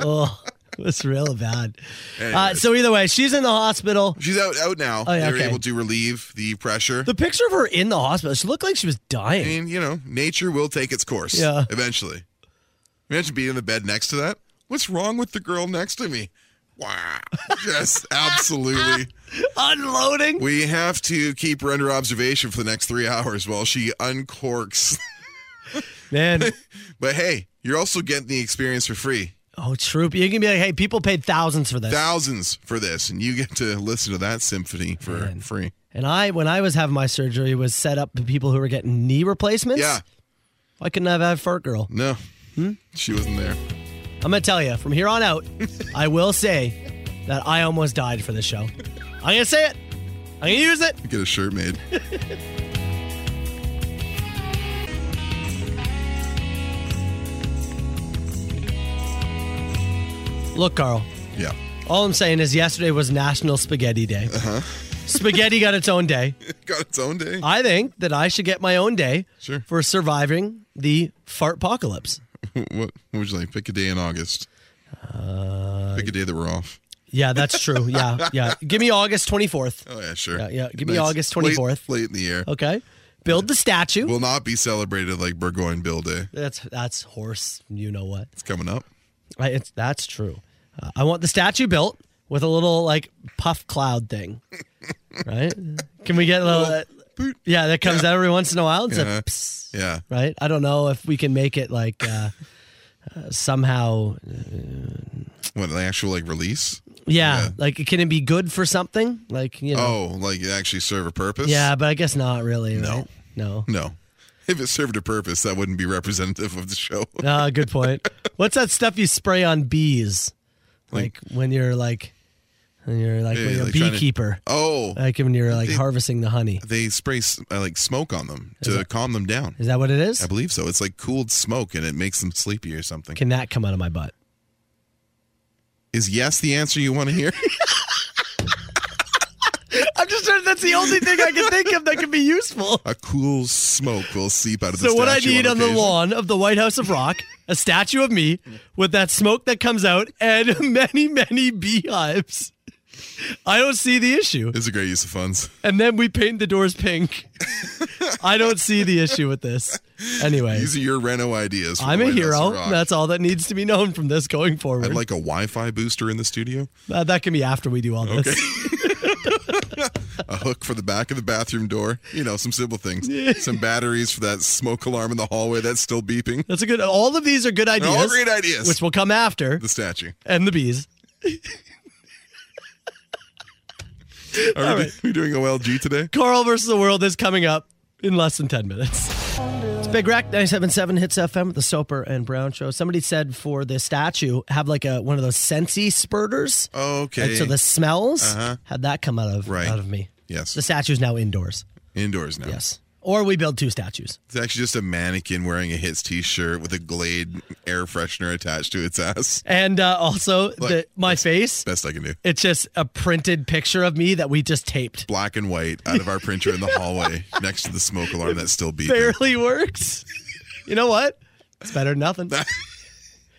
[SPEAKER 5] oh, it's real bad. Uh,
[SPEAKER 6] Anyways.
[SPEAKER 5] so either way, she's in the hospital.
[SPEAKER 6] She's out out now.
[SPEAKER 5] Oh, yeah,
[SPEAKER 6] They're
[SPEAKER 5] okay.
[SPEAKER 6] able to relieve the pressure.
[SPEAKER 5] The picture of her in the hospital, she looked like she was
[SPEAKER 6] I
[SPEAKER 5] dying.
[SPEAKER 6] mean, you know, nature will take its course.
[SPEAKER 5] Yeah.
[SPEAKER 6] Eventually. Imagine being in the bed next to that. What's wrong with the girl next to me? Wow.
[SPEAKER 5] [laughs]
[SPEAKER 6] Yes, absolutely.
[SPEAKER 5] Unloading.
[SPEAKER 6] We have to keep her under observation for the next three hours while she uncorks.
[SPEAKER 5] Man.
[SPEAKER 6] [laughs] But hey, you're also getting the experience for free.
[SPEAKER 5] Oh, troop. You can be like, hey, people paid thousands for this.
[SPEAKER 6] Thousands for this, and you get to listen to that symphony for
[SPEAKER 5] Man.
[SPEAKER 6] free.
[SPEAKER 5] and I, when I was having my surgery, was set up to people who were getting knee replacements.
[SPEAKER 6] Yeah.
[SPEAKER 5] I couldn't have had Fart Girl.
[SPEAKER 6] No.
[SPEAKER 5] Hmm?
[SPEAKER 6] She wasn't there.
[SPEAKER 5] I'm going to tell you, from here
[SPEAKER 6] [laughs]
[SPEAKER 5] on out, I will say that I almost died for this show. I'm going to say it. I'm going to use it.
[SPEAKER 6] Get a shirt made.
[SPEAKER 5] Look, Carl,
[SPEAKER 6] Yeah. [laughs]
[SPEAKER 5] All I'm saying is yesterday was National Spaghetti Day.
[SPEAKER 6] Uh-huh.
[SPEAKER 5] Spaghetti got its own day.
[SPEAKER 6] Got its own day.
[SPEAKER 5] I think that I should get my own day
[SPEAKER 6] Sure.
[SPEAKER 5] for surviving the fart apocalypse.
[SPEAKER 6] what, what would you like? Pick a day in August.
[SPEAKER 5] Uh,
[SPEAKER 6] Pick a day that we're off.
[SPEAKER 5] Yeah, that's true. Yeah, yeah. Give me August 24th.
[SPEAKER 6] Oh yeah, sure.
[SPEAKER 5] Yeah, yeah. Give me August
[SPEAKER 6] Late-
[SPEAKER 5] 24th.
[SPEAKER 6] Late, in the year.
[SPEAKER 5] Okay. Build the statue.
[SPEAKER 6] Will not be celebrated like Burgoyne Bill Day.
[SPEAKER 5] that's that's horse. You know what?
[SPEAKER 6] It's coming up.
[SPEAKER 5] I, it's, that's true. Uh, I want the statue built [laughs] with a little like puff cloud thing. right? Can we get a little?
[SPEAKER 6] Well,
[SPEAKER 5] Yeah, that comes out every once in a while. It's
[SPEAKER 6] Yeah.
[SPEAKER 5] a psst,
[SPEAKER 6] Yeah.
[SPEAKER 5] right. I don't know if we can make it like uh, uh, somehow. uh,
[SPEAKER 6] What the actual like release?
[SPEAKER 5] yeah, like can it be good for something? Like you know.
[SPEAKER 6] Oh, like it actually serve a purpose?
[SPEAKER 5] Yeah, but I guess not really. Right? Oh, No.
[SPEAKER 6] No. If it served a purpose, that wouldn't be representative of the show.
[SPEAKER 5] No. Uh, good point. What's that stuff you spray on bees? Like, when you're like, when you're
[SPEAKER 6] [laughs]
[SPEAKER 5] like
[SPEAKER 6] Yeah,
[SPEAKER 5] when you're
[SPEAKER 6] like
[SPEAKER 5] a
[SPEAKER 6] trying to-
[SPEAKER 5] beekeeper.
[SPEAKER 6] Oh,
[SPEAKER 5] like when you're like
[SPEAKER 6] They-
[SPEAKER 5] harvesting the honey.
[SPEAKER 6] they spray s- uh, like smoke on them
[SPEAKER 5] Is
[SPEAKER 6] to
[SPEAKER 5] it-
[SPEAKER 6] calm them down.
[SPEAKER 5] Is that what it
[SPEAKER 6] I
[SPEAKER 5] is?
[SPEAKER 6] believe so. It's like cooled smoke and it makes them sleepy or something.
[SPEAKER 5] Can that come out of my butt?
[SPEAKER 6] Is yes the answer you want to
[SPEAKER 5] [laughs]
[SPEAKER 6] hear?
[SPEAKER 5] I'm just trying. That's the only thing I can think of that could be useful. [laughs]
[SPEAKER 6] a cool smoke will seep out of the
[SPEAKER 5] So what I
[SPEAKER 6] statue
[SPEAKER 5] need on the
[SPEAKER 6] occasion.
[SPEAKER 5] lawn of the White House of Rock, a statue of me with that smoke that comes out and [laughs] many, many beehives. I don't see the issue.
[SPEAKER 6] It's a great use of funds.
[SPEAKER 5] And then we paint the doors [laughs] pink. I don't see the issue with this. Anyway,
[SPEAKER 6] These are your reno ideas. for
[SPEAKER 5] I'm a
[SPEAKER 6] White House
[SPEAKER 5] hero.
[SPEAKER 6] of Rock.
[SPEAKER 5] That's all that needs to be known from this going forward.
[SPEAKER 6] I'd like a Wi-Fi booster in the studio,
[SPEAKER 5] Uh, that can be after we do all this.
[SPEAKER 6] a hook for the back of the bathroom door, you know, some simple things, some batteries for that smoke alarm in the hallway that's still beeping.
[SPEAKER 5] That's a good. All of these are good
[SPEAKER 6] They're
[SPEAKER 5] ideas.
[SPEAKER 6] all great ideas.
[SPEAKER 5] Which will come after
[SPEAKER 6] The statue.
[SPEAKER 5] [laughs] and the bees.
[SPEAKER 6] Are we, we doing OLG today?
[SPEAKER 5] Carl versus the world is coming up in less than 10 minutes. It's Big Rack 977 Hits FM with the Soper and Brown Show. Somebody said for the statue, have like a one of those scentsy spurters.
[SPEAKER 6] Okay.
[SPEAKER 5] And so the smells
[SPEAKER 6] Uh-huh.
[SPEAKER 5] had that come out of
[SPEAKER 6] Right.
[SPEAKER 5] out of me.
[SPEAKER 6] Yes.
[SPEAKER 5] The statue's now indoors.
[SPEAKER 6] Indoors now.
[SPEAKER 5] Yes. Or we build two statues.
[SPEAKER 6] It's actually just a mannequin wearing a Hits t-shirt with a Glade air freshener attached to its ass.
[SPEAKER 5] And uh, also the, my face,
[SPEAKER 6] Best I can do.
[SPEAKER 5] it's just a printed picture of me that we
[SPEAKER 6] [laughs]
[SPEAKER 5] just taped.
[SPEAKER 6] Black and white out of our printer in the
[SPEAKER 5] [laughs]
[SPEAKER 6] hallway next to the smoke alarm that's still beeping.
[SPEAKER 5] Barely works. you know what? It's better than nothing.
[SPEAKER 6] [laughs]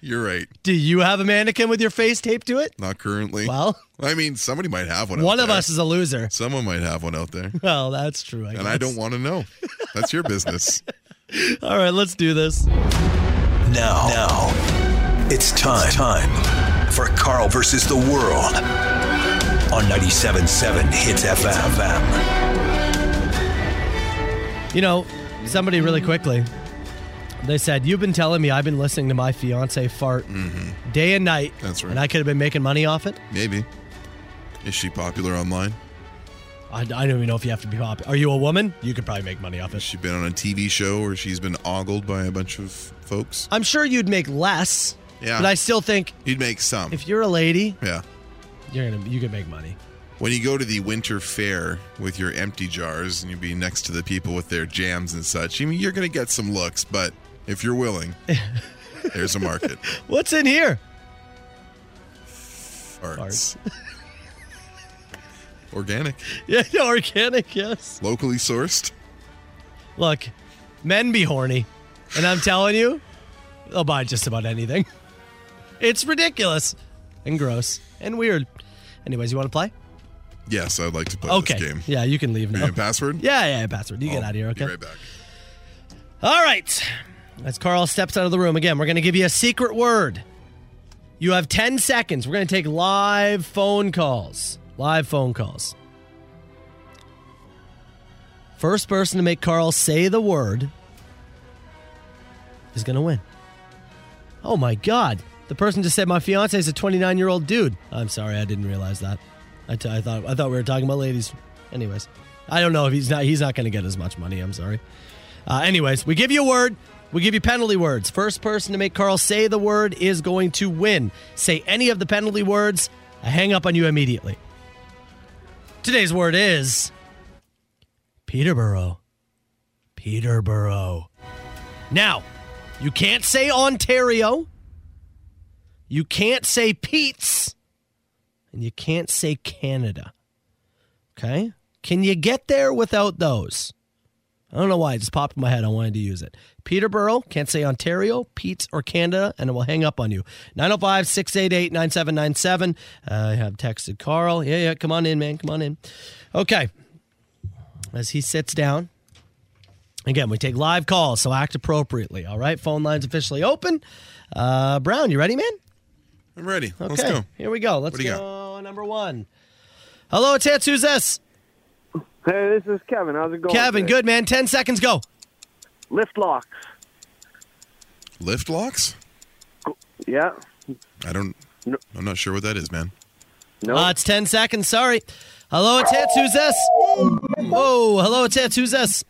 [SPEAKER 6] You're right.
[SPEAKER 5] Do you have a mannequin with your face taped to it?
[SPEAKER 6] Not currently.
[SPEAKER 5] Well,
[SPEAKER 6] I mean, somebody might have one. out
[SPEAKER 5] one of
[SPEAKER 6] there.
[SPEAKER 5] us is a loser.
[SPEAKER 6] Someone might have one out there,
[SPEAKER 5] Well, that's true. I
[SPEAKER 6] and I
[SPEAKER 5] guess.
[SPEAKER 6] don't want to know. That's your
[SPEAKER 5] [laughs]
[SPEAKER 6] business.
[SPEAKER 5] All right, let's do this.
[SPEAKER 4] Now, now, it's time, time for Carl versus the world on 97.7 Hits FM.
[SPEAKER 5] You know, somebody really quickly. They said, "You've been telling me I've been listening to my fiance fart day and night,
[SPEAKER 6] Mm-hmm. That's right.
[SPEAKER 5] and I could have been making money off it."
[SPEAKER 6] Maybe. Is she popular online?
[SPEAKER 5] I, I don't even know if you have to be popular. Are you a woman? You could probably make money off
[SPEAKER 6] Has
[SPEAKER 5] it.
[SPEAKER 6] she been on a TV show or she's been ogled by a bunch of folks?
[SPEAKER 5] I'm sure you'd make less,
[SPEAKER 6] Yeah.
[SPEAKER 5] but I still think
[SPEAKER 6] You'd make some.
[SPEAKER 5] if you're a lady,
[SPEAKER 6] yeah.
[SPEAKER 5] you're gonna you could make money.
[SPEAKER 6] When you go to the winter fair with your empty jars and you be next to the people with their jams and such, I mean, you're going to get some looks, but if you're
[SPEAKER 5] [laughs]
[SPEAKER 6] willing, there's a market.
[SPEAKER 5] What's in here? [laughs]
[SPEAKER 6] Farts. Organic,
[SPEAKER 5] Yeah, organic. Yes.
[SPEAKER 6] locally sourced.
[SPEAKER 5] Look, men be horny, and I'm telling you, they'll buy just about anything. [laughs] It's ridiculous and gross and weird. Anyways, you want to play?
[SPEAKER 6] Yes, I'd like to play
[SPEAKER 5] Okay.
[SPEAKER 6] this game.
[SPEAKER 5] Yeah, you can leave
[SPEAKER 6] Are
[SPEAKER 5] now.
[SPEAKER 6] you in password?
[SPEAKER 5] Yeah, yeah, password. You get
[SPEAKER 6] I'll
[SPEAKER 5] out of here,
[SPEAKER 6] be
[SPEAKER 5] okay?
[SPEAKER 6] right back.
[SPEAKER 5] All right. As Carl steps out of the room again, we're going to give you a secret word. You have 10 seconds. We're going to take live phone calls. Live phone calls. First person to make Carl say the word is going to win. Oh my God. The person just said my fiance is a 29 year old dude. I'm sorry, I didn't realize that. I, t- I thought I thought we were talking about ladies. Anyways, I don't know if he's not he's not going to get as much money. I'm sorry. Uh, anyways, we give you a word. We give you penalty words. First person to make Carl say the word is going to win. Say any of the penalty words. I hang up on you immediately. Today's word is Peterborough. Peterborough. Now, you can't say Ontario. You can't say Pete's. And you can't say Canada. Okay? Can you get there without those? I don't know why. It just popped in my head. I wanted to use it. Peterborough, can't say Ontario, Pete's, or Canada, and it will hang up on you. 905 688 9797. Uh, I have texted Carl. Yeah, yeah, come on in, man. Come on in. Okay. As he sits down, again, we take live calls, so act appropriately. All right. Phone lines officially open. Uh, Brown, you ready, man?
[SPEAKER 6] I'm ready.
[SPEAKER 5] Okay.
[SPEAKER 6] Let's go.
[SPEAKER 5] Here we go. Let's
[SPEAKER 6] What do you
[SPEAKER 5] go. Number one. Hello, it's Hits. Who's this?
[SPEAKER 13] Hey, this is Kevin. How's it going?
[SPEAKER 5] Kevin,
[SPEAKER 13] today?
[SPEAKER 5] good man. Ten seconds, go.
[SPEAKER 13] Lift locks.
[SPEAKER 6] Lift locks?
[SPEAKER 13] Yeah.
[SPEAKER 6] I don't. I'm not sure what that is, man.
[SPEAKER 5] No, Uh, it's ten seconds. Sorry. Hello, it's Hits. Who's this? Whoa, hello, it's Hits. Who's this?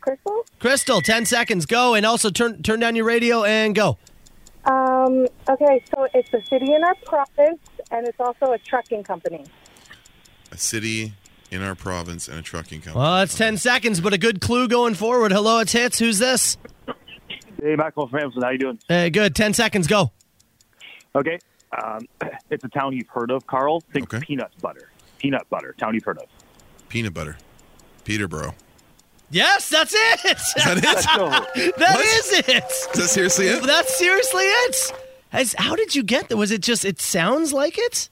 [SPEAKER 5] Crystal. Crystal, ten seconds. Go, and also turn turn down your radio and go.
[SPEAKER 14] Um, okay, so it's a city in our province, and it's also a trucking company.
[SPEAKER 6] A city in our province and a trucking company.
[SPEAKER 5] Well, it's ten seconds, but a good clue going forward. Hello, it's Hits. Who's this?
[SPEAKER 15] Hey, Michael Framson, how you doing?
[SPEAKER 5] Hey, good. Ten seconds. Go.
[SPEAKER 15] Okay, um, [clears throat] it's a town you've heard of, Carl. Think peanut butter. Peanut butter, town you've heard of.
[SPEAKER 6] Peanut butter. Peterborough.
[SPEAKER 5] Yes, that's it. [laughs]
[SPEAKER 6] that it? Let's go.
[SPEAKER 5] That is it.
[SPEAKER 6] Is that seriously it?
[SPEAKER 5] That's seriously it. As- how did you get that? Was it just? It sounds like it.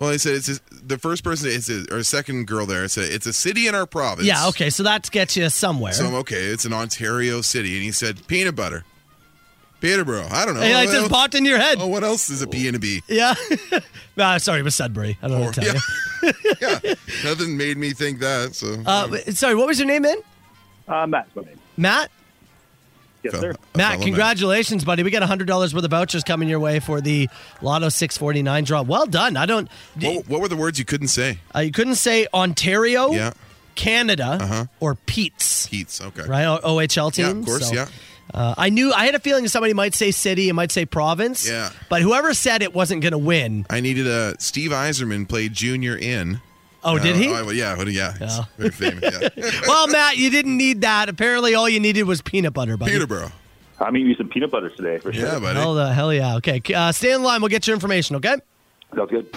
[SPEAKER 6] Well, I said it's a, the first person, it's a, or second girl there. It's a, it's a city in our province.
[SPEAKER 5] yeah. Okay. So that gets you somewhere.
[SPEAKER 6] So I'm okay. It's an Ontario city, and he said peanut butter, Peterborough. I don't know.
[SPEAKER 5] Yeah, it
[SPEAKER 6] What
[SPEAKER 5] just
[SPEAKER 6] else-
[SPEAKER 5] popped in your head.
[SPEAKER 6] Oh, what else is a P and a
[SPEAKER 5] [laughs]
[SPEAKER 6] B?
[SPEAKER 5] yeah. Nah, sorry, it was Sudbury. I don't know what to tell you.
[SPEAKER 6] Nothing made me think that. So
[SPEAKER 5] Uh, w- sorry, what was your name, man?
[SPEAKER 15] Uh, Matt's my name.
[SPEAKER 5] Matt.
[SPEAKER 15] Yes,
[SPEAKER 6] sir.
[SPEAKER 5] Matt,
[SPEAKER 6] fellow
[SPEAKER 5] congratulations, buddy. We got hundred dollars worth of vouchers coming your way for the Lotto six forty nine draw. Well done. I don't.
[SPEAKER 6] What, what were the words you couldn't say?
[SPEAKER 5] Uh, you couldn't say Ontario,
[SPEAKER 6] Yeah.
[SPEAKER 5] Canada, or Pete's.
[SPEAKER 6] Pete's, okay.
[SPEAKER 5] Right, o- OHL team.
[SPEAKER 6] Yeah, of course,
[SPEAKER 5] so,
[SPEAKER 6] yeah.
[SPEAKER 5] Uh, I knew I had a feeling somebody might say city, it might say province.
[SPEAKER 6] Yeah.
[SPEAKER 5] But whoever said it wasn't going to win.
[SPEAKER 6] I needed a Steve Eiserman played junior in.
[SPEAKER 5] Oh, did he?
[SPEAKER 6] I- yeah, what- yeah. he's Very famous. Yeah.
[SPEAKER 5] [laughs] well, Matt, you didn't need that. Apparently, all you needed was peanut butter, buddy.
[SPEAKER 6] Peterborough.
[SPEAKER 15] I'm eating you some peanut butter today for sure.
[SPEAKER 6] Yeah, buddy.
[SPEAKER 5] Hell, the, hell yeah. Okay, c- uh, stay in line. We'll get your information. Okay.
[SPEAKER 15] Sounds good.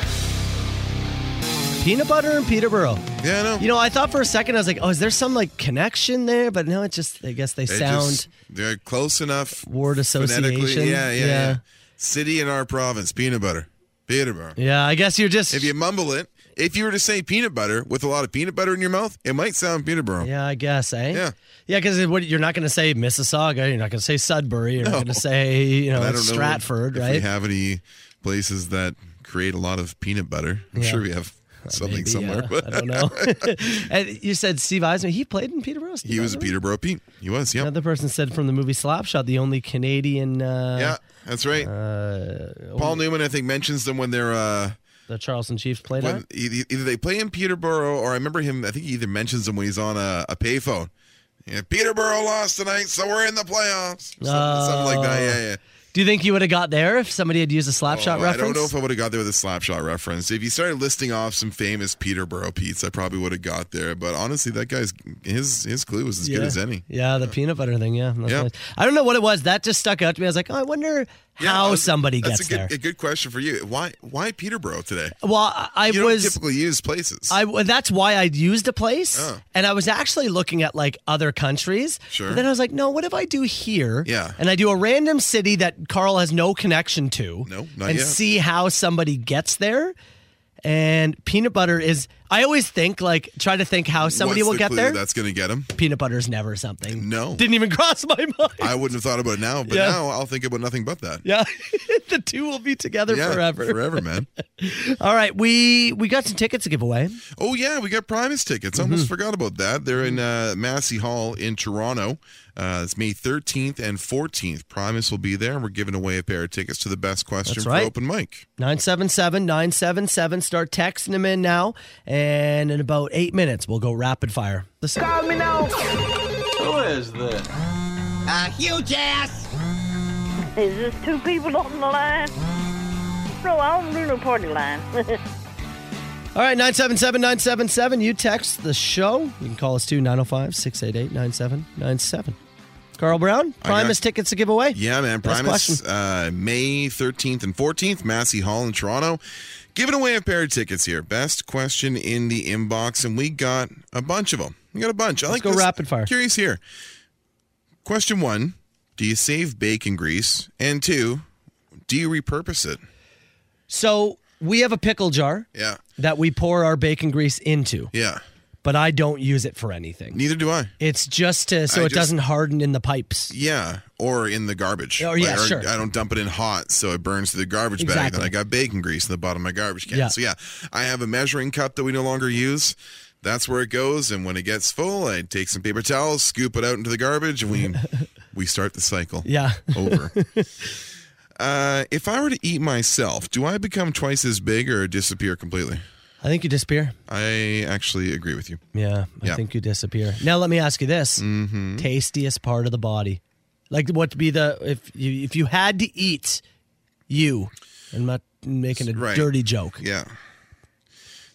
[SPEAKER 5] Peanut butter and Peterborough.
[SPEAKER 6] Yeah, I know.
[SPEAKER 5] You know, I thought for a second I was like, oh, is there some like connection there? But no, it's just I guess they
[SPEAKER 6] It
[SPEAKER 5] sound.
[SPEAKER 6] just- they're close enough.
[SPEAKER 5] Word association.
[SPEAKER 6] Phonetically. Yeah, yeah, yeah,
[SPEAKER 5] Yeah.
[SPEAKER 6] City in our province, peanut butter. Peterborough.
[SPEAKER 5] Yeah, I guess you're just.
[SPEAKER 6] If you mumble it, if you were to say peanut butter with a lot of peanut butter in your mouth, it might sound Peterborough.
[SPEAKER 5] Yeah, I guess, eh? Yeah, yeah, because you're not going to say Mississauga, you're not going to say Sudbury, you're
[SPEAKER 6] No.
[SPEAKER 5] not going to say you know
[SPEAKER 6] And I don't
[SPEAKER 5] Stratford,
[SPEAKER 6] if
[SPEAKER 5] right?
[SPEAKER 6] we have any places that create a lot of peanut butter. I'm
[SPEAKER 5] Yeah. Uh,
[SPEAKER 6] sure we have something
[SPEAKER 5] Maybe,
[SPEAKER 6] somewhere.
[SPEAKER 5] yeah,
[SPEAKER 6] but-
[SPEAKER 5] I
[SPEAKER 6] [laughs]
[SPEAKER 5] don't know. [laughs] and you said Steve Eisman. He played in Peterborough. Steve
[SPEAKER 6] he was a
[SPEAKER 5] Eisman?
[SPEAKER 6] Peterborough Pete. He was, yeah.
[SPEAKER 5] Another person said from the movie Slapshot, the only Canadian. Uh, oh.
[SPEAKER 6] Yeah, that's right. Paul Newman, I think, mentions them when they're. Uh,
[SPEAKER 5] the Charleston Chiefs played
[SPEAKER 6] when-
[SPEAKER 5] on.
[SPEAKER 6] e- e- Either they play in Peterborough, or I remember him. I think he either mentions them when he's on a, a payphone. Yeah, Peterborough lost tonight, so we're in the playoffs. Something, something like that. Yeah, yeah.
[SPEAKER 5] Do you think you would have got there if somebody had used a Slapshot
[SPEAKER 6] Oh,
[SPEAKER 5] Oh. reference?
[SPEAKER 6] I don't know if I would have got there with a slapshot reference. If you started listing off some famous Peterborough Pete's, I probably would have got there. But honestly, that guy's his his clue was as good as any.
[SPEAKER 5] Yeah, the peanut butter thing. Yeah, that's
[SPEAKER 6] Yeah.
[SPEAKER 5] nice. I don't know what it was. That just stuck out to me. I was like, oh, I wonder how somebody
[SPEAKER 6] That's
[SPEAKER 5] gets
[SPEAKER 6] a
[SPEAKER 5] there.
[SPEAKER 6] good, a good question for you. Why why Peterborough today?
[SPEAKER 5] Well, I, I
[SPEAKER 6] you
[SPEAKER 5] was
[SPEAKER 6] don't typically use places.
[SPEAKER 5] I well, that's why I used a place,
[SPEAKER 6] Oh.
[SPEAKER 5] and I was actually looking at like other countries.
[SPEAKER 6] Sure.
[SPEAKER 5] But then I was like, no, what if I do here?
[SPEAKER 6] Yeah.
[SPEAKER 5] And I do a random city that Carl has no connection to.
[SPEAKER 6] No, not
[SPEAKER 5] and
[SPEAKER 6] yet.
[SPEAKER 5] see how somebody gets there. And peanut butter is. I always think like try to think how somebody
[SPEAKER 6] What's
[SPEAKER 5] will
[SPEAKER 6] the
[SPEAKER 5] get
[SPEAKER 6] clue
[SPEAKER 5] there.
[SPEAKER 6] That's going to get him.
[SPEAKER 5] Peanut butter's never something.
[SPEAKER 6] No,
[SPEAKER 5] Didn't even [laughs] cross my mind.
[SPEAKER 6] I wouldn't have thought about it now. But
[SPEAKER 5] Yeah.
[SPEAKER 6] now I'll think about nothing but that.
[SPEAKER 5] Yeah, [laughs] the two will be together
[SPEAKER 6] Yeah,
[SPEAKER 5] forever.
[SPEAKER 6] forever,
[SPEAKER 5] [laughs]
[SPEAKER 6] man.
[SPEAKER 5] All right, we we got some tickets to give away.
[SPEAKER 6] Oh yeah, we got Primus tickets.
[SPEAKER 5] Mm-hmm.
[SPEAKER 6] Almost forgot about that. They're in uh, Massey Hall in Toronto. Uh, it's May 13th and 14th. Primus will be there, and we're giving away a pair of tickets to the best question
[SPEAKER 5] That's
[SPEAKER 6] for
[SPEAKER 5] right.
[SPEAKER 6] open mic.
[SPEAKER 5] 977 977. Start texting them in now. And in about eight minutes, we'll go rapid fire. Listen.
[SPEAKER 2] Call me now. Who is this?
[SPEAKER 16] A huge ass.
[SPEAKER 7] Is this two people on the line? No, I don't do no party line. [laughs]
[SPEAKER 5] All right, 977 977. You text the show. You can call us too, 905 688 9797. Carl Brown, Primus tickets to give away.
[SPEAKER 6] Yeah, man.
[SPEAKER 5] Best
[SPEAKER 6] Primus, uh, May 13th and 14th, Massey Hall in Toronto. Giving away a pair of tickets here. Best question in the inbox, and we got a bunch of them. We got a bunch. I
[SPEAKER 5] Let's
[SPEAKER 6] like
[SPEAKER 5] go
[SPEAKER 6] this.
[SPEAKER 5] rapid fire.
[SPEAKER 6] Curious here. Question one: Do you save bacon grease? And two: Do you repurpose it?
[SPEAKER 5] So we have a pickle jar
[SPEAKER 6] Yeah.
[SPEAKER 5] that we pour our bacon grease into,
[SPEAKER 6] Yeah.
[SPEAKER 5] but I don't use it for anything.
[SPEAKER 6] Neither do I.
[SPEAKER 5] It's just to, so
[SPEAKER 6] I
[SPEAKER 5] it
[SPEAKER 6] just-
[SPEAKER 5] doesn't harden in the pipes.
[SPEAKER 6] Yeah, or in the garbage.
[SPEAKER 5] Or, Oh, yeah,
[SPEAKER 6] or
[SPEAKER 5] sure.
[SPEAKER 6] I don't dump it in hot, so it burns through the garbage bag. Then
[SPEAKER 5] Exactly.
[SPEAKER 6] I got bacon grease in the bottom of my garbage can.
[SPEAKER 5] Yeah.
[SPEAKER 6] So yeah, I have a measuring cup that we no longer use. That's where it goes. And when it gets full, I take some paper towels, scoop it out into the garbage, and
[SPEAKER 5] [laughs]
[SPEAKER 6] we we start the cycle.
[SPEAKER 5] Yeah. [laughs]
[SPEAKER 6] Over. uh, if I were to eat myself, do I become twice as big or disappear completely?
[SPEAKER 5] I think you disappear.
[SPEAKER 6] I actually agree with you.
[SPEAKER 5] Yeah, I
[SPEAKER 6] Yeah. Mm-hmm.
[SPEAKER 5] think you disappear. Now let me ask you this: tastiest part of the body, like what would be the if you if you had to eat you? I'm not making a
[SPEAKER 6] Right.
[SPEAKER 5] dirty joke.
[SPEAKER 6] Yeah.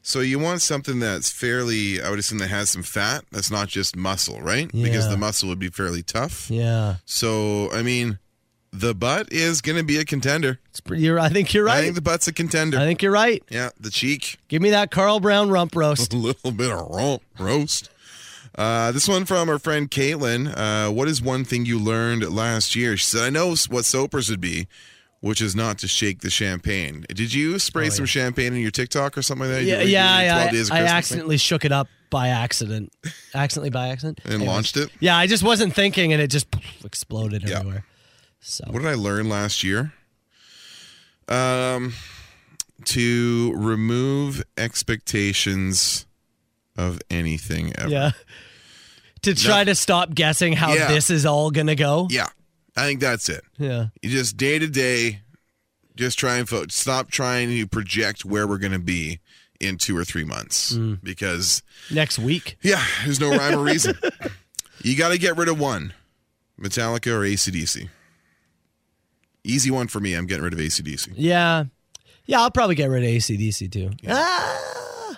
[SPEAKER 6] So you want something that's fairly, I would assume, that has some fat. That's not just muscle, right? Because
[SPEAKER 5] Yeah.
[SPEAKER 6] the muscle would be fairly tough.
[SPEAKER 5] Yeah,
[SPEAKER 6] So I mean, the butt is going to be a contender.
[SPEAKER 5] you're. I think you're
[SPEAKER 6] I
[SPEAKER 5] right.
[SPEAKER 6] think the butt's a contender.
[SPEAKER 5] I think you're right.
[SPEAKER 6] yeah, the cheek. [laughs]
[SPEAKER 5] Give me that Carl Brown rump roast.
[SPEAKER 6] A little bit of ro- roast. Uh, this one from our friend Caitlin. Uh, what is one thing you learned last year? She said, I know s- what soapers would be, which is not to shake the champagne. Did you spray some champagne in your TikTok or something like that? You
[SPEAKER 5] Oh, Yeah,
[SPEAKER 6] were doing
[SPEAKER 5] yeah,
[SPEAKER 6] 12
[SPEAKER 5] yeah.
[SPEAKER 6] days of
[SPEAKER 5] I,
[SPEAKER 6] Christmas
[SPEAKER 5] I
[SPEAKER 6] thing?
[SPEAKER 5] accidentally shook it up by accident. accidentally by accident.
[SPEAKER 6] And
[SPEAKER 5] Anyways.
[SPEAKER 6] launched it?
[SPEAKER 5] Yeah, I just wasn't thinking, and it just [laughs] poof, exploded everywhere. So
[SPEAKER 6] What did I learn last year? Um, to remove expectations of anything ever.
[SPEAKER 5] yeah, [laughs] to try to stop guessing how
[SPEAKER 6] Yeah.
[SPEAKER 5] this is all gonna go.
[SPEAKER 6] Yeah. I think that's it.
[SPEAKER 5] Yeah.
[SPEAKER 6] You just day to day, just try and fo- stop trying to project where we're going to be in two or three months
[SPEAKER 5] Mm.
[SPEAKER 6] because
[SPEAKER 5] Next week.
[SPEAKER 6] yeah, there's no rhyme or
[SPEAKER 5] [laughs]
[SPEAKER 6] reason. You got to get rid of one, Metallica or ACDC. Easy one for me. I'm getting rid of ACDC.
[SPEAKER 5] Yeah. Yeah, I'll probably get rid of ACDC too. Ah!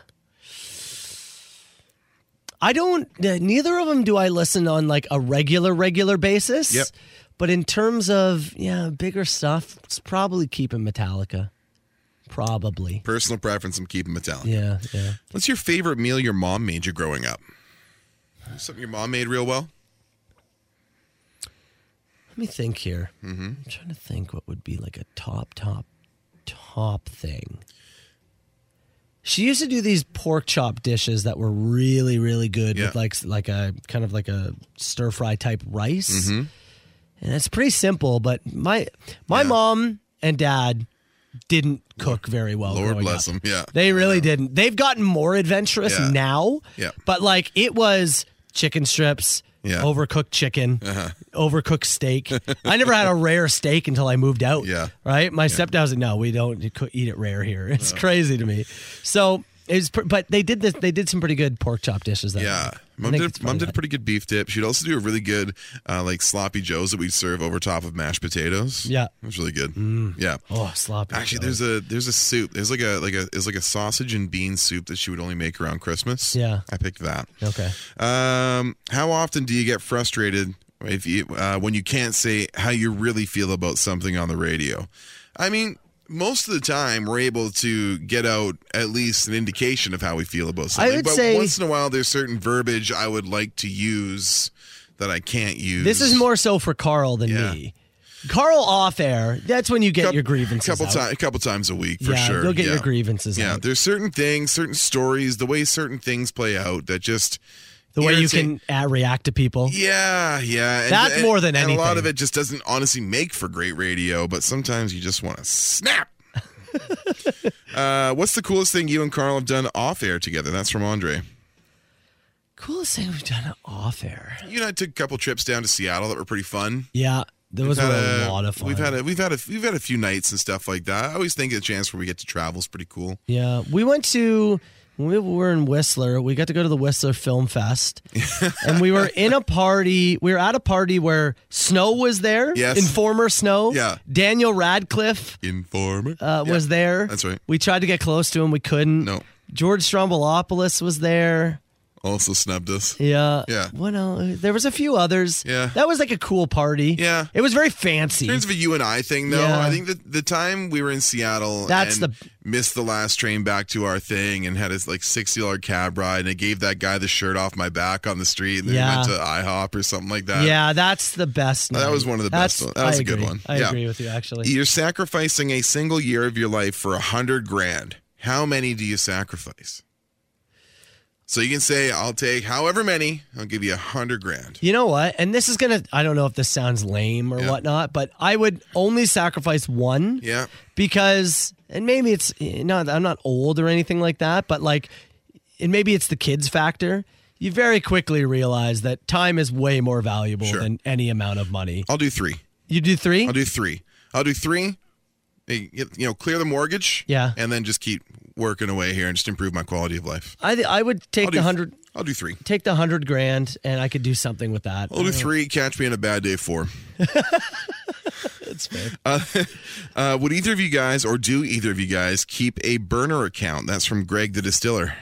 [SPEAKER 5] I don't, uh, neither of them do I listen on like a regular, regular basis.
[SPEAKER 6] Yep.
[SPEAKER 5] But in terms of, yeah, bigger stuff, it's probably keeping Metallica. Probably.
[SPEAKER 6] Personal preference, I'm keeping Metallica.
[SPEAKER 5] Yeah, yeah.
[SPEAKER 6] What's your favorite meal your mom made you growing up? Something your mom made real well?
[SPEAKER 5] Let me think here.
[SPEAKER 6] Mm-hmm.
[SPEAKER 5] I'm trying to think what would be like a top, top, top thing. She used to do these pork chop dishes that were really, really good
[SPEAKER 2] Yeah.
[SPEAKER 5] with like like a kind of like a stir fry type rice,
[SPEAKER 6] Mm-hmm.
[SPEAKER 5] and it's pretty simple. But my my mom and dad didn't cook very well.
[SPEAKER 6] Lord
[SPEAKER 5] growing
[SPEAKER 6] bless
[SPEAKER 5] up.
[SPEAKER 6] them. Yeah.
[SPEAKER 5] They really didn't. They've gotten more adventurous
[SPEAKER 6] Yeah.
[SPEAKER 5] now.
[SPEAKER 6] Yeah.
[SPEAKER 5] But like it was chicken strips,
[SPEAKER 6] Yeah. Uh-huh.
[SPEAKER 5] overcooked chicken, overcooked steak.
[SPEAKER 6] [laughs]
[SPEAKER 5] I never had a rare steak until I moved out.
[SPEAKER 6] Yeah.
[SPEAKER 5] Right? My stepdad was like, "No, we don't cook- eat it rare here." [laughs] It's crazy to me. So it's but they did this. They did some pretty good pork chop dishes. That
[SPEAKER 6] Yeah.
[SPEAKER 5] week. Uh, I
[SPEAKER 6] Mom
[SPEAKER 5] think
[SPEAKER 6] did,
[SPEAKER 5] it's
[SPEAKER 6] mom
[SPEAKER 5] probably
[SPEAKER 6] did a
[SPEAKER 5] that.
[SPEAKER 6] pretty good beef dip. She'd also do a really good, uh, like, sloppy joes that we'd serve over top of mashed potatoes.
[SPEAKER 5] Yeah.
[SPEAKER 6] It was really good. Yeah.
[SPEAKER 5] Oh, sloppy.
[SPEAKER 6] Actually, there's a there's a soup. There's like a like a it's like a sausage and bean soup that she would only make around Christmas.
[SPEAKER 5] Yeah.
[SPEAKER 6] I picked that.
[SPEAKER 5] Okay.
[SPEAKER 6] Um, how often do you get frustrated if you uh, when you can't say how you really feel about something on the radio? I mean, most of the time we're able to get out at least an indication of how we feel about something.
[SPEAKER 5] would
[SPEAKER 6] but
[SPEAKER 5] say-
[SPEAKER 6] once in a while, there's certain verbiage I would like to use that I can't use.
[SPEAKER 5] This is more so for Carl than
[SPEAKER 6] Yeah.
[SPEAKER 5] me. Carl off air. That's when you get your grievances.
[SPEAKER 6] couple
[SPEAKER 5] out.
[SPEAKER 6] times, a couple times a week for
[SPEAKER 5] Yeah,
[SPEAKER 6] sure.
[SPEAKER 5] you'll get your
[SPEAKER 6] Yeah.
[SPEAKER 5] grievances
[SPEAKER 6] Yeah,
[SPEAKER 5] out.
[SPEAKER 6] there's certain things, certain stories, the way certain things play out that just
[SPEAKER 5] The way you
[SPEAKER 6] irritate-
[SPEAKER 5] can uh, react to people.
[SPEAKER 6] Yeah, yeah.
[SPEAKER 5] That's more than
[SPEAKER 6] and A lot
[SPEAKER 5] anything.
[SPEAKER 6] of it just doesn't honestly make for great radio, but sometimes you just want to
[SPEAKER 5] [laughs]
[SPEAKER 6] snap. uh, what's the coolest thing you and Carl have done off air together? That's from Andre.
[SPEAKER 5] Coolest thing we've done off air.
[SPEAKER 6] You and I took a couple trips down to Seattle that were pretty fun.
[SPEAKER 5] Yeah, those
[SPEAKER 6] We've
[SPEAKER 5] were
[SPEAKER 6] had
[SPEAKER 5] a, lot of fun.
[SPEAKER 6] We've had a we've had a we've had a few nights and stuff like that. I always think a chance where we get to travel is pretty cool.
[SPEAKER 5] yeah, we went to when we were in Whistler. We got to go to the Whistler Film Fest,
[SPEAKER 6] [laughs]
[SPEAKER 5] and we were in a party. We were at a party where Snow was there.
[SPEAKER 6] Yes.
[SPEAKER 5] Informer Snow.
[SPEAKER 6] Yeah.
[SPEAKER 5] Daniel Radcliffe
[SPEAKER 6] Informer
[SPEAKER 5] uh, was there.
[SPEAKER 6] That's right.
[SPEAKER 5] We tried to get close to him. We couldn't.
[SPEAKER 6] No.
[SPEAKER 5] George Strombolopoulos was there.
[SPEAKER 6] Also snubbed us.
[SPEAKER 5] Yeah.
[SPEAKER 6] Yeah.
[SPEAKER 5] What else? There was a few others.
[SPEAKER 6] Yeah.
[SPEAKER 5] That was like a cool party.
[SPEAKER 6] Yeah.
[SPEAKER 5] It was very fancy.
[SPEAKER 6] In terms of a you and I thing, though,
[SPEAKER 5] Yeah.
[SPEAKER 6] I think that the time we were in Seattle
[SPEAKER 5] That's
[SPEAKER 6] and
[SPEAKER 5] the-
[SPEAKER 6] missed the last train back to our thing and had his like sixty dollar cab ride and I gave that guy the shirt off my back on the street and then
[SPEAKER 5] Yeah.
[SPEAKER 6] we went to IHOP or something like that.
[SPEAKER 5] yeah, that's the best.
[SPEAKER 6] That
[SPEAKER 5] night.
[SPEAKER 6] was one of the best
[SPEAKER 5] That's-
[SPEAKER 6] ones. That was
[SPEAKER 5] I
[SPEAKER 6] a good
[SPEAKER 5] agree.
[SPEAKER 6] one.
[SPEAKER 5] I
[SPEAKER 6] Yeah.
[SPEAKER 5] agree with you, actually.
[SPEAKER 6] You're sacrificing a single year of your life for a hundred grand. How many do you sacrifice? So you can say, I'll take however many, I'll give you a hundred grand.
[SPEAKER 5] You know what? And this is gonna I don't know if this sounds lame or whatnot, but I would only sacrifice one.
[SPEAKER 6] Yeah.
[SPEAKER 5] eh, Because and maybe it's not I'm not old or anything like that, but like and maybe it's the kids factor, you very quickly realize that time is way more valuable than any amount of money.
[SPEAKER 6] I'll do three.
[SPEAKER 5] You do three?
[SPEAKER 6] I'll do three. I'll do three. Hey, You you know, clear the mortgage.
[SPEAKER 5] Yeah.
[SPEAKER 6] And then just keep working away here and just improve my quality of life.
[SPEAKER 5] I th- I would
[SPEAKER 6] I'll
[SPEAKER 5] take
[SPEAKER 6] do
[SPEAKER 5] the
[SPEAKER 6] th-
[SPEAKER 5] hundred.
[SPEAKER 6] I'll do three.
[SPEAKER 5] Take the hundred grand, and I could do something with that. Uh,
[SPEAKER 6] I'll do three. Catch me in a bad day four.
[SPEAKER 5] [laughs] That's fair.
[SPEAKER 6] Uh, [laughs] uh, would either of you guys, or do either of you guys, keep a burner account? That's from Greg the Distiller.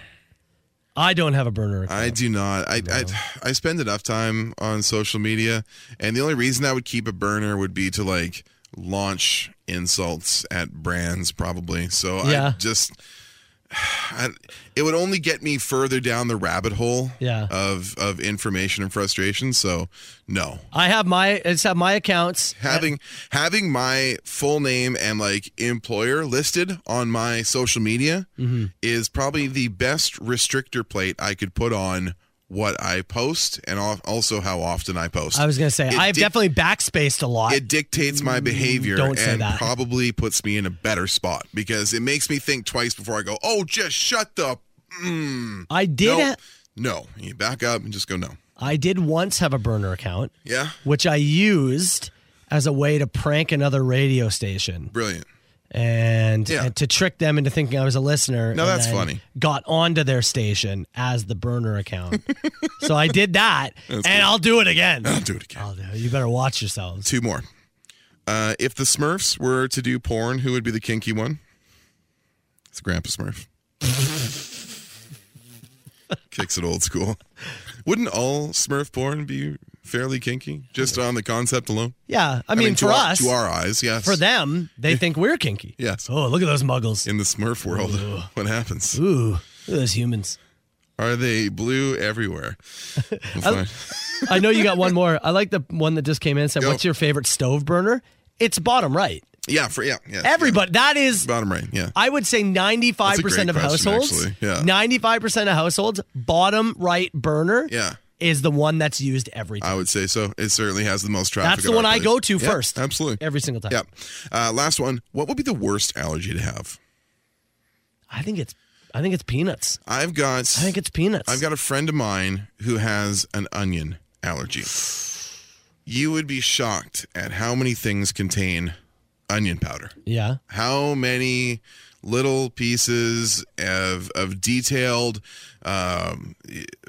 [SPEAKER 5] I don't have a burner account.
[SPEAKER 6] I do not. I, I I spend enough time on social media, and the only reason I would keep a burner would be to like launch insults at brands, probably. So
[SPEAKER 5] Yeah.
[SPEAKER 6] I just. I, it would only get me further down the rabbit hole
[SPEAKER 5] Yeah.
[SPEAKER 6] of of information and frustration. So, no,
[SPEAKER 5] I have my. I just have my accounts.
[SPEAKER 6] having having my full name and like employer listed on my social media
[SPEAKER 5] Mhm.
[SPEAKER 6] is probably the best restrictor plate I could put on what I post and al- also how often I post.
[SPEAKER 5] I was gonna say
[SPEAKER 6] It
[SPEAKER 5] I've
[SPEAKER 6] dic-
[SPEAKER 5] definitely backspaced a lot.
[SPEAKER 6] it dictates my behavior
[SPEAKER 5] Don't say
[SPEAKER 6] and
[SPEAKER 5] that.
[SPEAKER 6] probably puts me in a better spot because it makes me think twice before I go, "Oh, just shut the mm.
[SPEAKER 5] I did
[SPEAKER 6] No.
[SPEAKER 5] a-
[SPEAKER 6] no, you back up and just go no.
[SPEAKER 5] I did once have a burner account.
[SPEAKER 6] Yeah.
[SPEAKER 5] Which I used as a way to prank another radio station
[SPEAKER 6] Brilliant.
[SPEAKER 5] and,
[SPEAKER 6] Yeah.
[SPEAKER 5] and to trick them into thinking I was a listener.
[SPEAKER 6] No,
[SPEAKER 5] and
[SPEAKER 6] that's
[SPEAKER 5] then
[SPEAKER 6] funny.
[SPEAKER 5] Got onto their station as the burner
[SPEAKER 6] [laughs]
[SPEAKER 5] account. so I did that and
[SPEAKER 6] That's good.
[SPEAKER 5] I'll do
[SPEAKER 6] [laughs]
[SPEAKER 5] it again.
[SPEAKER 6] I'll do it again.
[SPEAKER 5] I'll do it. You better watch yourselves.
[SPEAKER 6] Two more. Uh, if the Smurfs were to do porn, who would be the kinky one? It's Grandpa
[SPEAKER 5] [laughs]
[SPEAKER 6] Smurf. Kicks it old school. Wouldn't all Smurf porn be fairly kinky, just on the concept alone?
[SPEAKER 5] Yeah. I mean,
[SPEAKER 6] to
[SPEAKER 5] for
[SPEAKER 6] our-
[SPEAKER 5] us,
[SPEAKER 6] to our eyes, yes.
[SPEAKER 5] for them, they think we're kinky.
[SPEAKER 6] yes.
[SPEAKER 5] Oh, look at those muggles.
[SPEAKER 6] In the Smurf world, what happens?
[SPEAKER 5] Ooh, look at those humans.
[SPEAKER 6] Are they blue
[SPEAKER 5] [laughs]
[SPEAKER 6] everywhere? We'll
[SPEAKER 5] I-
[SPEAKER 6] find-
[SPEAKER 5] I know you got one more. I like the one that just came in. and Said,
[SPEAKER 6] Go.
[SPEAKER 5] "What's your favorite stove burner?" It's bottom right.
[SPEAKER 6] yeah, for yeah, yeah.
[SPEAKER 5] Everybody, that is.
[SPEAKER 6] Bottom right, yeah.
[SPEAKER 5] I would say ninety-five
[SPEAKER 6] That's a
[SPEAKER 5] percent
[SPEAKER 6] great
[SPEAKER 5] of
[SPEAKER 6] question,
[SPEAKER 5] households.
[SPEAKER 6] actually. Yeah.
[SPEAKER 5] Ninety-five percent of households, bottom right burner.
[SPEAKER 6] Yeah. Uh,
[SPEAKER 5] Is the one that's used every time.
[SPEAKER 6] I would say so. It certainly has the most traffic.
[SPEAKER 5] That's the
[SPEAKER 6] at our
[SPEAKER 5] one I
[SPEAKER 6] place.
[SPEAKER 5] go to
[SPEAKER 6] Yeah,
[SPEAKER 5] first.
[SPEAKER 6] Absolutely.
[SPEAKER 5] Every single time.
[SPEAKER 6] Yep. Uh, last one. What would be the worst allergy to have?
[SPEAKER 5] I think it's. I think it's peanuts.
[SPEAKER 6] I've got.
[SPEAKER 5] I think it's peanuts.
[SPEAKER 6] I've got a friend of mine who has an onion allergy. You would be shocked at how many things contain onion powder.
[SPEAKER 5] Yeah.
[SPEAKER 6] How many little pieces of of detailed, um,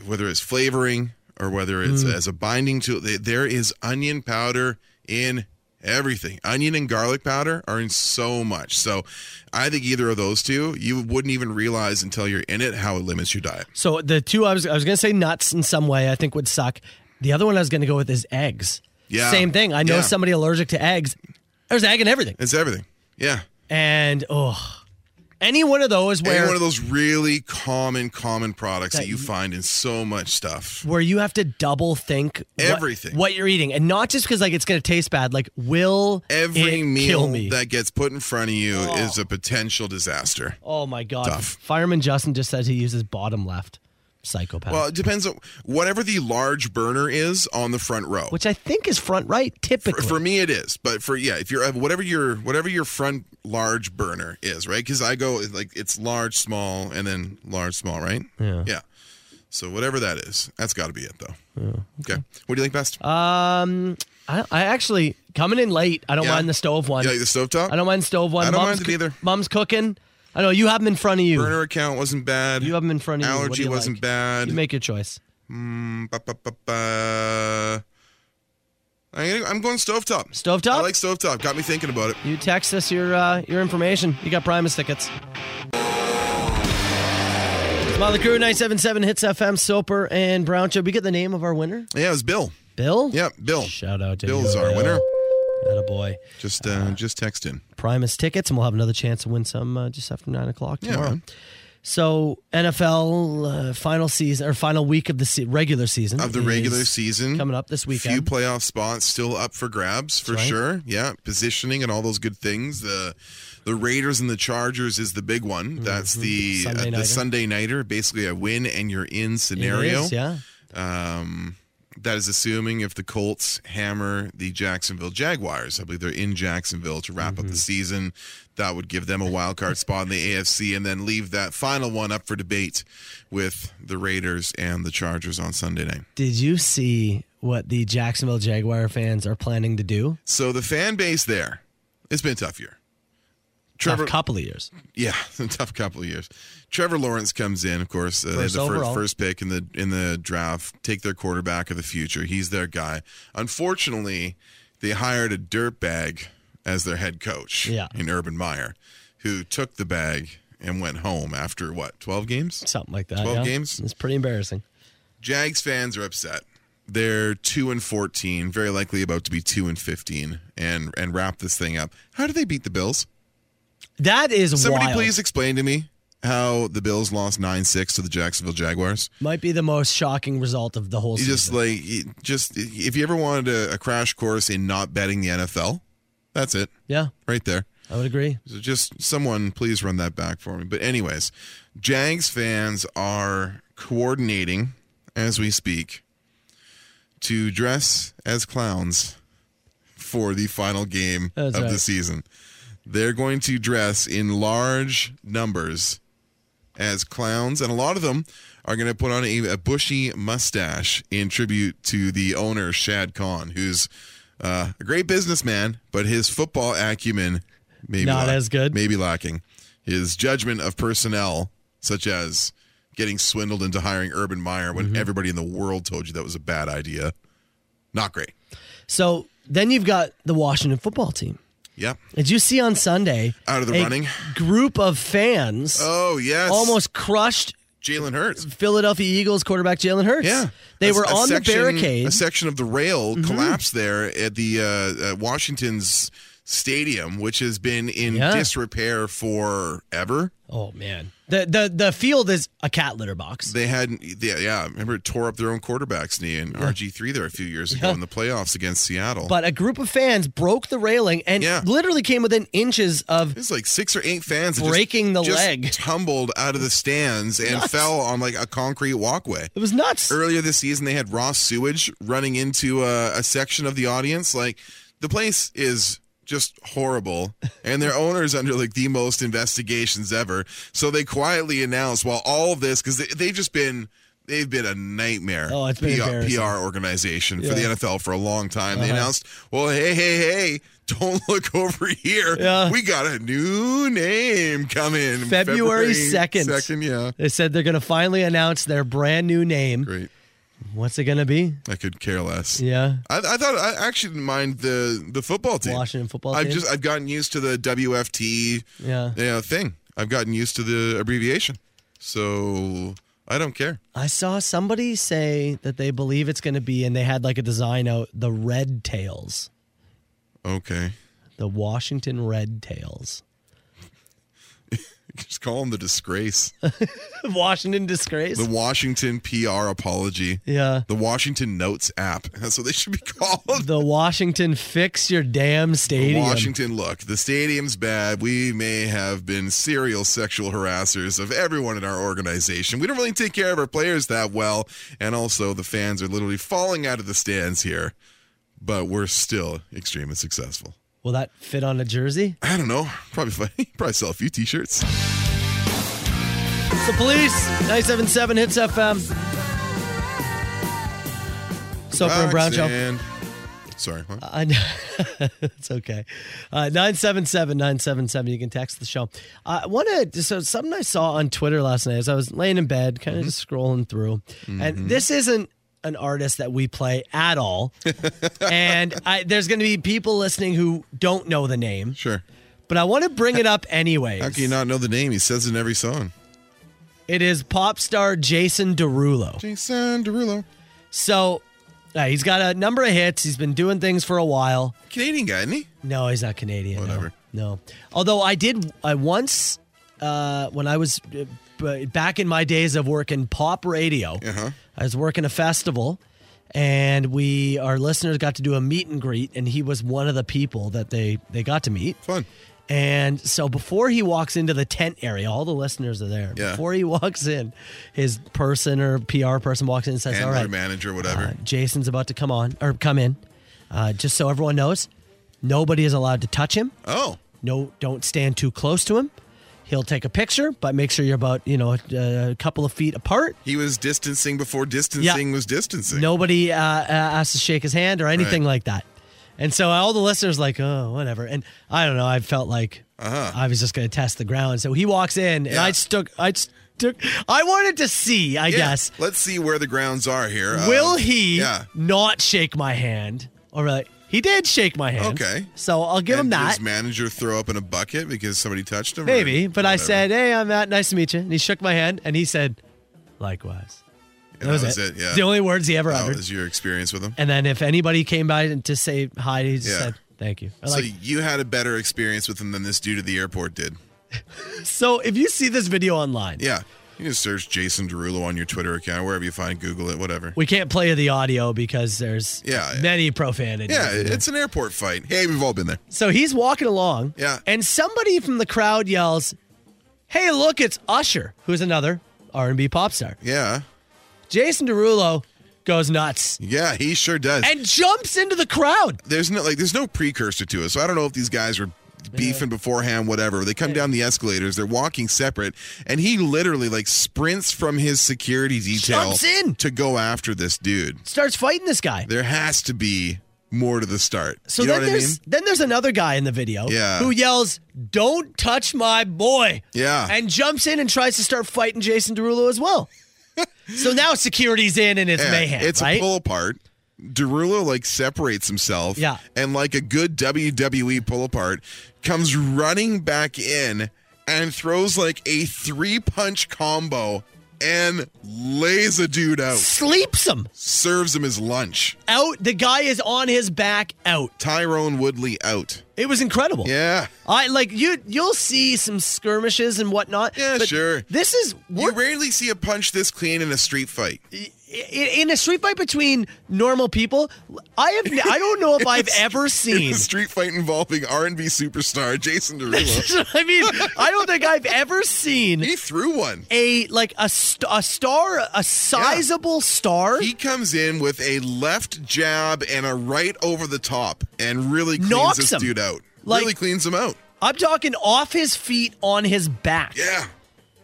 [SPEAKER 6] whether it's flavoring or whether it's
[SPEAKER 5] Mm.
[SPEAKER 6] as a binding to it, there is onion powder in everything. Onion and garlic powder are in so much. So, I think either of those two, you wouldn't even realize until you're in it how it limits your diet.
[SPEAKER 5] So the two I was I was gonna say nuts in some way I think would suck. The other one I was gonna go with is eggs.
[SPEAKER 6] Yeah.
[SPEAKER 5] Same thing. I know
[SPEAKER 6] Yeah.
[SPEAKER 5] somebody allergic to eggs. There's egg in everything.
[SPEAKER 6] It's everything. Yeah.
[SPEAKER 5] And oh, any one of those
[SPEAKER 6] Any
[SPEAKER 5] where
[SPEAKER 6] one of those really common, common products that,
[SPEAKER 5] That
[SPEAKER 6] you
[SPEAKER 5] you-
[SPEAKER 6] find in so much stuff.
[SPEAKER 5] where you have to double think what-
[SPEAKER 6] Everything.
[SPEAKER 5] what, you're eating, and not just because like it's gonna taste bad. Like will
[SPEAKER 6] Every
[SPEAKER 5] it
[SPEAKER 6] meal
[SPEAKER 5] kill me?
[SPEAKER 6] that gets put in front of you is a potential disaster.
[SPEAKER 5] oh my god!
[SPEAKER 6] Tough.
[SPEAKER 5] Fireman Justin just says he uses bottom left. Psychopath.
[SPEAKER 6] Well, it depends on whatever the large burner is on the front row.
[SPEAKER 5] which I think is front right typically.
[SPEAKER 6] For, for me, it is, but for yeah, if you're uh, whatever your whatever your front large burner is, right? Because I go like it's large, small, and then large, small, right?
[SPEAKER 5] Yeah.
[SPEAKER 6] Yeah. So whatever that is, that's got to be it though. okay. What do you think best?
[SPEAKER 5] Um, I, I actually coming in late. I don't
[SPEAKER 6] Yeah.
[SPEAKER 5] mind the stove one.
[SPEAKER 6] You like the stovetop?
[SPEAKER 5] I don't mind stove one.
[SPEAKER 6] I don't
[SPEAKER 5] Mom's
[SPEAKER 6] mind it either.
[SPEAKER 5] Mom's cooking. I know you have them in front of you.
[SPEAKER 6] burner account wasn't bad.
[SPEAKER 5] You have them in front of you. What do
[SPEAKER 6] Allergy
[SPEAKER 5] you
[SPEAKER 6] wasn't
[SPEAKER 5] like?
[SPEAKER 6] bad.
[SPEAKER 5] You make your choice.
[SPEAKER 6] Mm, ba, ba, ba, ba. I'm, gonna, I'm going stovetop.
[SPEAKER 5] Stovetop?
[SPEAKER 6] I like stovetop. Got me thinking about it.
[SPEAKER 5] You text us your uh, your information. You got Primus tickets. Smile the crew 977 hits FM Soper and Brown Show. We get the name of our winner.
[SPEAKER 6] Yeah, it was Bill.
[SPEAKER 5] Bill.
[SPEAKER 6] Yep, Bill.
[SPEAKER 5] Shout out to
[SPEAKER 6] Bill's
[SPEAKER 5] you,
[SPEAKER 6] our
[SPEAKER 5] Bill.
[SPEAKER 6] winner.
[SPEAKER 5] Atta boy.
[SPEAKER 6] Just uh, just text in.
[SPEAKER 5] Primus tickets, and we'll have another chance to win some uh, just after nine o'clock
[SPEAKER 6] Yeah,
[SPEAKER 5] tomorrow.
[SPEAKER 6] man.
[SPEAKER 5] so NFL uh, final season or final week of the se- regular season
[SPEAKER 6] Of the
[SPEAKER 5] is
[SPEAKER 6] regular season.
[SPEAKER 5] coming up this weekend.
[SPEAKER 6] Few playoff spots still up for grabs for
[SPEAKER 5] That's right.
[SPEAKER 6] sure. Yeah, positioning and all those good things. The the Raiders and the Chargers is the big one. That's the
[SPEAKER 5] Mm-hmm. Sunday
[SPEAKER 6] uh, the
[SPEAKER 5] nighter.
[SPEAKER 6] Sunday nighter, basically a win and you're in
[SPEAKER 5] It
[SPEAKER 6] scenario.
[SPEAKER 5] is, yeah,
[SPEAKER 6] Um, That is assuming if the Colts hammer the Jacksonville Jaguars. I believe they're in Jacksonville to wrap up the season. That would give them a wild card spot in the AFC and then leave that final one up for debate with the Raiders and the Chargers on Sunday night.
[SPEAKER 5] Did you see what the Jacksonville Jaguar fans are planning to do?
[SPEAKER 6] So the fan base there, it's been a tough year.
[SPEAKER 5] Trevor, couple of years.
[SPEAKER 6] Yeah, [laughs] a tough couple of years. Trevor Lawrence comes in, of course, uh,
[SPEAKER 5] First
[SPEAKER 6] the first,
[SPEAKER 5] overall.
[SPEAKER 6] first pick in the in the draft. Take their quarterback of the future. He's their guy. Unfortunately, they hired a dirtbag as their head coach.
[SPEAKER 5] Yeah.
[SPEAKER 6] in Urban Meyer, who took the bag and went home after what twelve games?
[SPEAKER 5] Something like that.
[SPEAKER 6] Twelve
[SPEAKER 5] yeah.
[SPEAKER 6] games.
[SPEAKER 5] It's pretty embarrassing.
[SPEAKER 6] Jags fans are upset. They're two and fourteen, very likely about to be two and fifteen, and and wrap this thing up. How do they beat the Bills?
[SPEAKER 5] That is
[SPEAKER 6] Somebody
[SPEAKER 5] wild.
[SPEAKER 6] please explain to me how the Bills lost nine six to the Jacksonville Jaguars.
[SPEAKER 5] Might be the most shocking result of the whole
[SPEAKER 6] You
[SPEAKER 5] season.
[SPEAKER 6] just like you just if you ever wanted a, a crash course in not betting the NFL, that's it.
[SPEAKER 5] Yeah.
[SPEAKER 6] right there.
[SPEAKER 5] I would agree.
[SPEAKER 6] So just someone please run that back for me. But anyways, Jags fans are coordinating as we speak to dress as clowns for the final game
[SPEAKER 5] That's
[SPEAKER 6] of the
[SPEAKER 5] right.
[SPEAKER 6] season. They're going to dress in large numbers as clowns, and a lot of them are going to put on a, a bushy mustache in tribute to the owner Shad Khan, who's uh, a great businessman, but his football acumen maybe
[SPEAKER 5] Not
[SPEAKER 6] lack-
[SPEAKER 5] as good.
[SPEAKER 6] maybe lacking. His judgment of personnel, such as getting swindled into hiring Urban Meyer
[SPEAKER 5] Mm-hmm.
[SPEAKER 6] when everybody in the world told you that was a bad idea, not great.
[SPEAKER 5] So then you've got the Washington football team.
[SPEAKER 6] Yep.
[SPEAKER 5] Did you see on Sunday?
[SPEAKER 6] Out of the
[SPEAKER 5] a
[SPEAKER 6] running?
[SPEAKER 5] Group of fans.
[SPEAKER 6] Oh yes,
[SPEAKER 5] Almost crushed
[SPEAKER 6] Jalen Hurts.
[SPEAKER 5] Philadelphia Eagles quarterback Jalen Hurts.
[SPEAKER 6] Yeah,
[SPEAKER 5] They
[SPEAKER 6] A-
[SPEAKER 5] were
[SPEAKER 6] a
[SPEAKER 5] on
[SPEAKER 6] section-
[SPEAKER 5] the barricade. Mm-hmm.
[SPEAKER 6] A section of the rail collapsed there at the uh, uh, Washington's stadium, which has been in
[SPEAKER 5] Yeah.
[SPEAKER 6] disrepair forever.
[SPEAKER 5] Oh man. The the the field is a cat litter box.
[SPEAKER 6] They had, yeah, yeah. I Remember, it tore up their own quarterback's knee and RG three there a few years ago
[SPEAKER 5] Yeah.
[SPEAKER 6] in the playoffs against Seattle.
[SPEAKER 5] But a group of fans broke the railing and literally came within inches of
[SPEAKER 6] It's like six or eight fans that just-
[SPEAKER 5] breaking the
[SPEAKER 6] just
[SPEAKER 5] leg.
[SPEAKER 6] tumbled out of the stands and
[SPEAKER 5] [laughs] Nuts.
[SPEAKER 6] fell on like a concrete walkway.
[SPEAKER 5] It was nuts.
[SPEAKER 6] Earlier this season, they had raw sewage running into a, a section of the audience. Like the place is just horrible, and
[SPEAKER 5] [laughs]
[SPEAKER 6] their owners under like the most investigations ever. So they quietly announced while all of this because they, they've just been. They've been a nightmare
[SPEAKER 5] Oh, it's been
[SPEAKER 6] PR,
[SPEAKER 5] embarrassing.
[SPEAKER 6] PR organization for
[SPEAKER 5] Yeah.
[SPEAKER 6] the NFL for a long time. They
[SPEAKER 5] Uh-huh.
[SPEAKER 6] announced, well, hey, hey, hey, don't [laughs] look over here.
[SPEAKER 5] Yeah.
[SPEAKER 6] We got a new name coming
[SPEAKER 5] February second.
[SPEAKER 6] Second, yeah.
[SPEAKER 5] They said they're gonna finally announce their brand new name.
[SPEAKER 6] Great.
[SPEAKER 5] What's it gonna be?
[SPEAKER 6] I could care less.
[SPEAKER 5] Yeah.
[SPEAKER 6] I, I thought I actually didn't mind the the football team.
[SPEAKER 5] Washington football
[SPEAKER 6] I've
[SPEAKER 5] team.
[SPEAKER 6] just I've gotten used to the WFT
[SPEAKER 5] Yeah.
[SPEAKER 6] you know, thing. I've gotten used to the abbreviation, so I don't care.
[SPEAKER 5] I saw somebody say that they believe it's gonna be and they had like a design out the red tails.
[SPEAKER 6] Okay, [laughs]
[SPEAKER 5] The Washington Red Tails. [laughs]
[SPEAKER 6] just call them the
[SPEAKER 5] [laughs]
[SPEAKER 6] disgrace,
[SPEAKER 5] Washington disgrace.
[SPEAKER 6] the Washington PR apology,
[SPEAKER 5] yeah.
[SPEAKER 6] the Washington Notes app. [laughs] That's what they should be called.
[SPEAKER 5] The Washington fix your damn stadium.
[SPEAKER 6] Washington, look, the stadium's bad. We may have been serial sexual harassers of everyone in our organization. We don't really take care of our players that well. And also, the fans are literally falling out of the stands here, but we're still extremely successful.
[SPEAKER 5] Will that fit on a jersey?
[SPEAKER 6] I don't know. Probably, fi- [laughs] probably sell a few t shirts.
[SPEAKER 5] It's the police. 977 hits FM. Soper and Brown Show.
[SPEAKER 6] Sorry. what?
[SPEAKER 5] [laughs] I know. it's okay. Uh, 977 977. You can text the show. I want to. So, something I saw on Twitter last night as I was laying in bed, kind
[SPEAKER 6] Mm-hmm.
[SPEAKER 5] of just scrolling through. And this isn't an artist that we play
[SPEAKER 6] [laughs]
[SPEAKER 5] at all. and I, there's going to be people listening who don't know the name.
[SPEAKER 6] Sure.
[SPEAKER 5] But I want to bring
[SPEAKER 6] [laughs]
[SPEAKER 5] it up anyways.
[SPEAKER 6] How can you not know the name? He says it in every song.
[SPEAKER 5] It is pop star Jason Derulo.
[SPEAKER 6] Jason Derulo.
[SPEAKER 5] So uh, he's got a number of hits. He's been doing things for a while.
[SPEAKER 6] Canadian guy, isn't he?
[SPEAKER 5] No, he's not Canadian. no.
[SPEAKER 6] Whatever.
[SPEAKER 5] No. Although I did, I once, uh, when I was uh, b- back in my days of working pop radio,
[SPEAKER 6] Uh-huh.
[SPEAKER 5] I was working a festival. And we, our listeners, got to do a meet and greet, and he was one of the people that they they got to meet.
[SPEAKER 6] Fun.
[SPEAKER 5] And so before he walks into the tent area, all the listeners are there.
[SPEAKER 6] Yeah.
[SPEAKER 5] Before he [laughs] walks in, his person or PR person walks in and says,
[SPEAKER 6] Handler,
[SPEAKER 5] All right,
[SPEAKER 6] manager, whatever.
[SPEAKER 5] uh, Jason's about to come on or come in. Uh, just so everyone knows, nobody is allowed to touch him.
[SPEAKER 6] Oh,
[SPEAKER 5] no! Don't stand too close to him. He'll take a picture, but make sure you're about you know a, a couple of feet apart.
[SPEAKER 6] he was distancing before distancing was distancing.
[SPEAKER 5] Nobody uh, uh, asked to shake his hand or anything like that. And so all the listeners like, oh, whatever. And I don't know. I felt like I was just going to test the ground. So he walks in, and I stuck. I stuck. I wanted to see. I
[SPEAKER 6] Yeah.
[SPEAKER 5] guess
[SPEAKER 6] Let's see where the grounds are here. Uh,
[SPEAKER 5] will he
[SPEAKER 6] Yeah.
[SPEAKER 5] not shake my hand? Or like he did shake my hand.
[SPEAKER 6] Okay.
[SPEAKER 5] So I'll give
[SPEAKER 6] And
[SPEAKER 5] him
[SPEAKER 6] did
[SPEAKER 5] that.
[SPEAKER 6] His manager throw up in a bucket because somebody touched him. or-
[SPEAKER 5] Maybe. But I
[SPEAKER 6] whatever.
[SPEAKER 5] said, Hey, I'm Matt, nice to meet you. And he shook my hand and he said, Likewise.
[SPEAKER 6] And that was it, yeah.
[SPEAKER 5] It's the only words he ever
[SPEAKER 6] That
[SPEAKER 5] uttered.
[SPEAKER 6] was your experience with him.
[SPEAKER 5] And then if anybody came by and to say hi, he just
[SPEAKER 6] Yeah.
[SPEAKER 5] said, Thank you. Or
[SPEAKER 6] so
[SPEAKER 5] like-
[SPEAKER 6] you had a better experience with him than this dude at the airport did.
[SPEAKER 5] so if you see this video online,
[SPEAKER 6] Yeah. You can search Jason Derulo on your Twitter account, wherever you find, Google it, whatever.
[SPEAKER 5] we can't play the audio because there's
[SPEAKER 6] Yeah.
[SPEAKER 5] many profanities.
[SPEAKER 6] Yeah,
[SPEAKER 5] in there.
[SPEAKER 6] it's an airport fight. Hey, we've all been there.
[SPEAKER 5] So he's walking along.
[SPEAKER 6] Yeah.
[SPEAKER 5] And somebody from the crowd yells, "Hey, look, it's Usher, who's another R&B pop star."
[SPEAKER 6] Yeah.
[SPEAKER 5] Jason Derulo goes nuts.
[SPEAKER 6] Yeah, he sure does.
[SPEAKER 5] And jumps into the crowd.
[SPEAKER 6] There's no like there's no precursor to it. So I don't know if these guys were beefing beforehand whatever. They come down the escalators, they're walking separate, and he literally like sprints from his security detail
[SPEAKER 5] Jumps in.
[SPEAKER 6] to go after this dude.
[SPEAKER 5] Starts fighting this guy.
[SPEAKER 6] There has to be more to the start.
[SPEAKER 5] So
[SPEAKER 6] you know
[SPEAKER 5] then
[SPEAKER 6] what I
[SPEAKER 5] there's
[SPEAKER 6] mean?
[SPEAKER 5] then there's another guy in the video
[SPEAKER 6] Yeah.
[SPEAKER 5] who yells, "Don't touch my boy!"
[SPEAKER 6] Yeah.
[SPEAKER 5] and jumps in and tries to start fighting Jason Derulo
[SPEAKER 6] [laughs]
[SPEAKER 5] as well. so now security's in and it's
[SPEAKER 6] Yeah,
[SPEAKER 5] mayhem.
[SPEAKER 6] Eh, It's
[SPEAKER 5] right?
[SPEAKER 6] a pull apart. Derulo like separates himself,
[SPEAKER 5] Yeah.
[SPEAKER 6] and like a good WWE pull apart, comes running back in and throws like a three punch combo and lays a dude out.
[SPEAKER 5] Sleeps him.
[SPEAKER 6] Serves him his lunch.
[SPEAKER 5] Out. The guy is on his back. Out.
[SPEAKER 6] Tyrone Woodley out.
[SPEAKER 5] It was incredible.
[SPEAKER 6] Yeah.
[SPEAKER 5] I like you. You'll see some skirmishes and whatnot.
[SPEAKER 6] Yeah,
[SPEAKER 5] but
[SPEAKER 6] sure.
[SPEAKER 5] This is
[SPEAKER 6] You rarely see a punch this clean in a street fight.
[SPEAKER 5] in, in a street fight between normal people. I have. I don't know
[SPEAKER 6] [laughs]
[SPEAKER 5] if I've ever seen
[SPEAKER 6] a
[SPEAKER 5] [laughs]
[SPEAKER 6] street fight involving R&B superstar Jason
[SPEAKER 5] [laughs]
[SPEAKER 6] Derulo.
[SPEAKER 5] I mean, I don't think I've
[SPEAKER 6] [laughs]
[SPEAKER 5] ever seen.
[SPEAKER 6] He threw one.
[SPEAKER 5] A like a, st- a star, a sizable star.
[SPEAKER 6] He comes in with a left jab and a right over the top and really cleans
[SPEAKER 5] Knocks
[SPEAKER 6] this
[SPEAKER 5] him.
[SPEAKER 6] dude out.
[SPEAKER 5] Like-
[SPEAKER 6] really cleans him out.
[SPEAKER 5] I'm talking off his feet on his back.
[SPEAKER 6] Yeah.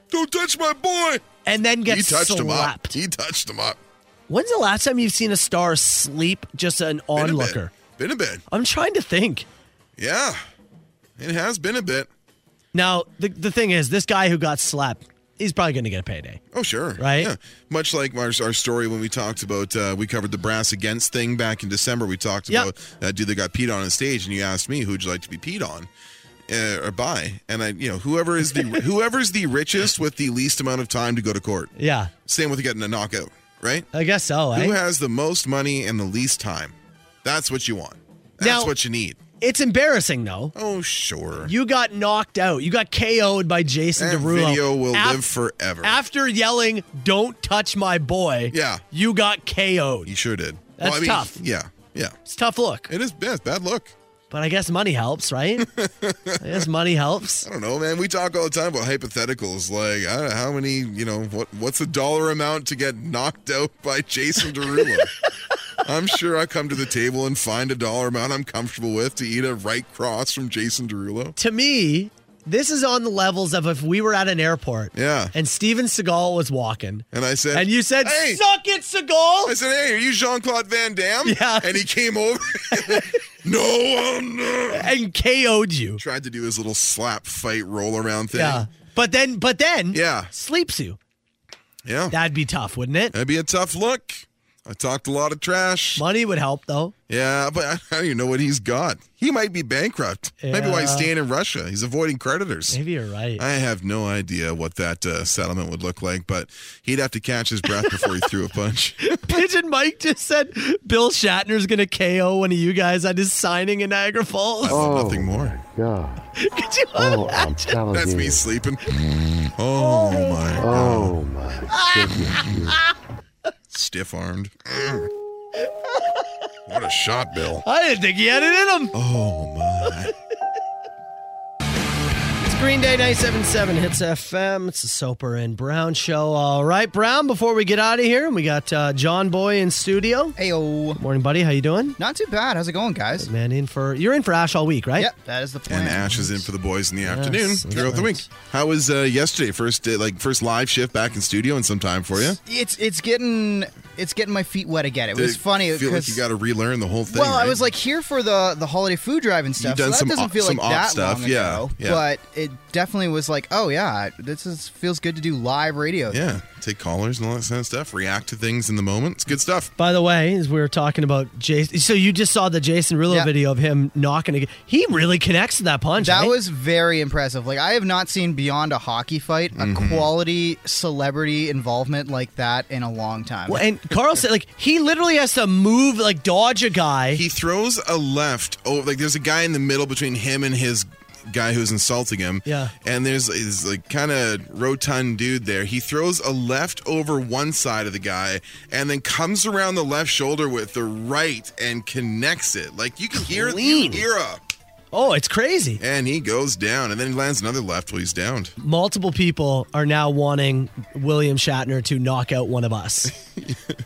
[SPEAKER 6] Don't touch my boy.
[SPEAKER 5] And then
[SPEAKER 6] he
[SPEAKER 5] gets
[SPEAKER 6] touched him
[SPEAKER 5] slapped.
[SPEAKER 6] up. He touched him up.
[SPEAKER 5] When's the last time you've seen a star sleep just an
[SPEAKER 6] Been a bit.
[SPEAKER 5] onlooker?
[SPEAKER 6] Been a bit.
[SPEAKER 5] I'm trying to think.
[SPEAKER 6] Yeah. It has been a bit.
[SPEAKER 5] Now, the, the thing is, this guy who got slapped, he's probably going to get a payday.
[SPEAKER 6] Oh, sure.
[SPEAKER 5] Right?
[SPEAKER 6] Yeah. Much like our, our story when we talked about, uh, we covered the brass against thing back in December. We talked
[SPEAKER 5] Yeah.
[SPEAKER 6] about that dude that got peed on on stage, and you asked me, who'd you like to be peed on? Uh, or by and I, you know, whoever is
[SPEAKER 5] [laughs]
[SPEAKER 6] the whoever's the richest with the least amount of time to go to court.
[SPEAKER 5] Yeah,
[SPEAKER 6] Same with getting a knockout, right?
[SPEAKER 5] I guess so.
[SPEAKER 6] Who
[SPEAKER 5] eh?
[SPEAKER 6] has the most money and the least time? That's what you want. That's
[SPEAKER 5] Now-
[SPEAKER 6] what you need.
[SPEAKER 5] it's embarrassing, though.
[SPEAKER 6] Oh, sure.
[SPEAKER 5] You got knocked out. You got KO'd by Jason
[SPEAKER 6] that
[SPEAKER 5] Derulo.
[SPEAKER 6] video will
[SPEAKER 5] Af-
[SPEAKER 6] live forever.
[SPEAKER 5] After yelling, "Don't touch my boy,"
[SPEAKER 6] Yeah.
[SPEAKER 5] you got KO'd.
[SPEAKER 6] you sure did.
[SPEAKER 5] That's
[SPEAKER 6] I mean,
[SPEAKER 5] tough.
[SPEAKER 6] Yeah, yeah.
[SPEAKER 5] It's a tough look,
[SPEAKER 6] It is yeah, it's bad look.
[SPEAKER 5] but I guess money helps, right?
[SPEAKER 6] [laughs]
[SPEAKER 5] I guess money helps.
[SPEAKER 6] I don't know, man. We talk all the time about hypotheticals. Like, I don't know how many, you know, what what's the dollar amount to get knocked out by Jason
[SPEAKER 5] [laughs]
[SPEAKER 6] Derulo? I'm sure I come to the table and find a dollar amount I'm comfortable with to eat a right cross from Jason Derulo.
[SPEAKER 5] To me, this is on the levels of if we were at an airport
[SPEAKER 6] Yeah.
[SPEAKER 5] and Steven Seagal was walking,
[SPEAKER 6] And I said,
[SPEAKER 5] and you said,
[SPEAKER 6] Hey!
[SPEAKER 5] "Suck it, Seagal."
[SPEAKER 6] I said, hey, are you Jean Claude Van Damme?
[SPEAKER 5] Yeah.
[SPEAKER 6] And he came over. [laughs] no, I'm not.
[SPEAKER 5] and KO'd you.
[SPEAKER 6] Tried to do his little slap fight roll around thing.
[SPEAKER 5] Yeah. But then, but then,
[SPEAKER 6] Yeah. Uh,
[SPEAKER 5] sleeps you.
[SPEAKER 6] Yeah.
[SPEAKER 5] That'd be tough, wouldn't it?
[SPEAKER 6] That'd be a tough look. I talked a lot of trash.
[SPEAKER 5] Money would help though.
[SPEAKER 6] Yeah, but I don't even know what he's got. He might be bankrupt. Maybe why he's
[SPEAKER 5] Yeah.
[SPEAKER 6] staying in Russia. He's avoiding creditors.
[SPEAKER 5] Maybe you're right.
[SPEAKER 6] I have no idea what that uh, settlement would look like, but he'd have to catch his breath before he threw a
[SPEAKER 5] [laughs]
[SPEAKER 6] punch.
[SPEAKER 5] [laughs] Pigeon Mike just said Bill Shatner's gonna KO one of you guys at his signing in Niagara Falls.
[SPEAKER 6] Oh, nothing more.
[SPEAKER 9] God.
[SPEAKER 5] [laughs] Could you
[SPEAKER 9] Oh, I'm
[SPEAKER 5] imagine?
[SPEAKER 9] telling
[SPEAKER 6] That's
[SPEAKER 9] you.
[SPEAKER 6] me
[SPEAKER 5] [laughs]
[SPEAKER 6] sleeping. Oh my god.
[SPEAKER 9] Oh my goodness. you-
[SPEAKER 6] Stiff armed. What a shot, Bill.
[SPEAKER 5] [laughs] Oh I didn't think he had it in him.
[SPEAKER 6] Oh my.
[SPEAKER 5] Green Day 977 Hits FM. It's the Soper and Brown show. All right, Brown, before we get out of here, we got uh, John Boy in studio. Hey, Morning, buddy. How you doing?
[SPEAKER 17] Not too bad. How's it going, guys?
[SPEAKER 5] man, in for you're in for Ash all week, right?
[SPEAKER 17] Yep, that is the plan.
[SPEAKER 6] And Ash is in for the boys in the
[SPEAKER 5] Yes,
[SPEAKER 6] afternoon
[SPEAKER 5] that's
[SPEAKER 6] throughout the week. How was uh, yesterday? First, day, like first live shift back in studio in some time for you.
[SPEAKER 17] It's it's getting it's getting my feet wet again. It
[SPEAKER 6] Did
[SPEAKER 17] was funny.
[SPEAKER 6] Feel like
[SPEAKER 17] 'cause-
[SPEAKER 6] you got to relearn the whole thing.
[SPEAKER 17] well, I
[SPEAKER 6] right?
[SPEAKER 17] was like here for the the holiday food drive and stuff.
[SPEAKER 6] You've done
[SPEAKER 17] so that
[SPEAKER 6] some
[SPEAKER 17] doesn't
[SPEAKER 6] op-
[SPEAKER 17] feel
[SPEAKER 6] some
[SPEAKER 17] like
[SPEAKER 6] op
[SPEAKER 17] that
[SPEAKER 6] stuff,
[SPEAKER 17] long
[SPEAKER 6] yeah,
[SPEAKER 17] ago.
[SPEAKER 6] yeah.
[SPEAKER 17] But it definitely was like, oh yeah, this is feels good to do live radio.
[SPEAKER 6] yeah, take callers and all that kind of stuff. React to things in the moment. It's good stuff.
[SPEAKER 5] By the way, as we were talking about Jason, so you just saw the Jason Rulo
[SPEAKER 17] Yeah.
[SPEAKER 5] video of him knocking. Again. He really connects to that punch.
[SPEAKER 17] That
[SPEAKER 5] eh?
[SPEAKER 17] was very impressive. Like I have not seen beyond a hockey fight a
[SPEAKER 5] Mhm.
[SPEAKER 17] quality celebrity involvement like that in a long time.
[SPEAKER 5] Well, and Carl said, like, he literally has to move, like, dodge a guy.
[SPEAKER 6] He throws a left. Oh, like there's a guy in the middle between him and his guy who's insulting him.
[SPEAKER 5] Yeah.
[SPEAKER 6] And there's this like kind of rotund dude there. He throws a left over one side of the guy and then comes around the left shoulder with the right and connects it. Like you can hear
[SPEAKER 5] Clean.
[SPEAKER 6] the ear up.
[SPEAKER 5] Oh, it's crazy.
[SPEAKER 6] And he goes down and then he lands another left while he's downed.
[SPEAKER 5] Multiple people are now wanting William Shatner to knock out one of
[SPEAKER 6] [laughs]
[SPEAKER 5] us.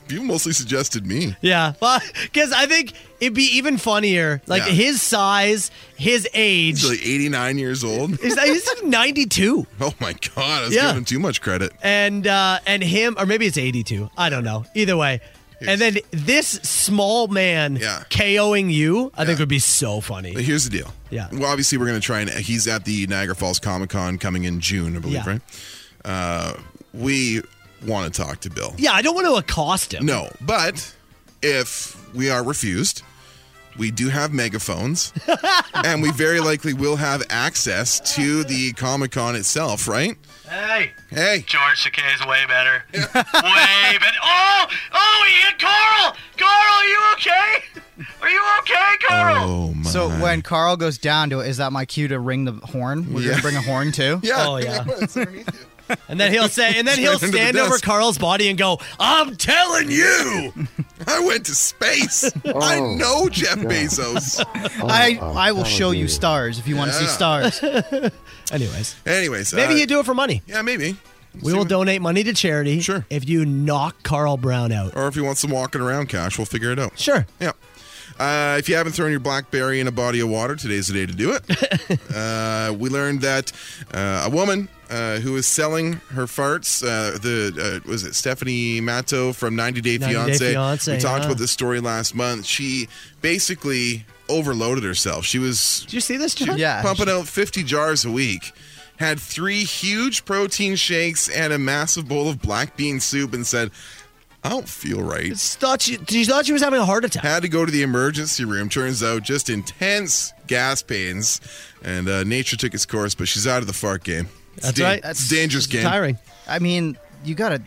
[SPEAKER 6] You mostly suggested me.
[SPEAKER 5] yeah. Because I think it'd be even funnier. Like,
[SPEAKER 6] Yeah.
[SPEAKER 5] his size, his age.
[SPEAKER 6] He's like 89 years old. [laughs]
[SPEAKER 5] He's, he's 92.
[SPEAKER 6] Oh my God. I was
[SPEAKER 5] Yeah.
[SPEAKER 6] giving him too much credit.
[SPEAKER 5] and uh, and him, or maybe it's 82. I don't know. Either way. And then this small man KOing you, I think would be so funny.
[SPEAKER 6] But here's the deal.
[SPEAKER 5] Yeah.
[SPEAKER 6] Well, obviously, we're going to try and he's at the Niagara Falls Comic Con coming in June, I believe,
[SPEAKER 5] Yeah.
[SPEAKER 6] right? Uh, we want to talk to Bill.
[SPEAKER 5] Yeah, I don't want to accost him.
[SPEAKER 6] No, but if we are refused, we do have
[SPEAKER 5] [laughs]
[SPEAKER 6] megaphones, and we very likely will have access to the Comic Con itself, right?
[SPEAKER 18] Hey.
[SPEAKER 6] Hey.
[SPEAKER 18] George Takei is way better. [laughs] way better. Oh, oh, he hit Carl. Carl, are you okay? Are you okay, Carl?
[SPEAKER 6] Oh my.
[SPEAKER 17] So when Carl goes down to it, is that my cue to ring the horn? We're
[SPEAKER 5] Yeah.
[SPEAKER 17] gonna bring
[SPEAKER 6] [laughs]
[SPEAKER 17] a horn too.
[SPEAKER 2] [laughs]
[SPEAKER 5] Yeah. Oh, yeah. And then he'll say, and then he'll
[SPEAKER 17] Right under the
[SPEAKER 5] stand over
[SPEAKER 17] desk.
[SPEAKER 5] Carl's body and go, I'm telling you.
[SPEAKER 6] I went to space. I know Jeff Bezos.
[SPEAKER 17] I I will show you stars if you want to see
[SPEAKER 6] Yeah.
[SPEAKER 17] stars.
[SPEAKER 5] Anyways.
[SPEAKER 6] Anyways.
[SPEAKER 5] Maybe
[SPEAKER 6] uh,
[SPEAKER 5] you do it for money.
[SPEAKER 6] Yeah, maybe.
[SPEAKER 5] We will donate money to charity. Sure. If you knock Carl Brown out.
[SPEAKER 6] Or if you want some walking around cash, we'll figure it out.
[SPEAKER 5] Sure.
[SPEAKER 6] Yeah. Uh, if you haven't thrown your blackberry in a body of water, today's the day to do [laughs] it. uh, we learned that uh, a woman uh, who was selling her farts, uh, the uh, was it Stephanie Matto from 90 Day
[SPEAKER 5] 90 Day
[SPEAKER 6] Fiance?
[SPEAKER 5] Fiancé,
[SPEAKER 6] we talked
[SPEAKER 5] yeah.
[SPEAKER 6] about this story last month. She basically overloaded herself. She was
[SPEAKER 5] Did you see this,
[SPEAKER 6] she
[SPEAKER 5] John?
[SPEAKER 6] was [laughs] pumping out 50 jars a week. Had three huge protein shakes and a massive bowl of black bean soup, and said, "I don't feel right."
[SPEAKER 5] Thought she, she thought she was having a heart attack.
[SPEAKER 6] Had to go to the emergency room. Turns out, just intense gas pains, and uh, nature took its course. But she's out of the fart game. It's dan- it's a dangerous game.
[SPEAKER 17] I mean, you gotta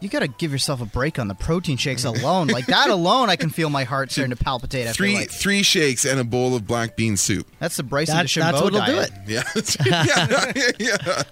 [SPEAKER 17] you gotta give yourself a break on the protein shakes alone. like
[SPEAKER 5] [laughs]
[SPEAKER 17] that alone, I can feel my heart starting to palpitate. After
[SPEAKER 6] Three
[SPEAKER 17] like,
[SPEAKER 6] three shakes and a bowl of black bean soup.
[SPEAKER 17] that's the Bryson
[SPEAKER 5] That-
[SPEAKER 17] DeChambeau
[SPEAKER 5] that's what'll do
[SPEAKER 17] diet.
[SPEAKER 5] it.
[SPEAKER 6] Yeah.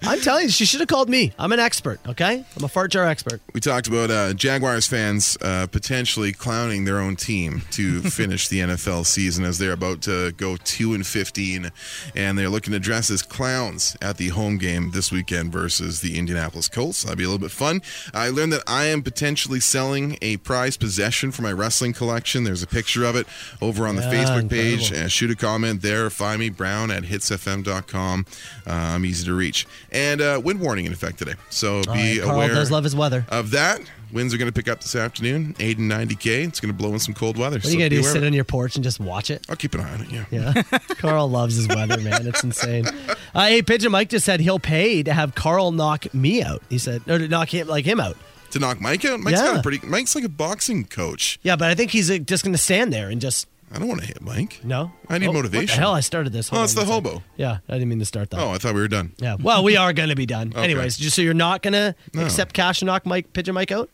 [SPEAKER 5] I'm telling you, she should have called me. I'm an expert, okay? I'm a fart jar expert.
[SPEAKER 6] We talked about uh, Jaguars fans uh, potentially clowning their own team
[SPEAKER 5] [laughs]
[SPEAKER 6] to finish the NFL season as they're about to go two and fifteen, and they're looking to dress as clowns at the home game this weekend versus the Indianapolis Colts. That'd be a little bit fun. I learned that I am potentially selling a prized possession for my wrestling collection. There's a picture of it over on the
[SPEAKER 5] Yeah,
[SPEAKER 6] Facebook page.
[SPEAKER 5] Ah, incredible.
[SPEAKER 6] Uh, shoot a comment there. Find me Brown at hitsfm.com. Uh, I'm easy to reach, and uh, wind warning in effect today. So
[SPEAKER 5] All
[SPEAKER 6] be
[SPEAKER 5] right, Carl
[SPEAKER 6] aware
[SPEAKER 5] does love his weather.
[SPEAKER 6] of that. Winds are going to pick up this afternoon, 8 and 90K. It's going to blow in some cold weather.
[SPEAKER 5] What are you
[SPEAKER 6] so
[SPEAKER 5] gonna
[SPEAKER 6] be
[SPEAKER 5] do?
[SPEAKER 6] aware of
[SPEAKER 5] Sit
[SPEAKER 6] it.
[SPEAKER 5] on your porch and just watch it?
[SPEAKER 6] I'll keep an eye on it. Yeah.
[SPEAKER 5] Yeah. [laughs] Carl loves his weather, man. It's insane. Uh, hey, Pigeon Mike just said he'll pay to have Carl knock me out. He said, or to knock him like him out.
[SPEAKER 6] To knock Mike out? Mike's
[SPEAKER 5] yeah.
[SPEAKER 6] got a pretty, Mike's like a boxing coach.
[SPEAKER 5] yeah, but I think he's uh, just gonna stand there and just.
[SPEAKER 6] I don't want to hit Mike.
[SPEAKER 5] No.
[SPEAKER 6] I need
[SPEAKER 5] Oh,
[SPEAKER 6] motivation.
[SPEAKER 5] What the hell, I started this.
[SPEAKER 6] Oh,
[SPEAKER 5] Hold
[SPEAKER 6] it's
[SPEAKER 5] on
[SPEAKER 6] the
[SPEAKER 5] one sec.
[SPEAKER 6] hobo.
[SPEAKER 5] Yeah, I didn't mean to start that.
[SPEAKER 6] Oh, I thought we were done.
[SPEAKER 5] Yeah. Well, we are gonna be done.
[SPEAKER 6] [laughs] Okay.
[SPEAKER 5] Anyways, just so you're not gonna
[SPEAKER 6] No.
[SPEAKER 5] accept cash and knock Mike Pigeon Mike out.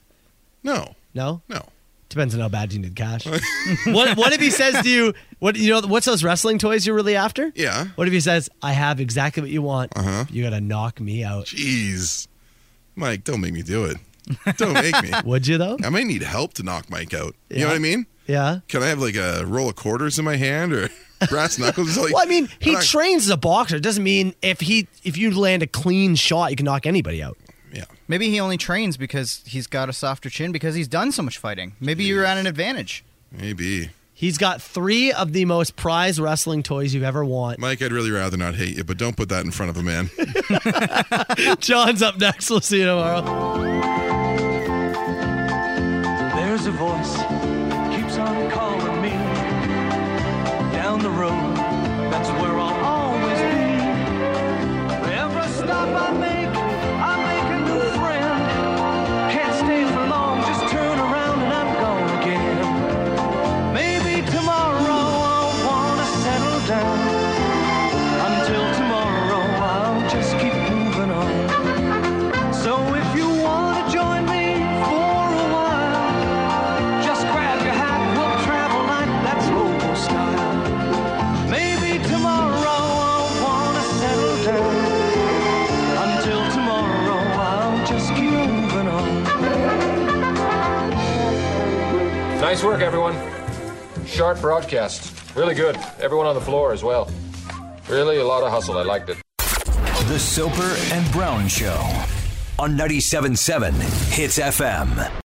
[SPEAKER 6] No.
[SPEAKER 5] No.
[SPEAKER 6] No.
[SPEAKER 5] Depends on how bad you need cash. what What if he says to you, "What you know? What's those wrestling toys you're really after?"
[SPEAKER 6] Yeah.
[SPEAKER 5] What if he says, "I have exactly what you want. You got to knock me out."
[SPEAKER 6] Jeez. Mike, don't make me do it. Don't make me.
[SPEAKER 17] [laughs]
[SPEAKER 5] Would you though?
[SPEAKER 6] I may need help to knock Mike out. You know what I mean?
[SPEAKER 5] Yeah.
[SPEAKER 6] Can I have like a roll of quarters in my hand or [laughs] brass knuckles? It's Like,
[SPEAKER 5] well, I mean, he
[SPEAKER 6] I'm not-
[SPEAKER 5] trains as a boxer. It doesn't mean if he if you land a clean shot, you can knock anybody out.
[SPEAKER 17] Maybe he only trains because he's got a softer chin because he's done so much fighting. Maybe you're at an advantage.
[SPEAKER 6] Maybe.
[SPEAKER 5] He's got three of the most prized wrestling toys you
[SPEAKER 6] [laughs]
[SPEAKER 5] ever want.
[SPEAKER 6] Mike, I'd really rather not hate you, but don't put that in front of a man.
[SPEAKER 5] John's up next. We'll see you tomorrow.
[SPEAKER 2] There's a voice keeps on calling me down the road. That's where I'll always be. Every stop I make, I make a new friend. Can't stay for long, just turn around and I'm gone again. Maybe tomorrow I'll wanna settle down. Until tomorrow I'll just keep moving on. So if you wanna join me for a while. Just grab your hat, we'll travel like that's hobo style. Maybe tomorrow I'll wanna settle down. Until tomorrow I'll just keep moving on.
[SPEAKER 19] Nice work, everyone. Sharp broadcast. Really good. Everyone on the floor as well. Really a lot of hustle. I liked it.
[SPEAKER 4] The Soper and Brown Show on 97.7 Hits FM.